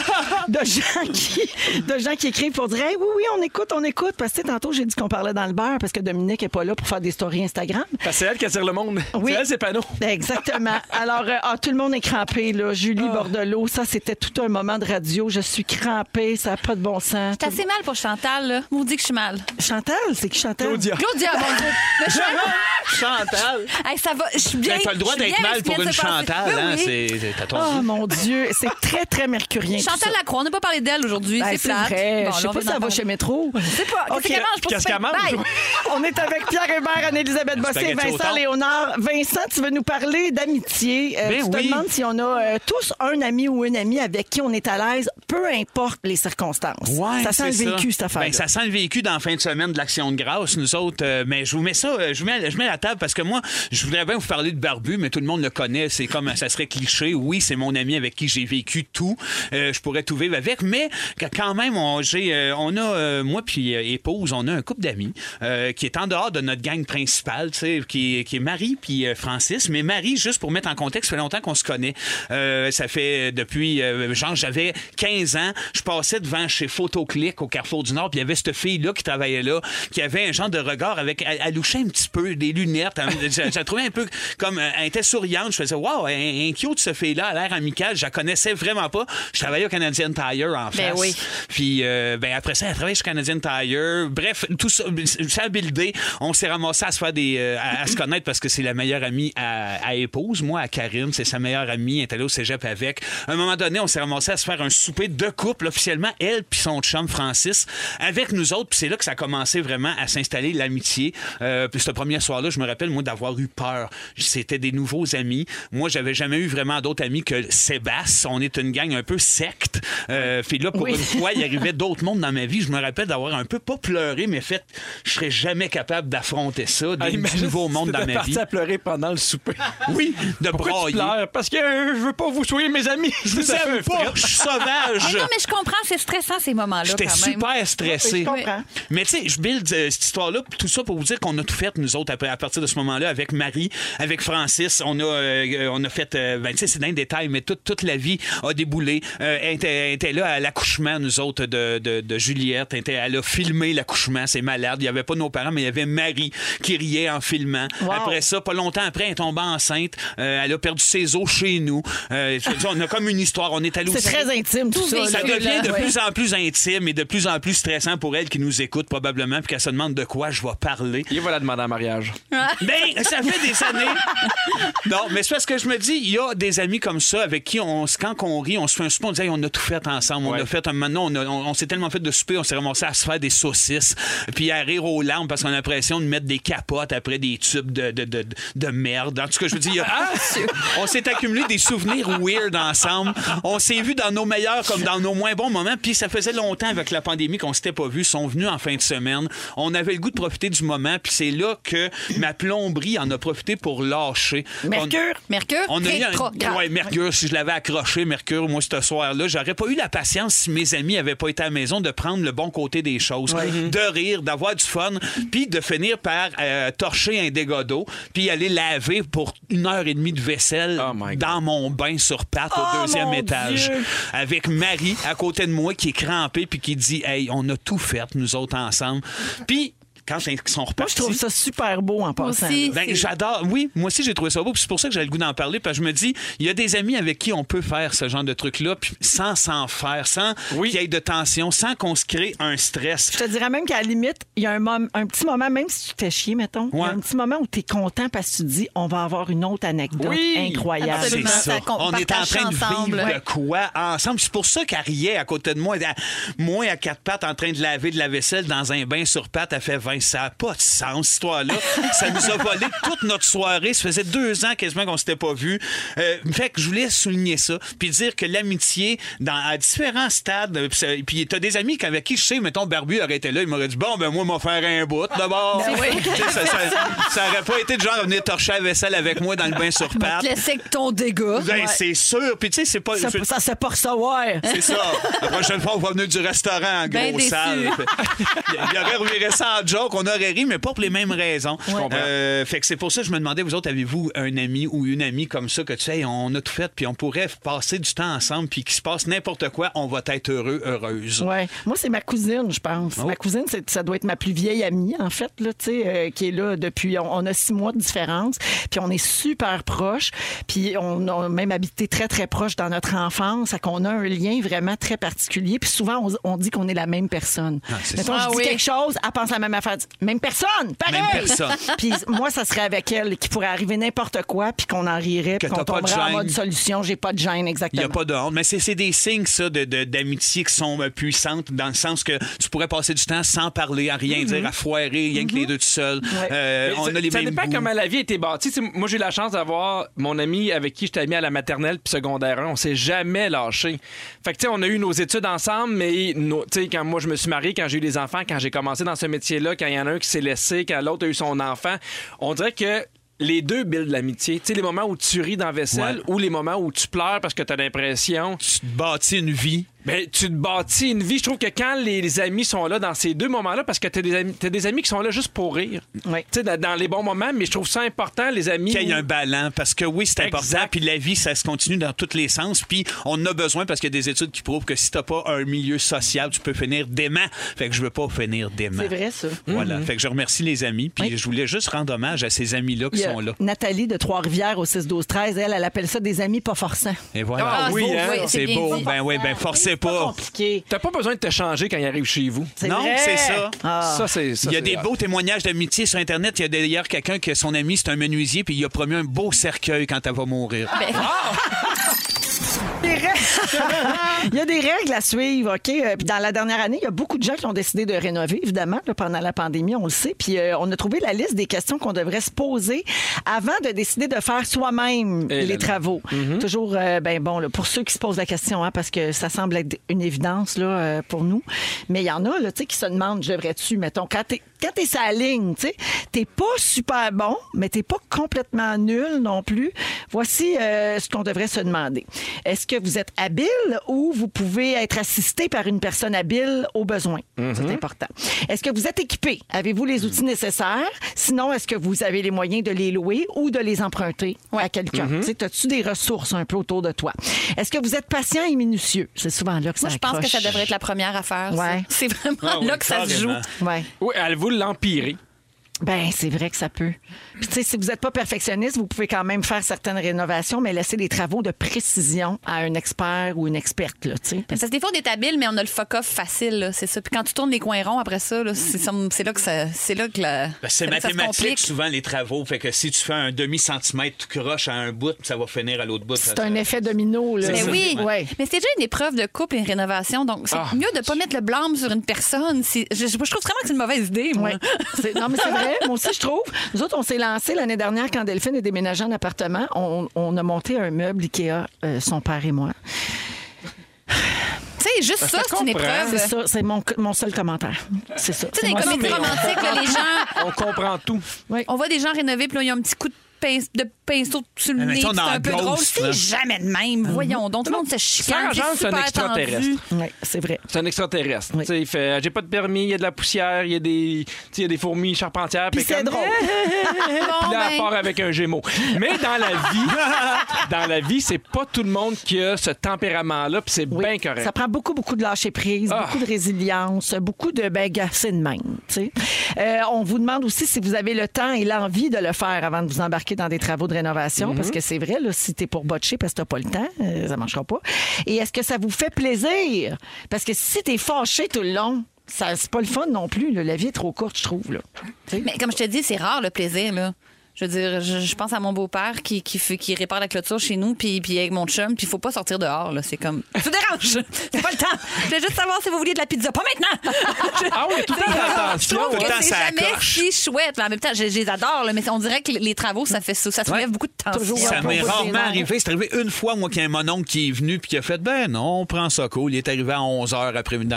Speaker 2: de gens qui, de gens qui écrivent pour dire Hey, oui, oui, on écoute, on écoute. Parce que tu sais, tantôt, j'ai dit qu'on parlait dans le beurre parce que Dominique n'est pas là pour faire des stories Instagram. Ben,
Speaker 4: Parce que c'est elle qui attire le monde. C'est elle, ses panneaux.
Speaker 2: Exactement. Alors, euh, ah, tout le monde est crampé, là. Julie Bordelot, ça, c'était tout un moment de radio. Je suis crampée, ça n'a pas de bon sens.
Speaker 7: T'as assez mal pour Chantal, là. Maudit que je
Speaker 3: (laughs)
Speaker 7: suis mal.
Speaker 2: Chantal, c'est qui Chantal?
Speaker 3: Claudia.
Speaker 7: Claudia, mon Dieu. Mais je suis
Speaker 3: Chantal.
Speaker 7: Hey, ça va, je suis bien.
Speaker 3: Ben, t'as le droit
Speaker 7: Ah! je suis
Speaker 3: d'être
Speaker 7: bien
Speaker 3: mal
Speaker 7: avec ce
Speaker 3: pour
Speaker 7: qui vient de
Speaker 3: une
Speaker 7: se passer.
Speaker 3: Chantal,
Speaker 7: Ben
Speaker 3: hein?
Speaker 7: oui.
Speaker 3: C'est c'est- t'as ton-
Speaker 2: Oh mon Dieu, c'est très, très mercurien. tout ça.
Speaker 7: Chantal Lacroix, on n'a pas parlé d'elle aujourd'hui.
Speaker 2: Ben,
Speaker 7: c'est
Speaker 2: c'est
Speaker 7: plate.
Speaker 2: vrai.
Speaker 7: Bon,
Speaker 2: je
Speaker 7: là,
Speaker 2: sais
Speaker 7: on
Speaker 2: pas
Speaker 7: vient
Speaker 2: si ça
Speaker 7: d'en
Speaker 2: va
Speaker 7: parler.
Speaker 2: chez Métro.
Speaker 7: Je sais pas. Qu'est-ce ben,
Speaker 2: Ok.
Speaker 7: qu'elle mange pour
Speaker 2: Qu'est-ce
Speaker 7: se faire-
Speaker 2: qu'elle mange?
Speaker 7: Bye.
Speaker 2: On est avec Pierre Hébert, Anne-Elisabeth Bossé,
Speaker 3: Spaghetti au
Speaker 2: Vincent
Speaker 3: thon.
Speaker 2: Léonard. Vincent, tu veux nous parler d'amitié. Euh,
Speaker 3: Ben
Speaker 2: tu te
Speaker 3: oui.
Speaker 2: demandes si on a euh, tous un ami ou une amie avec qui on est à l'aise, peu importe les circonstances.
Speaker 3: Ouais,
Speaker 2: ça sent
Speaker 3: c'est
Speaker 2: le vécu, cette affaire.
Speaker 3: Ben, ça sent le vécu dans la fin de semaine de l'Action de grâce, nous autres. Euh, mais je vous mets ça, euh, je vous mets, je mets la table parce que moi, je voudrais bien vous parler de Barbu, mais tout le monde le connaît. C'est comme ça serait cliché. Oui, c'est mon ami avec qui j'ai vécu tout. Euh, je pourrais tout vivre avec, mais que- quand même, on, j'ai, euh, on a, euh, moi puis euh, épouse, on a un couple d'amis euh, qui est en dehors de notre gang principale, tu sais, qui, qui est Marie puis euh, Francis. Mais Marie, juste pour mettre en contexte, ça fait longtemps qu'on se connaît. Euh, ça fait depuis, euh, genre, j'avais 15 ans. Je passais devant chez Photoclick au Carrefour du Nord, puis il y avait cette fille-là qui travaillait là, qui avait un genre de regard avec. Elle, elle louchait un petit peu, des lunettes. Elle- je, je la trouvais un peu comme. euh, Elle était souriante. Je faisais, waouh, un, un cute, cette fille-là, elle a l'air amicale. Je la connaissais vraiment pas. Je travaillais au Canadian Tire en face.
Speaker 7: Ben oui.
Speaker 3: Puis euh, ben après ça, elle travaillait chez Canadian Tire. Bref, tout ça, ça a buildé. On s'est ramassé à se faire des, euh, à, à se connaître parce que c'est la meilleure amie à, à épouse. Moi, à Karim, c'est sa meilleure amie. Elle est allée au cégep avec. À un moment donné, on s'est ramassé à se faire un souper de couple officiellement, elle puis son chum Francis, avec nous autres. Puis c'est là que ça a commencé vraiment à s'installer l'amitié. Euh, puis ce premier soir-là, je me rappelle moi d'avoir eu peur. C'était des nouveaux amis. Moi, j'avais jamais eu vraiment d'autres amis que Sébastien. On est une gang un peu secte. Euh, puis là, pour
Speaker 2: Oui.
Speaker 3: une fois, il arrivait d'autres mondes dans ma vie. Je me rappelle d'avoir un peu pas pleuré, mais fait, je serais jamais capable d'affronter ça,
Speaker 4: Ah,
Speaker 3: des nouveaux mondes dans ma vie.
Speaker 4: à pleurer pendant le souper.
Speaker 3: (laughs) Oui, de
Speaker 4: Pourquoi tu
Speaker 3: brailler.
Speaker 4: pleures? Parce que euh, je veux pas vous soyez mes amis. (laughs)
Speaker 3: Je vous aime pas, je suis sauvage.
Speaker 7: Mais Ah non, mais je comprends, c'est stressant ces moments-là.
Speaker 3: J'étais
Speaker 7: quand même.
Speaker 3: super stressé.
Speaker 7: Oui, je comprends.
Speaker 3: Mais tu sais, je build euh, cette histoire-là, tout ça pour vous dire qu'on a tout fait, nous autres, après, à partir de ce moment-là, avec Marie, avec Francis. On a, euh, euh, on a fait, euh, ben, tu sais, c'est dans le détail, mais toute toute la vie a déboulé. Euh, elle, était, elle était là à l'accouchement, nous autres, de, de, de Juliette. Elle, était- elle a filmé l'accouchement, c'est malade. Il n'y avait pas nos parents, mais il y avait Marie qui riait en filmant. Après ça, pas longtemps après, elle est tombée enceinte. Euh, elle a perdu ses os chez nous. Euh, je veux dire, on a comme une histoire. On est allé au-
Speaker 2: C'est très intime, tout, ça.
Speaker 3: ça
Speaker 2: là.
Speaker 3: devient de
Speaker 2: Ouais.
Speaker 3: plus en plus intime et de plus en plus stressant pour elle qui nous écoute probablement puis qu'elle se demande de quoi je vais parler.
Speaker 4: Il va la demander en mariage.
Speaker 2: Ah.
Speaker 3: (laughs) Ben, ça fait des années. Non, mais c'est parce que je me dis, il y a des amis comme ça avec qui on, se- quand on rit, on se fait un souper, on dit, Hey, on a tout fait ensemble. On a fait un maintenant, on, a- on- on s'est tellement fait de souper, on s'est ramassé à se faire des saucisses, puis à rire aux larmes parce qu'on a l'impression de mettre des capotes après des tubes de, de, de, de merde. En tout cas, je veux dire, il y a- Ah! on s'est accumulé des souvenirs weird ensemble. On s'est vu dans nos meilleurs comme dans nos moins bons moments, puis ça faisait longtemps avec la pandémie qu'on s'était pas vu. Ils sont venus en fin de semaine. On avait le goût de profiter du moment, puis c'est là que ma plomberie en a profité pour lâcher.
Speaker 2: Mercure.
Speaker 7: Mercure,
Speaker 3: On a eu un...
Speaker 7: rétrograde.
Speaker 3: ouais, Mercure, si je l'avais accroché, Mercure, moi, ce soir-là, j'aurais pas eu la patience si mes amis avaient pas été à la maison de prendre le bon côté des choses, Mm-hmm. de rire, d'avoir du fun, puis de finir par euh, torcher un dégât d'eau, puis aller laver pour une heure et demie de vaisselle dans mon bain sur pattes au
Speaker 2: Oh,
Speaker 3: deuxième
Speaker 2: mon
Speaker 3: étage.
Speaker 2: Dieu.
Speaker 3: Avec Marie à côté de moi qui est crampée, puis qui dit Hey, on a tout fait, nous autres, ensemble. Puis. quand ils sont repartis. Moi,
Speaker 2: je trouve ça super beau en passant.
Speaker 3: Ben, J'adore. Oui, moi aussi, j'ai trouvé ça beau. Puis c'est pour ça que j'ai le goût d'en parler. Parce que je me dis, il y a des amis avec qui on peut faire ce genre de truc-là, puis sans s'en faire, sans qu'il y ait de tension, sans qu'on se crée un stress.
Speaker 2: Je te dirais même qu'à la limite, il y a un, mom- un petit moment, même si tu t'es chier, mettons, il y a un petit moment où tu es content parce que tu te dis, on va avoir une autre anecdote
Speaker 3: Oui.
Speaker 2: incroyable.
Speaker 3: C'est ça. On est en train de vivre
Speaker 2: Ouais.
Speaker 3: de quoi ensemble. C'est pour ça qu'elle riait à côté de moi. Elle- Moi, à quatre pattes, en train de laver de la vaisselle dans un bain sur pattes, elle fait 20. Ça n'a pas de sens, cette histoire-là. ça nous a volé toute notre soirée. Ça faisait deux ans quasiment qu'on ne s'était pas vus. Euh, fait que je voulais souligner ça. Puis dire que l'amitié, dans, à différents stades, euh, puis ça- puis t'as des amis avec qui je sais, mettons, Barbu aurait été là, il m'aurait dit Bon, ben moi, m'a faire un bout d'abord.
Speaker 7: Ben oui.
Speaker 3: Tu sais, ça, ça- ça aurait pas été de genre venir torcher la vaisselle avec moi dans le bain sur
Speaker 7: Je
Speaker 3: pattes.
Speaker 7: te laisser avec ton dégât.
Speaker 3: Ben, c'est sûr. Puis, tu sais, c'est pas.
Speaker 7: Ça-
Speaker 3: je-
Speaker 2: Ça, c'est pas recevoir.
Speaker 3: C'est ça. La prochaine fois, on va venir du restaurant, en
Speaker 2: Ben
Speaker 3: gros
Speaker 2: déçu.
Speaker 3: sale. Il il aurait reviré ça en joke, on aurait ri, mais pas pour les mêmes raisons. Euh, fait que c'est pour ça que je me demandais, vous autres, avez-vous un ami ou une amie comme ça que tu sais, on a tout fait, puis on pourrait passer du temps ensemble, puis qu'il se passe n'importe quoi, on va être heureux, heureuse.
Speaker 2: Ouais. Moi, c'est ma cousine, je pense.
Speaker 3: Oh.
Speaker 2: Ma cousine, c'est- ça doit être ma plus vieille amie, en fait, là, tu sais, euh, qui est là depuis. On, on a six mois de différence, puis on est super proches, puis on a même habité très, très proche dans notre enfance, fait qu'on a un lien vraiment très particulier, puis souvent, on, on dit qu'on est la même personne.
Speaker 1: Ah, c'est
Speaker 2: Mettons,
Speaker 1: ça.
Speaker 2: je
Speaker 1: Ah
Speaker 2: dis
Speaker 1: oui.
Speaker 2: quelque chose, elle pense la même affaire. elle dit, Même personne! Pareil!
Speaker 1: Même personne.
Speaker 2: (laughs) puis moi, ça serait avec elle, qui pourrait arriver n'importe quoi, puis qu'on en rirait, puis
Speaker 3: Que t'as
Speaker 2: qu'on
Speaker 3: pas de
Speaker 2: tomberait en
Speaker 3: gêne.
Speaker 2: mode solution, j'ai pas de gêne,
Speaker 3: Il n'y
Speaker 2: exactement.
Speaker 3: a pas de honte. Mais c'est c'est des signes, ça, de- de- d'amitié qui sont euh, puissantes, dans le sens que tu pourrais passer du temps sans parler, à rien
Speaker 2: Mm-hmm.
Speaker 3: dire, à foirer, rien que les deux tout seuls. Euh,
Speaker 4: Mais
Speaker 3: on
Speaker 4: ça,
Speaker 3: a les
Speaker 4: ça
Speaker 3: mêmes
Speaker 4: dépend
Speaker 3: goûts.
Speaker 4: comment la vie a été bâtie. Tu sais, moi, j'ai eu la chance d'avoir mon ami avec qui j'étais ami à la maternelle puis secondaire 1. On s'est jamais lâché. Fait que, tu sais, on a eu nos études ensemble, mais nos- tu sais, quand moi, je me suis marié, quand j'ai eu des enfants, quand j'ai commencé dans ce métier-là, quand il y en a un qui s'est laissé, quand l'autre a eu son enfant, on dirait que les deux buildent l'amitié. Tu sais, les moments où tu ris dans la vaisselle ou les moments où tu pleures parce que tu as l'impression.
Speaker 3: Tu te bâtis une vie.
Speaker 4: Ben, tu te bâtis une vie. Je trouve que quand les, les amis sont là dans ces deux moments-là, parce que tu as, des amis qui sont là juste pour rire. Tu sais, dans, dans les bons moments, mais je trouve ça important, les amis.
Speaker 2: Mm-hmm.
Speaker 3: Qu'il y ait un ballon, parce que oui, c'est important, puis la vie, ça se continue dans tous les sens, puis on en a besoin parce qu'il y a des études qui prouvent que si t'as pas un milieu social, tu peux finir dément. Fait que je veux pas finir dément.
Speaker 2: C'est vrai, ça.
Speaker 3: Voilà.
Speaker 2: Mhm.
Speaker 3: Fait que je remercie les amis, puis je voulais juste rendre hommage à ces amis-là qui
Speaker 2: Il y a
Speaker 3: sont là.
Speaker 2: Nathalie de Trois-Rivières au 6-12-13, elle, elle appelle ça des amis pas forçants.
Speaker 3: Et voilà.
Speaker 2: Ah,
Speaker 3: oui,
Speaker 2: c'est beau,
Speaker 3: hein,
Speaker 2: oui, c'est
Speaker 3: c'est
Speaker 2: bien
Speaker 3: beau.
Speaker 2: dit.
Speaker 3: Ben oui, ben forcez pas.
Speaker 4: T'as pas besoin de te changer quand il arrive chez vous.
Speaker 2: C'est
Speaker 3: non,
Speaker 2: vrai.
Speaker 3: c'est ça.
Speaker 2: Ah.
Speaker 4: Ça, c'est- ça,
Speaker 3: Il y a
Speaker 4: c'est
Speaker 3: des
Speaker 4: hot.
Speaker 3: beaux témoignages d'amitié sur Internet. Il y a d'ailleurs quelqu'un que son ami, c'est un menuisier, puis il a promis un beau cercueil quand elle va mourir.
Speaker 7: Ah,
Speaker 2: Des règles- (laughs) il y a des règles à suivre, OK? Euh, Puis dans la dernière année, il y a beaucoup de gens qui ont décidé de rénover, évidemment, là, pendant la pandémie, on le sait. Puis euh, on a trouvé la liste des questions qu'on devrait se poser avant de décider de faire soi-même
Speaker 12: Eh là
Speaker 2: les
Speaker 12: là.
Speaker 2: travaux. Toujours, euh, ben bon, là, pour ceux qui se posent la question, hein, parce que ça semble être une évidence là, euh, pour nous. Mais il y en a là, tu sais, qui se demandent, je devrais-tu, mettons, quand t'es quand t'es sur la ligne, tu sais, t'es pas super bon, mais t'es pas complètement nul non plus. Voici euh, ce qu'on devrait se demander. Est-ce que vous êtes habile ou vous pouvez être assisté par une personne habile au besoin? Ça, C'est important. Est-ce que vous êtes équipé? Avez-vous les outils nécessaires? Sinon, est-ce que vous avez les moyens de les louer ou de les emprunter à quelqu'un?
Speaker 7: Mhm.
Speaker 2: Tu sais, As-tu des ressources un peu autour de toi? Est-ce que vous êtes patient et minutieux? C'est souvent là que ça
Speaker 7: Moi, je pense que
Speaker 2: accroche.
Speaker 7: ça devrait être la première affaire. ça.
Speaker 2: Ouais.
Speaker 7: C'est vraiment
Speaker 2: Ah oui,
Speaker 7: là que ça se joue.
Speaker 2: carrément. Ouais.
Speaker 4: Oui, elle vous l'empirer.
Speaker 2: Ben, c'est vrai que ça peut. Puis, tu sais, si vous n'êtes pas perfectionniste, vous pouvez quand même faire certaines rénovations, mais laisser les travaux de précision à un expert ou une experte, là, tu sais.
Speaker 7: Parce que des fois, on est habile, mais on a le fuck-off facile, là, c'est ça. Puis quand tu tournes les coins ronds après ça, là, c'est, ça- c'est là que ça. C'est là que la-
Speaker 3: Ben, c'est
Speaker 7: c'est là que ça se
Speaker 3: mathématique
Speaker 7: complique.
Speaker 3: souvent les travaux. Fait que si tu fais un demi-centimètre, tu croches à un bout, ça va finir à l'autre bout.
Speaker 2: C'est un effet domino, là.
Speaker 3: C'est
Speaker 7: Mais
Speaker 3: ça.
Speaker 7: Ben oui,
Speaker 3: Ouais.
Speaker 7: mais c'est déjà une épreuve de couple et une rénovation, donc c'est
Speaker 3: Ah.
Speaker 7: mieux de pas mettre le blâme sur une personne. C'est- Je, je- je trouve vraiment que c'est une mauvaise idée, moi.
Speaker 2: Ouais. C'est- Non, mais c'est (laughs) vrai. Moi aussi, je trouve. Nous autres, on s'est lancé l'année dernière quand Delphine est déménagée en appartement. On, on a monté un meuble Ikea, euh, son père et moi.
Speaker 7: Tu sais,
Speaker 3: Ben,
Speaker 7: juste ça, c'est une épreuve.
Speaker 2: C'est ça, c'est mon, mon seul commentaire. C'est ça.
Speaker 7: Ah Tu sais,
Speaker 2: C'est
Speaker 7: dans les
Speaker 2: mon
Speaker 7: comédies
Speaker 2: seul- Ah.
Speaker 7: romantiques, là, les gens.
Speaker 4: On comprend tout.
Speaker 7: On voit des gens rénover, puis là, ils ont un petit coup de pince- de pinceau sur le
Speaker 3: Mais
Speaker 7: nez,
Speaker 3: ça, on
Speaker 7: puis c'est
Speaker 3: en
Speaker 7: un peu
Speaker 3: grosse,
Speaker 7: drôle.
Speaker 3: là.
Speaker 7: C'est jamais de même. Voyons donc, tout le monde se chicane.
Speaker 4: Sarah Jean,
Speaker 7: c'est
Speaker 4: Mhm. c'est un
Speaker 7: super
Speaker 4: extraterrestre.
Speaker 7: tendu.
Speaker 2: c'est vrai.
Speaker 4: C'est un extraterrestre. Tu sais, Il fait J'ai pas de permis, il y a de la poussière, il y a des, tu sais, il y a des fourmis charpentières. Puis
Speaker 2: c'est drôle.
Speaker 4: Puis là, elle
Speaker 2: ben.
Speaker 4: part avec un gémeau. Mais dans la
Speaker 3: (laughs)
Speaker 4: vie, dans la vie, c'est pas tout le monde qui a ce tempérament-là, puis c'est bien correct. Ah.
Speaker 2: Ça prend beaucoup, beaucoup de lâcher prise, beaucoup de résilience, beaucoup de ben, gars, c'est de même. tu sais. Euh, on vous demande aussi si vous avez le temps et l'envie de le faire avant de vous embarquer dans des travaux de rénovation,
Speaker 12: Mhm.
Speaker 2: parce que c'est vrai, là, si t'es pour botcher parce que t'as pas le temps, euh, ça marchera pas. Et est-ce que ça vous fait plaisir? Parce que si t'es fâché tout le long, ça, c'est pas le fun non plus. là. La vie est trop courte, je trouve. Là.
Speaker 7: Mais comme je te dis, c'est rare le plaisir, là. Je veux dire, je, je pense à mon beau-père qui, qui, fait- qui répare la clôture chez nous, puis, puis avec mon chum, puis il faut pas sortir dehors, là. C'est comme.
Speaker 4: (laughs)
Speaker 7: Ça dérange! C'est pas le temps! Je voulais juste savoir si vous vouliez de la pizza. Pas maintenant!
Speaker 4: Ah oui, tout le temps,
Speaker 7: Je
Speaker 4: attention.
Speaker 7: trouve
Speaker 4: Tout le
Speaker 7: que
Speaker 4: temps,
Speaker 7: c'est
Speaker 4: ça
Speaker 7: jamais
Speaker 4: accroche.
Speaker 7: si chouette. Mais en même temps, je, je les adore, là, mais on dirait que les travaux, ça fait ça. Ça soulève beaucoup de tension.
Speaker 3: Ça m'est rarement arrivé. C'est arrivé une fois, moi, qu'il y a un oncle qui est venu puis qui a fait Ben non, on prend ça cool. Il est arrivé à 11h après midi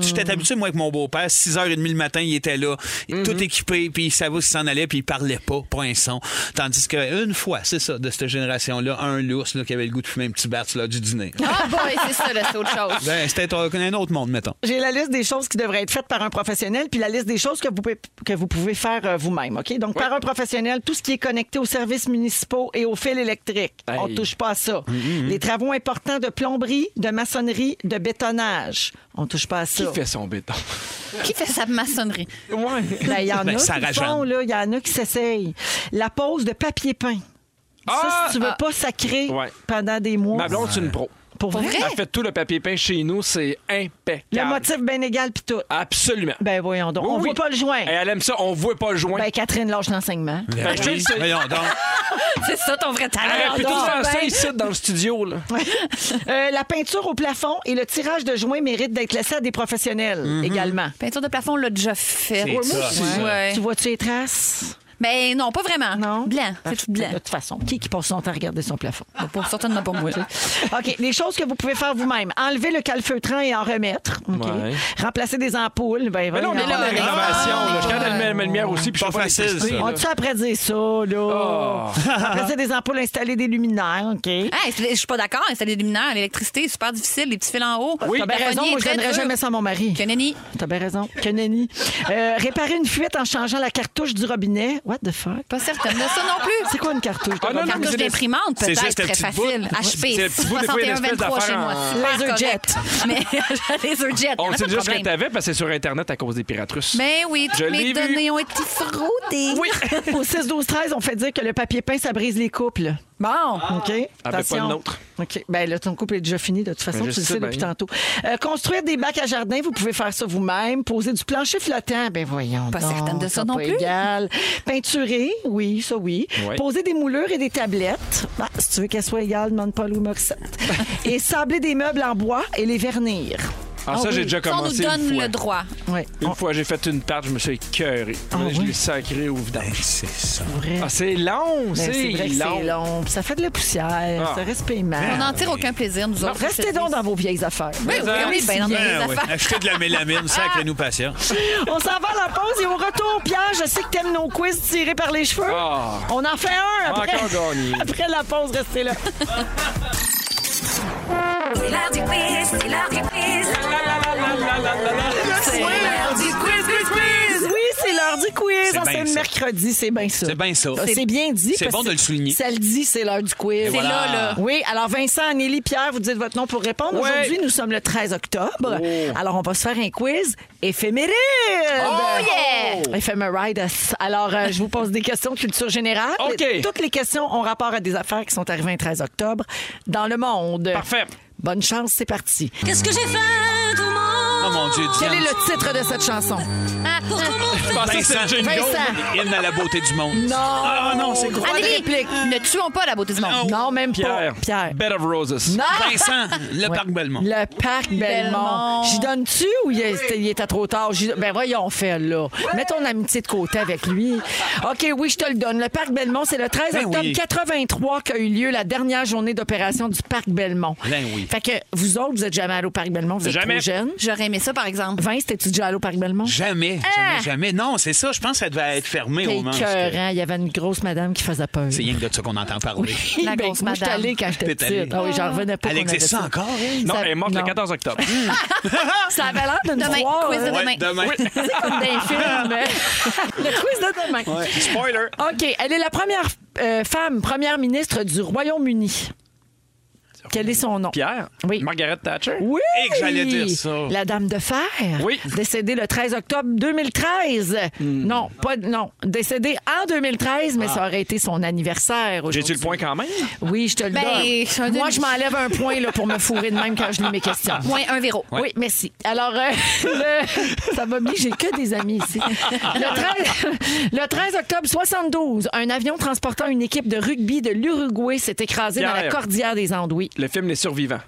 Speaker 3: J'étais habitué, moi, avec mon beau-père. 6h30 le matin, il était là, tout équipé, puis il savait s'il s'en allait, puis il parlait pas, pas un son. Tandis qu'une fois, c'est ça, de cette génération-là, un lours là, qui avait le goût de fumer un petit bat là, du dîner.
Speaker 7: Ah, boy, c'est ça, là, c'est autre chose.
Speaker 3: Ben, C'était un un autre monde, mettons.
Speaker 2: J'ai la liste des choses qui devraient être faites par un professionnel, puis la liste des choses que vous pouvez, que vous pouvez faire euh, vous-même. OK? Donc, par un professionnel, tout ce qui est connecté aux services municipaux et aux fils électriques. On
Speaker 12: Hey.
Speaker 2: touche pas à ça.
Speaker 4: Mm,
Speaker 12: Mhm.
Speaker 2: Les travaux importants de plomberie, de maçonnerie, de bétonnage. On touche pas à ça.
Speaker 4: Qui fait son
Speaker 2: (laughs)
Speaker 4: béton?
Speaker 7: Qui fait sa maçonnerie?
Speaker 4: Ouais.
Speaker 2: Ben, il y en
Speaker 4: Ben,
Speaker 2: a qui
Speaker 4: Sarah
Speaker 2: le font,
Speaker 4: Jeanne.
Speaker 2: là. Il y en a qui s'essayent. La pose de papier peint.
Speaker 4: Ah!
Speaker 2: ça, si tu veux
Speaker 4: Ah.
Speaker 2: pas sacrer
Speaker 4: Ouais.
Speaker 2: pendant des mois.
Speaker 4: Ma blonde, c'est une pro.
Speaker 2: Pour vrai?
Speaker 4: Elle fait tout le papier peint chez nous, c'est impeccable.
Speaker 2: Hein? Le motif bien égal, puis tout.
Speaker 4: Absolument.
Speaker 2: Ben voyons donc. on voit pas le joint.
Speaker 4: Et elle aime ça, on voit pas le joint.
Speaker 2: Ben, Catherine lâche l'enseignement.
Speaker 4: Ben, je le sais.
Speaker 7: C'est ça ton vrai talent.
Speaker 4: Elle aurait pu tout
Speaker 2: J'adore.
Speaker 4: faire ça
Speaker 2: Ben.
Speaker 4: ici dans le studio. Là.
Speaker 2: Euh, la peinture au plafond et le tirage de joints méritent d'être laissé à des professionnels
Speaker 7: Mhm.
Speaker 2: également.
Speaker 7: Peinture de plafond, on l'a déjà fait.
Speaker 2: Ouais, moi aussi.
Speaker 7: Ouais.
Speaker 2: Tu vois-tu les traces?
Speaker 7: Ben non, pas vraiment. Non. Blanc. C'est tout blanc.
Speaker 2: De toute façon, qui, qui passe son temps à regarder son plafond?
Speaker 7: Pour, certainement (laughs) pas moi.
Speaker 2: OK, les choses que vous pouvez faire vous-même. Enlever le calfeutrin et en remettre. OK.
Speaker 4: Ouais.
Speaker 2: Remplacer des ampoules. Ben,
Speaker 4: Mais là, on est
Speaker 2: voyons.
Speaker 4: dans la rénovation. là. Je suis capable d'allumer la lumière aussi, puis je suis pas
Speaker 3: facile,
Speaker 4: électricité,
Speaker 2: On
Speaker 4: là.
Speaker 2: tu après dire ça, là?
Speaker 4: Oh. (laughs)
Speaker 2: Remplacer des ampoules, installer des luminaires, OK?
Speaker 7: Hey, je suis pas d'accord. Installer des luminaires, l'électricité, c'est super difficile. Les petits fils en haut.
Speaker 2: T'as bien raison, moi, je donnerais jamais ça à mon mari. Que T'as bien raison. Que nenni. Euh, réparer une fuite en changeant la cartouche du robinet. What the fuck?
Speaker 7: Pas certaine de ça non plus.
Speaker 2: C'est quoi une cartouche?
Speaker 7: Ah, non, non, Cartouche mais c'est des- d'imprimante, peut-être, c'est juste le très petit facile. bout. HP, C'est le petit bout, des fois, il y a une espèce 61, d'affaire hein. 23 chez moi. en- Super
Speaker 2: Laser
Speaker 7: correct.
Speaker 2: jet.
Speaker 7: Mais (laughs) laser jet.
Speaker 4: On
Speaker 7: y en
Speaker 4: le
Speaker 7: a pas
Speaker 4: sait
Speaker 7: de
Speaker 4: juste que
Speaker 7: problème.
Speaker 4: t'avais parce que c'est sur Internet à cause des pirates russes.
Speaker 7: Mais oui,
Speaker 4: Je
Speaker 7: toutes mes
Speaker 4: l'ai vu.
Speaker 7: données ont été fraudées.
Speaker 2: Oui. Au 6, 12, 13, on fait dire que le papier peint, ça brise les couples. Bon. OK.
Speaker 4: Ah, ben, pas
Speaker 2: Attention.
Speaker 4: le nôtre.
Speaker 2: OK. Ben, là, ton couple est déjà fini, de toute façon,
Speaker 4: Ben, je
Speaker 2: tu le
Speaker 4: sais
Speaker 2: sais depuis
Speaker 4: bien.
Speaker 2: tantôt. Euh, construire des bacs à jardin, vous pouvez faire ça vous-même. Poser du plancher flottant, ben voyons.
Speaker 7: Pas
Speaker 2: donc,
Speaker 7: certaine de ça
Speaker 2: c'est
Speaker 7: non
Speaker 2: pas
Speaker 7: plus.
Speaker 2: égal. Peinturer, oui, ça oui.
Speaker 12: Ouais.
Speaker 2: Poser des moulures et des tablettes. Ah, si tu veux qu'elles soient égales, demande pas Lou
Speaker 4: (laughs)
Speaker 2: Morissette. et sabler des meubles en bois et les vernir.
Speaker 4: Ah, ça, j'ai déjà commencé. une fois.
Speaker 2: Oui.
Speaker 4: Une fois, j'ai fait une tarte, je me suis écœuré. je l'ai sacré au vidange.
Speaker 3: c'est ça.
Speaker 4: Ah, c'est long,
Speaker 2: Ah Ben,
Speaker 4: c'est
Speaker 2: c'est vrai que
Speaker 4: long.
Speaker 2: c'est long. Puis Ça fait de la poussière.
Speaker 4: Ah.
Speaker 2: Ça reste payement.
Speaker 7: On n'en tire aucun plaisir, nous autres.
Speaker 2: Restez donc dans vos vieilles affaires.
Speaker 7: Oui, oui, on est bien dans nos
Speaker 3: Ben oui.
Speaker 7: affaires.
Speaker 3: Acheter de la mélamine, sacrez-nous patience.
Speaker 2: On s'en va à la pause et au retour, Pierre, je sais que t'aimes nos quiz tirés par les cheveux.
Speaker 3: Ah.
Speaker 2: On en fait un après,
Speaker 3: Encore gagné.
Speaker 2: après la pause. Restez là.
Speaker 5: C'est l'heure du quiz, c'est l'heure du quiz. C'est l'heure du quiz, quiz, quiz.
Speaker 2: Oui, c'est l'heure du quiz.
Speaker 3: C'est
Speaker 2: Ah,
Speaker 3: bien
Speaker 2: C'est le
Speaker 3: ça.
Speaker 2: mercredi, c'est bien ça.
Speaker 3: C'est bien ça.
Speaker 2: Ah, C'est bien dit.
Speaker 3: C'est
Speaker 2: parce
Speaker 3: bon
Speaker 2: que
Speaker 3: de le souligner.
Speaker 2: Ça le dit, c'est l'heure du quiz.
Speaker 3: Et C'est voilà. là, là.
Speaker 2: Oui, alors Vincent, Anélie, Pierre, vous dites votre nom pour répondre.
Speaker 4: Ouais.
Speaker 2: Aujourd'hui, nous sommes le 13 octobre.
Speaker 3: Oh.
Speaker 2: Alors, on va se faire un quiz éphéméride.
Speaker 7: Oh,
Speaker 2: yeah! Ephemeride. Alors, euh, je vous pose des questions de
Speaker 3: (laughs)
Speaker 2: culture générale.
Speaker 4: OK.
Speaker 2: Toutes les questions ont rapport à des affaires qui sont arrivées le 13 octobre dans le monde.
Speaker 4: Parfait.
Speaker 2: Bonne chance, c'est parti.
Speaker 5: Qu'est-ce que j'ai fait au
Speaker 8: Ah,
Speaker 5: monde?
Speaker 3: Oh mon Dieu,
Speaker 2: Quel est
Speaker 3: Diane.
Speaker 2: le titre de cette chanson?
Speaker 7: Ah.
Speaker 2: (laughs)
Speaker 5: Pour commencer.
Speaker 3: Vincent,
Speaker 2: Vincent.
Speaker 3: Hymne à la beauté du monde.
Speaker 2: Non.
Speaker 3: Ah non, c'est quoi?
Speaker 7: Anneli, ne tuons pas la beauté du monde.
Speaker 2: Non, même
Speaker 4: Pierre.
Speaker 2: pas. Pierre.
Speaker 4: Bed of Roses.
Speaker 2: Non.
Speaker 3: Vincent, le parc Belmont.
Speaker 2: Le parc Belmont.
Speaker 7: Belmont.
Speaker 2: J'y donne-tu ou il est- il était trop tard? J'y- Ben voyons, fait là. Mets ton amitié de côté avec lui. OK, oui, je te le donne. Le parc Belmont, c'est le 13
Speaker 3: Ben
Speaker 2: octobre
Speaker 3: oui.
Speaker 2: 83 qu'a eu lieu la dernière journée d'opération du parc Belmont.
Speaker 3: Ben oui.
Speaker 2: Fait que vous autres, vous êtes jamais allés au parc Belmont, vous êtes
Speaker 4: Jamais.
Speaker 2: trop jeunes.
Speaker 7: J'aurais aimé ça, par exemple?
Speaker 2: Vince, t'es-tu déjà allé au Parc Belmont?
Speaker 3: Jamais, jamais, jamais. Non, c'est ça. Je pense que ça devait être fermé
Speaker 2: Ah. T'es
Speaker 3: au moment. où-
Speaker 2: écœurant. Il y avait une grosse madame qui faisait peur.
Speaker 3: C'est rien que de ça qu'on entend parler.
Speaker 2: La grosse madame. Moi, j'étais allée quand j'étais
Speaker 3: T'es allée.
Speaker 2: petite. Ah oui, j'en revenais pas.
Speaker 3: Elle
Speaker 2: qu'on avait
Speaker 3: existe encore, hein? elle?
Speaker 4: Non,
Speaker 2: Ça-
Speaker 4: elle est morte
Speaker 2: non.
Speaker 4: le 14 octobre.
Speaker 2: (laughs) Ça avait l'air d'une
Speaker 7: Demain,
Speaker 2: foire,
Speaker 7: quiz de
Speaker 2: hein.
Speaker 7: demain. Ouais,
Speaker 2: (laughs)
Speaker 3: demain.
Speaker 2: Oui. C'est comme dans les films. hein. (laughs) Le quiz de demain.
Speaker 3: Ouais. Spoiler.
Speaker 2: OK. Elle est la première euh, femme première ministre du Royaume-Uni. Quel est son nom?
Speaker 4: Pierre?
Speaker 2: Oui.
Speaker 4: Margaret Thatcher?
Speaker 2: Oui!
Speaker 4: Et que j'allais dire ça.
Speaker 2: La Dame de Fer.
Speaker 4: Oui. Hmm.
Speaker 2: Décédée le 13 octobre 2013. Non, pas non. Décédée en 2013, mais
Speaker 4: Ah.
Speaker 2: ça aurait été son anniversaire aujourd'hui.
Speaker 4: J'ai-tu le point quand même?
Speaker 2: Oui, je te le
Speaker 4: Ben,
Speaker 7: c'est un
Speaker 2: donne. Moi,
Speaker 7: demi.
Speaker 2: je m'enlève un point là, pour me fourrer de même quand je lis mes
Speaker 4: (laughs)
Speaker 2: questions.
Speaker 7: Moins un véro.
Speaker 2: Oui, merci. Alors, euh, (laughs) le- ça m'a mis, j'ai que des amis
Speaker 4: (laughs)
Speaker 2: ici. Le 13, le 13 octobre 72, un avion transportant une équipe de rugby de l'Uruguay s'est écrasé dans la
Speaker 4: Pierre.
Speaker 2: cordillère des Andes. Oui.
Speaker 4: Le film Les Survivants.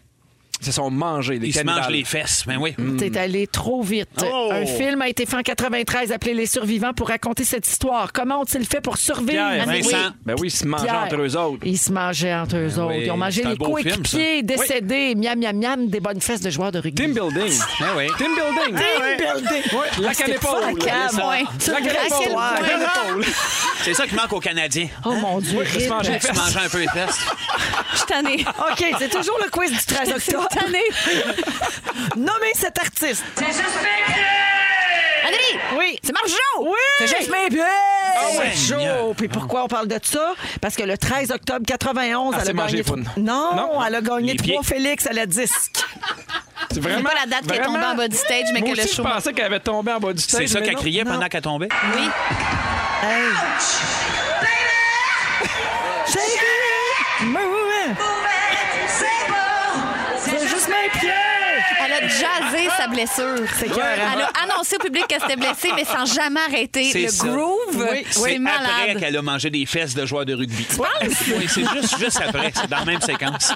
Speaker 4: Ils se sont mangés, les
Speaker 3: Ils se
Speaker 4: cannibales.
Speaker 3: mangent les fesses, mais oui.
Speaker 4: Hmm.
Speaker 2: T'es allé trop vite.
Speaker 3: Oh!
Speaker 2: Un film a été fait en 93 appelé Les Survivants pour raconter cette histoire. Comment ont-ils fait pour survivre?
Speaker 4: Pierre,
Speaker 2: Ah, Oui.
Speaker 4: Vincent. Ben oui, ils se mangeaient
Speaker 2: Pierre.
Speaker 4: entre eux autres. Ah
Speaker 2: Ils se mangeaient entre eux autres.
Speaker 4: oui,
Speaker 2: Ils ont mangé
Speaker 4: c'est un
Speaker 2: les
Speaker 4: beau film, ça.
Speaker 2: coéquipiers décédés. Miam, miam, miam, des bonnes fesses de joueurs de rugby.
Speaker 4: Team building.
Speaker 3: Ben
Speaker 4: Team building.
Speaker 2: Mm. Team building.
Speaker 4: Ouais, la
Speaker 2: C'était
Speaker 4: canne
Speaker 2: pas
Speaker 4: épaule.
Speaker 2: la canne,
Speaker 4: C'est ça.
Speaker 2: hein, ouais.
Speaker 4: La
Speaker 2: Tu braquais le
Speaker 4: canne épaule.
Speaker 2: poing.
Speaker 3: C'est ça qui manque aux Canadiens.
Speaker 2: Oh
Speaker 4: Hein?
Speaker 2: mon Dieu.
Speaker 3: Ils se mangent les fesses. Ils se mangent un peu les
Speaker 4: (laughs)
Speaker 3: fesses.
Speaker 2: Je suis
Speaker 7: (laughs)
Speaker 2: tannée. OK, c'est toujours le quiz du 13 octobre. Je suis tannée. (laughs) Nommez cet artiste.
Speaker 13: C'est suspect!
Speaker 2: Annie! Oui. C'est Marjo! Oui! C'est Jasmine Biel!
Speaker 4: Oh, ouais.
Speaker 2: Marjo! Puis pourquoi on parle de ça? Parce que le 13 octobre 91,
Speaker 4: Ah,
Speaker 2: elle
Speaker 4: c'est
Speaker 2: a gagné...
Speaker 4: mangé fun.
Speaker 2: Non,
Speaker 4: Non.
Speaker 2: elle a gagné
Speaker 4: Les
Speaker 2: trois
Speaker 4: pieds.
Speaker 2: Félix à la disque.
Speaker 4: C'est
Speaker 7: C'est
Speaker 4: vraiment.
Speaker 7: pas la date qui est
Speaker 4: vraiment-
Speaker 7: tombée en bas du stage, mais
Speaker 4: Moi
Speaker 7: que le
Speaker 4: aussi,
Speaker 7: show.
Speaker 4: Je pensais qu'elle avait tombé en bas du stage.
Speaker 3: C'est ça
Speaker 4: mais
Speaker 3: qu'elle
Speaker 4: non.
Speaker 3: criait
Speaker 4: Non.
Speaker 3: pendant qu'elle tombait.
Speaker 7: Oui.
Speaker 2: Hey. Shake it, move it. C'est juste mes pieds!
Speaker 7: Elle a jasé sa blessure.
Speaker 2: cœur, hein?
Speaker 7: Elle a annoncé au public qu'elle s'était blessée, mais sans jamais arrêter.
Speaker 3: C'est
Speaker 7: Le
Speaker 3: ça.
Speaker 7: groove,
Speaker 3: C'est
Speaker 7: c'est
Speaker 3: après
Speaker 7: malade.
Speaker 3: qu'elle a mangé des fesses de joueurs de rugby. Tu (laughs) Oui, c'est juste, juste après. C'est dans la même séquence.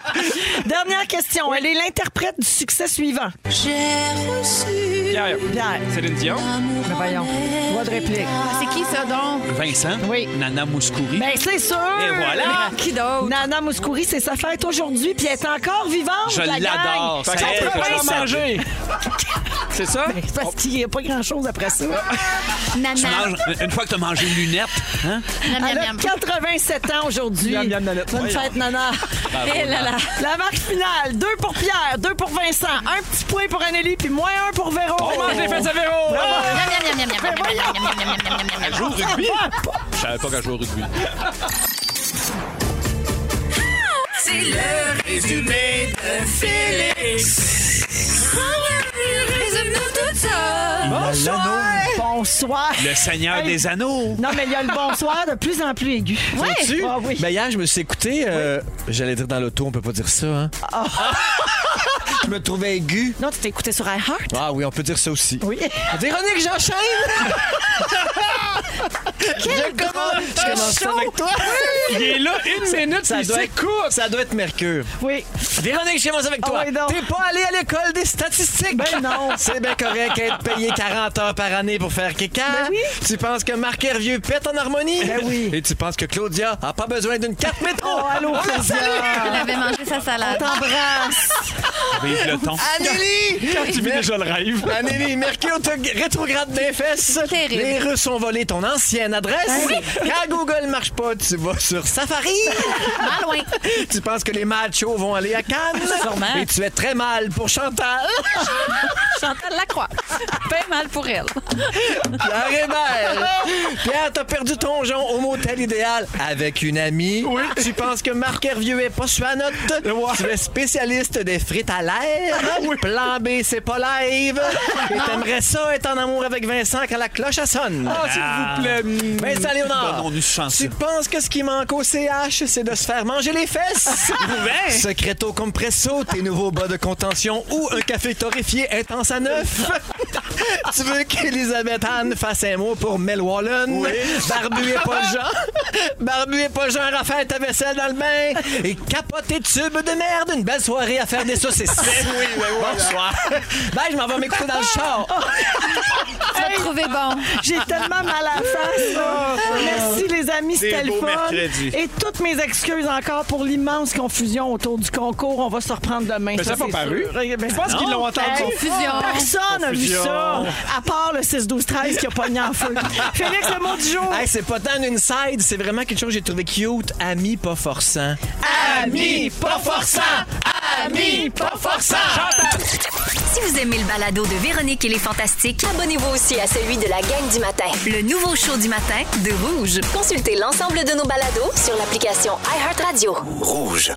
Speaker 2: Dernière question. Elle est l'interprète du succès suivant.
Speaker 4: Pierre.
Speaker 2: Pierre.
Speaker 4: Céline Dion.
Speaker 2: Mais voyons. Voix de réplique.
Speaker 7: C'est qui ça donc?
Speaker 3: Vincent. Nana Mouskouri.
Speaker 2: Ben, c'est sûr!
Speaker 3: Et voilà.
Speaker 7: Ah, Qui d'autre?
Speaker 2: Nana Mouskouri, c'est sa fête aujourd'hui, puis elle est encore vivante!
Speaker 3: Je
Speaker 2: la
Speaker 3: l'adore.
Speaker 2: gang.
Speaker 3: C'est
Speaker 2: Ça
Speaker 3: elle
Speaker 2: peut
Speaker 3: que
Speaker 2: bien
Speaker 3: je
Speaker 2: s'appeler.
Speaker 4: Manger. C'est ça?
Speaker 2: Ben, c'est parce qu'il n'y a pas grand-chose après ça.
Speaker 3: Tu
Speaker 7: Nana.
Speaker 3: manges, une fois que tu as mangé une lunette, hein?
Speaker 7: Miam,
Speaker 2: Elle
Speaker 7: miam,
Speaker 2: a
Speaker 7: miam.
Speaker 2: 87 ans aujourd'hui.
Speaker 4: Miam, miam, nanette.
Speaker 2: Bonne
Speaker 4: Voyons.
Speaker 2: fête, Nana.
Speaker 7: Eh là là.
Speaker 2: La marque finale, 2 pour Pierre, 2 pour Vincent, un petit point pour Anneli, puis moins un pour Véro.
Speaker 3: Oh,
Speaker 4: On mange les fesses à Véro.
Speaker 7: Miam, miam, miam, miam, miam, miam, miam, miam, miam, miam, miam, miam, miam.
Speaker 3: au rugby. Je savais pas qu'elle jouait au rugby.
Speaker 13: C'est le résumé de Félix. Résume-nous tout ça.
Speaker 2: Bonsoir! Bonsoir!
Speaker 3: Le Seigneur
Speaker 2: Hey.
Speaker 3: des Anneaux.
Speaker 2: Non, mais il y a le bonsoir de plus en plus aigu.
Speaker 7: Ouais.
Speaker 2: Ah oui.
Speaker 10: Ben hier, je me suis écouté. euh, J'allais dire dans l'auto, on peut pas dire ça, hein? (laughs) je me trouvais aigu.
Speaker 2: Non, tu t'es écouté sur iHeart?
Speaker 10: Ah oui, on peut dire ça aussi.
Speaker 2: Oui. (laughs)
Speaker 10: Véronique, j'enchaîne! je commence, je commence ça avec toi.
Speaker 4: Il est là une minute,
Speaker 10: Ça
Speaker 4: Ah, il
Speaker 10: doit, être, ça doit être Mercure.
Speaker 2: Oui.
Speaker 10: Véronique, je commence avec
Speaker 2: Ah
Speaker 10: toi.
Speaker 2: oui, donc.
Speaker 10: T'es pas allé à l'école des statistiques.
Speaker 2: Ben non.
Speaker 10: (laughs) C'est bien correct être payé 40 heures par année pour faire caca.
Speaker 2: Ben oui.
Speaker 10: Tu penses que Marc Hervieux pète en harmonie?
Speaker 2: Ben oui.
Speaker 10: Et tu penses que Claudia a pas besoin d'une carte métro? Ah,
Speaker 2: Oh, allô,
Speaker 10: On la
Speaker 2: Claudia.
Speaker 10: salue.
Speaker 7: Elle avait mangé sa salade.
Speaker 2: T'embrasse.
Speaker 3: Vive le ton.
Speaker 10: Anélie! Quand tu vis déjà le rêve. Anélie, Mercure te rétrograde des fesses.
Speaker 7: Ah, Terrible.
Speaker 10: Les Russes ont volé ton ancienne
Speaker 11: Ah,
Speaker 10: adresse. (laughs) Quand Google marche pas, tu vas sur Safari.
Speaker 11: (laughs)
Speaker 7: Pas loin.
Speaker 10: tu penses que les machos vont aller à Cannes.
Speaker 7: Sûrement.
Speaker 10: Et tu es très mal pour Chantal.
Speaker 7: Chantal Lacroix. Pas mal pour elle.
Speaker 10: Pierre Hébert. (laughs) Pierre, t'as perdu ton jonc au motel idéal avec une amie. Oui. Tu penses que Marc Hervieux est pas sur la note. Tu es spécialiste des frites à l'air. Plan B, c'est pas live. Et t'aimerais ça être en amour avec Vincent quand la cloche elle sonne.
Speaker 4: Ah, s'il vous plaît.
Speaker 10: Vincent Léonard,
Speaker 3: Donnons-nous ce chance.
Speaker 10: tu penses que ce qui manque au CH, c'est de se faire manger les fesses?
Speaker 3: Ouais.
Speaker 10: Secreto compresso, tes nouveaux bas de contention ou un café torréfié intense à neuf. tu veux qu'Elisabeth Anne fasse un mot pour Mel Wallen? Barbu et Paul Jean. Barbu et Paul Jean raffaire ta vaisselle dans le bain. Et capoter tube de merde, une belle soirée à faire des saucisses.
Speaker 3: Parfait, oui, ben voilà. Bonsoir.
Speaker 10: Ben, je m'en vais m'écouter dans le char.
Speaker 7: Ça te trouvait bon.
Speaker 2: J'ai tellement mal à la face. là. Merci, les amis,
Speaker 3: Oh, Des
Speaker 2: c'était le
Speaker 3: beaux
Speaker 2: fun.
Speaker 3: mercredis.
Speaker 2: Et toutes mes excuses encore pour l'immense confusion autour du concours. On va se reprendre demain.
Speaker 3: Mais ça n'a pas
Speaker 2: c'est
Speaker 3: paru.
Speaker 2: sûr. Eh ben,
Speaker 3: Je pense qu'ils l'ont
Speaker 2: non.
Speaker 3: entendu. Confusion.
Speaker 2: Personne n'a vu
Speaker 3: Confusion.
Speaker 2: ça, à part le 6-12-13 qui a pogné
Speaker 3: (laughs)
Speaker 2: en feu. Félix, le mot du jour.
Speaker 10: Hey, c'est pas tant une inside, c'est vraiment quelque chose que j'ai trouvé cute. Ami pas forçant.
Speaker 9: Ami,
Speaker 10: pas forçant! Ami, pas forçant!
Speaker 9: Si vous aimez le balado de Véronique et les Fantastiques, abonnez-vous aussi à celui de la gang du matin. Le nouveau show du matin de Rouge. Consultez l'ensemble de nos balados sur l'application iHeartRadio.
Speaker 14: Rouge.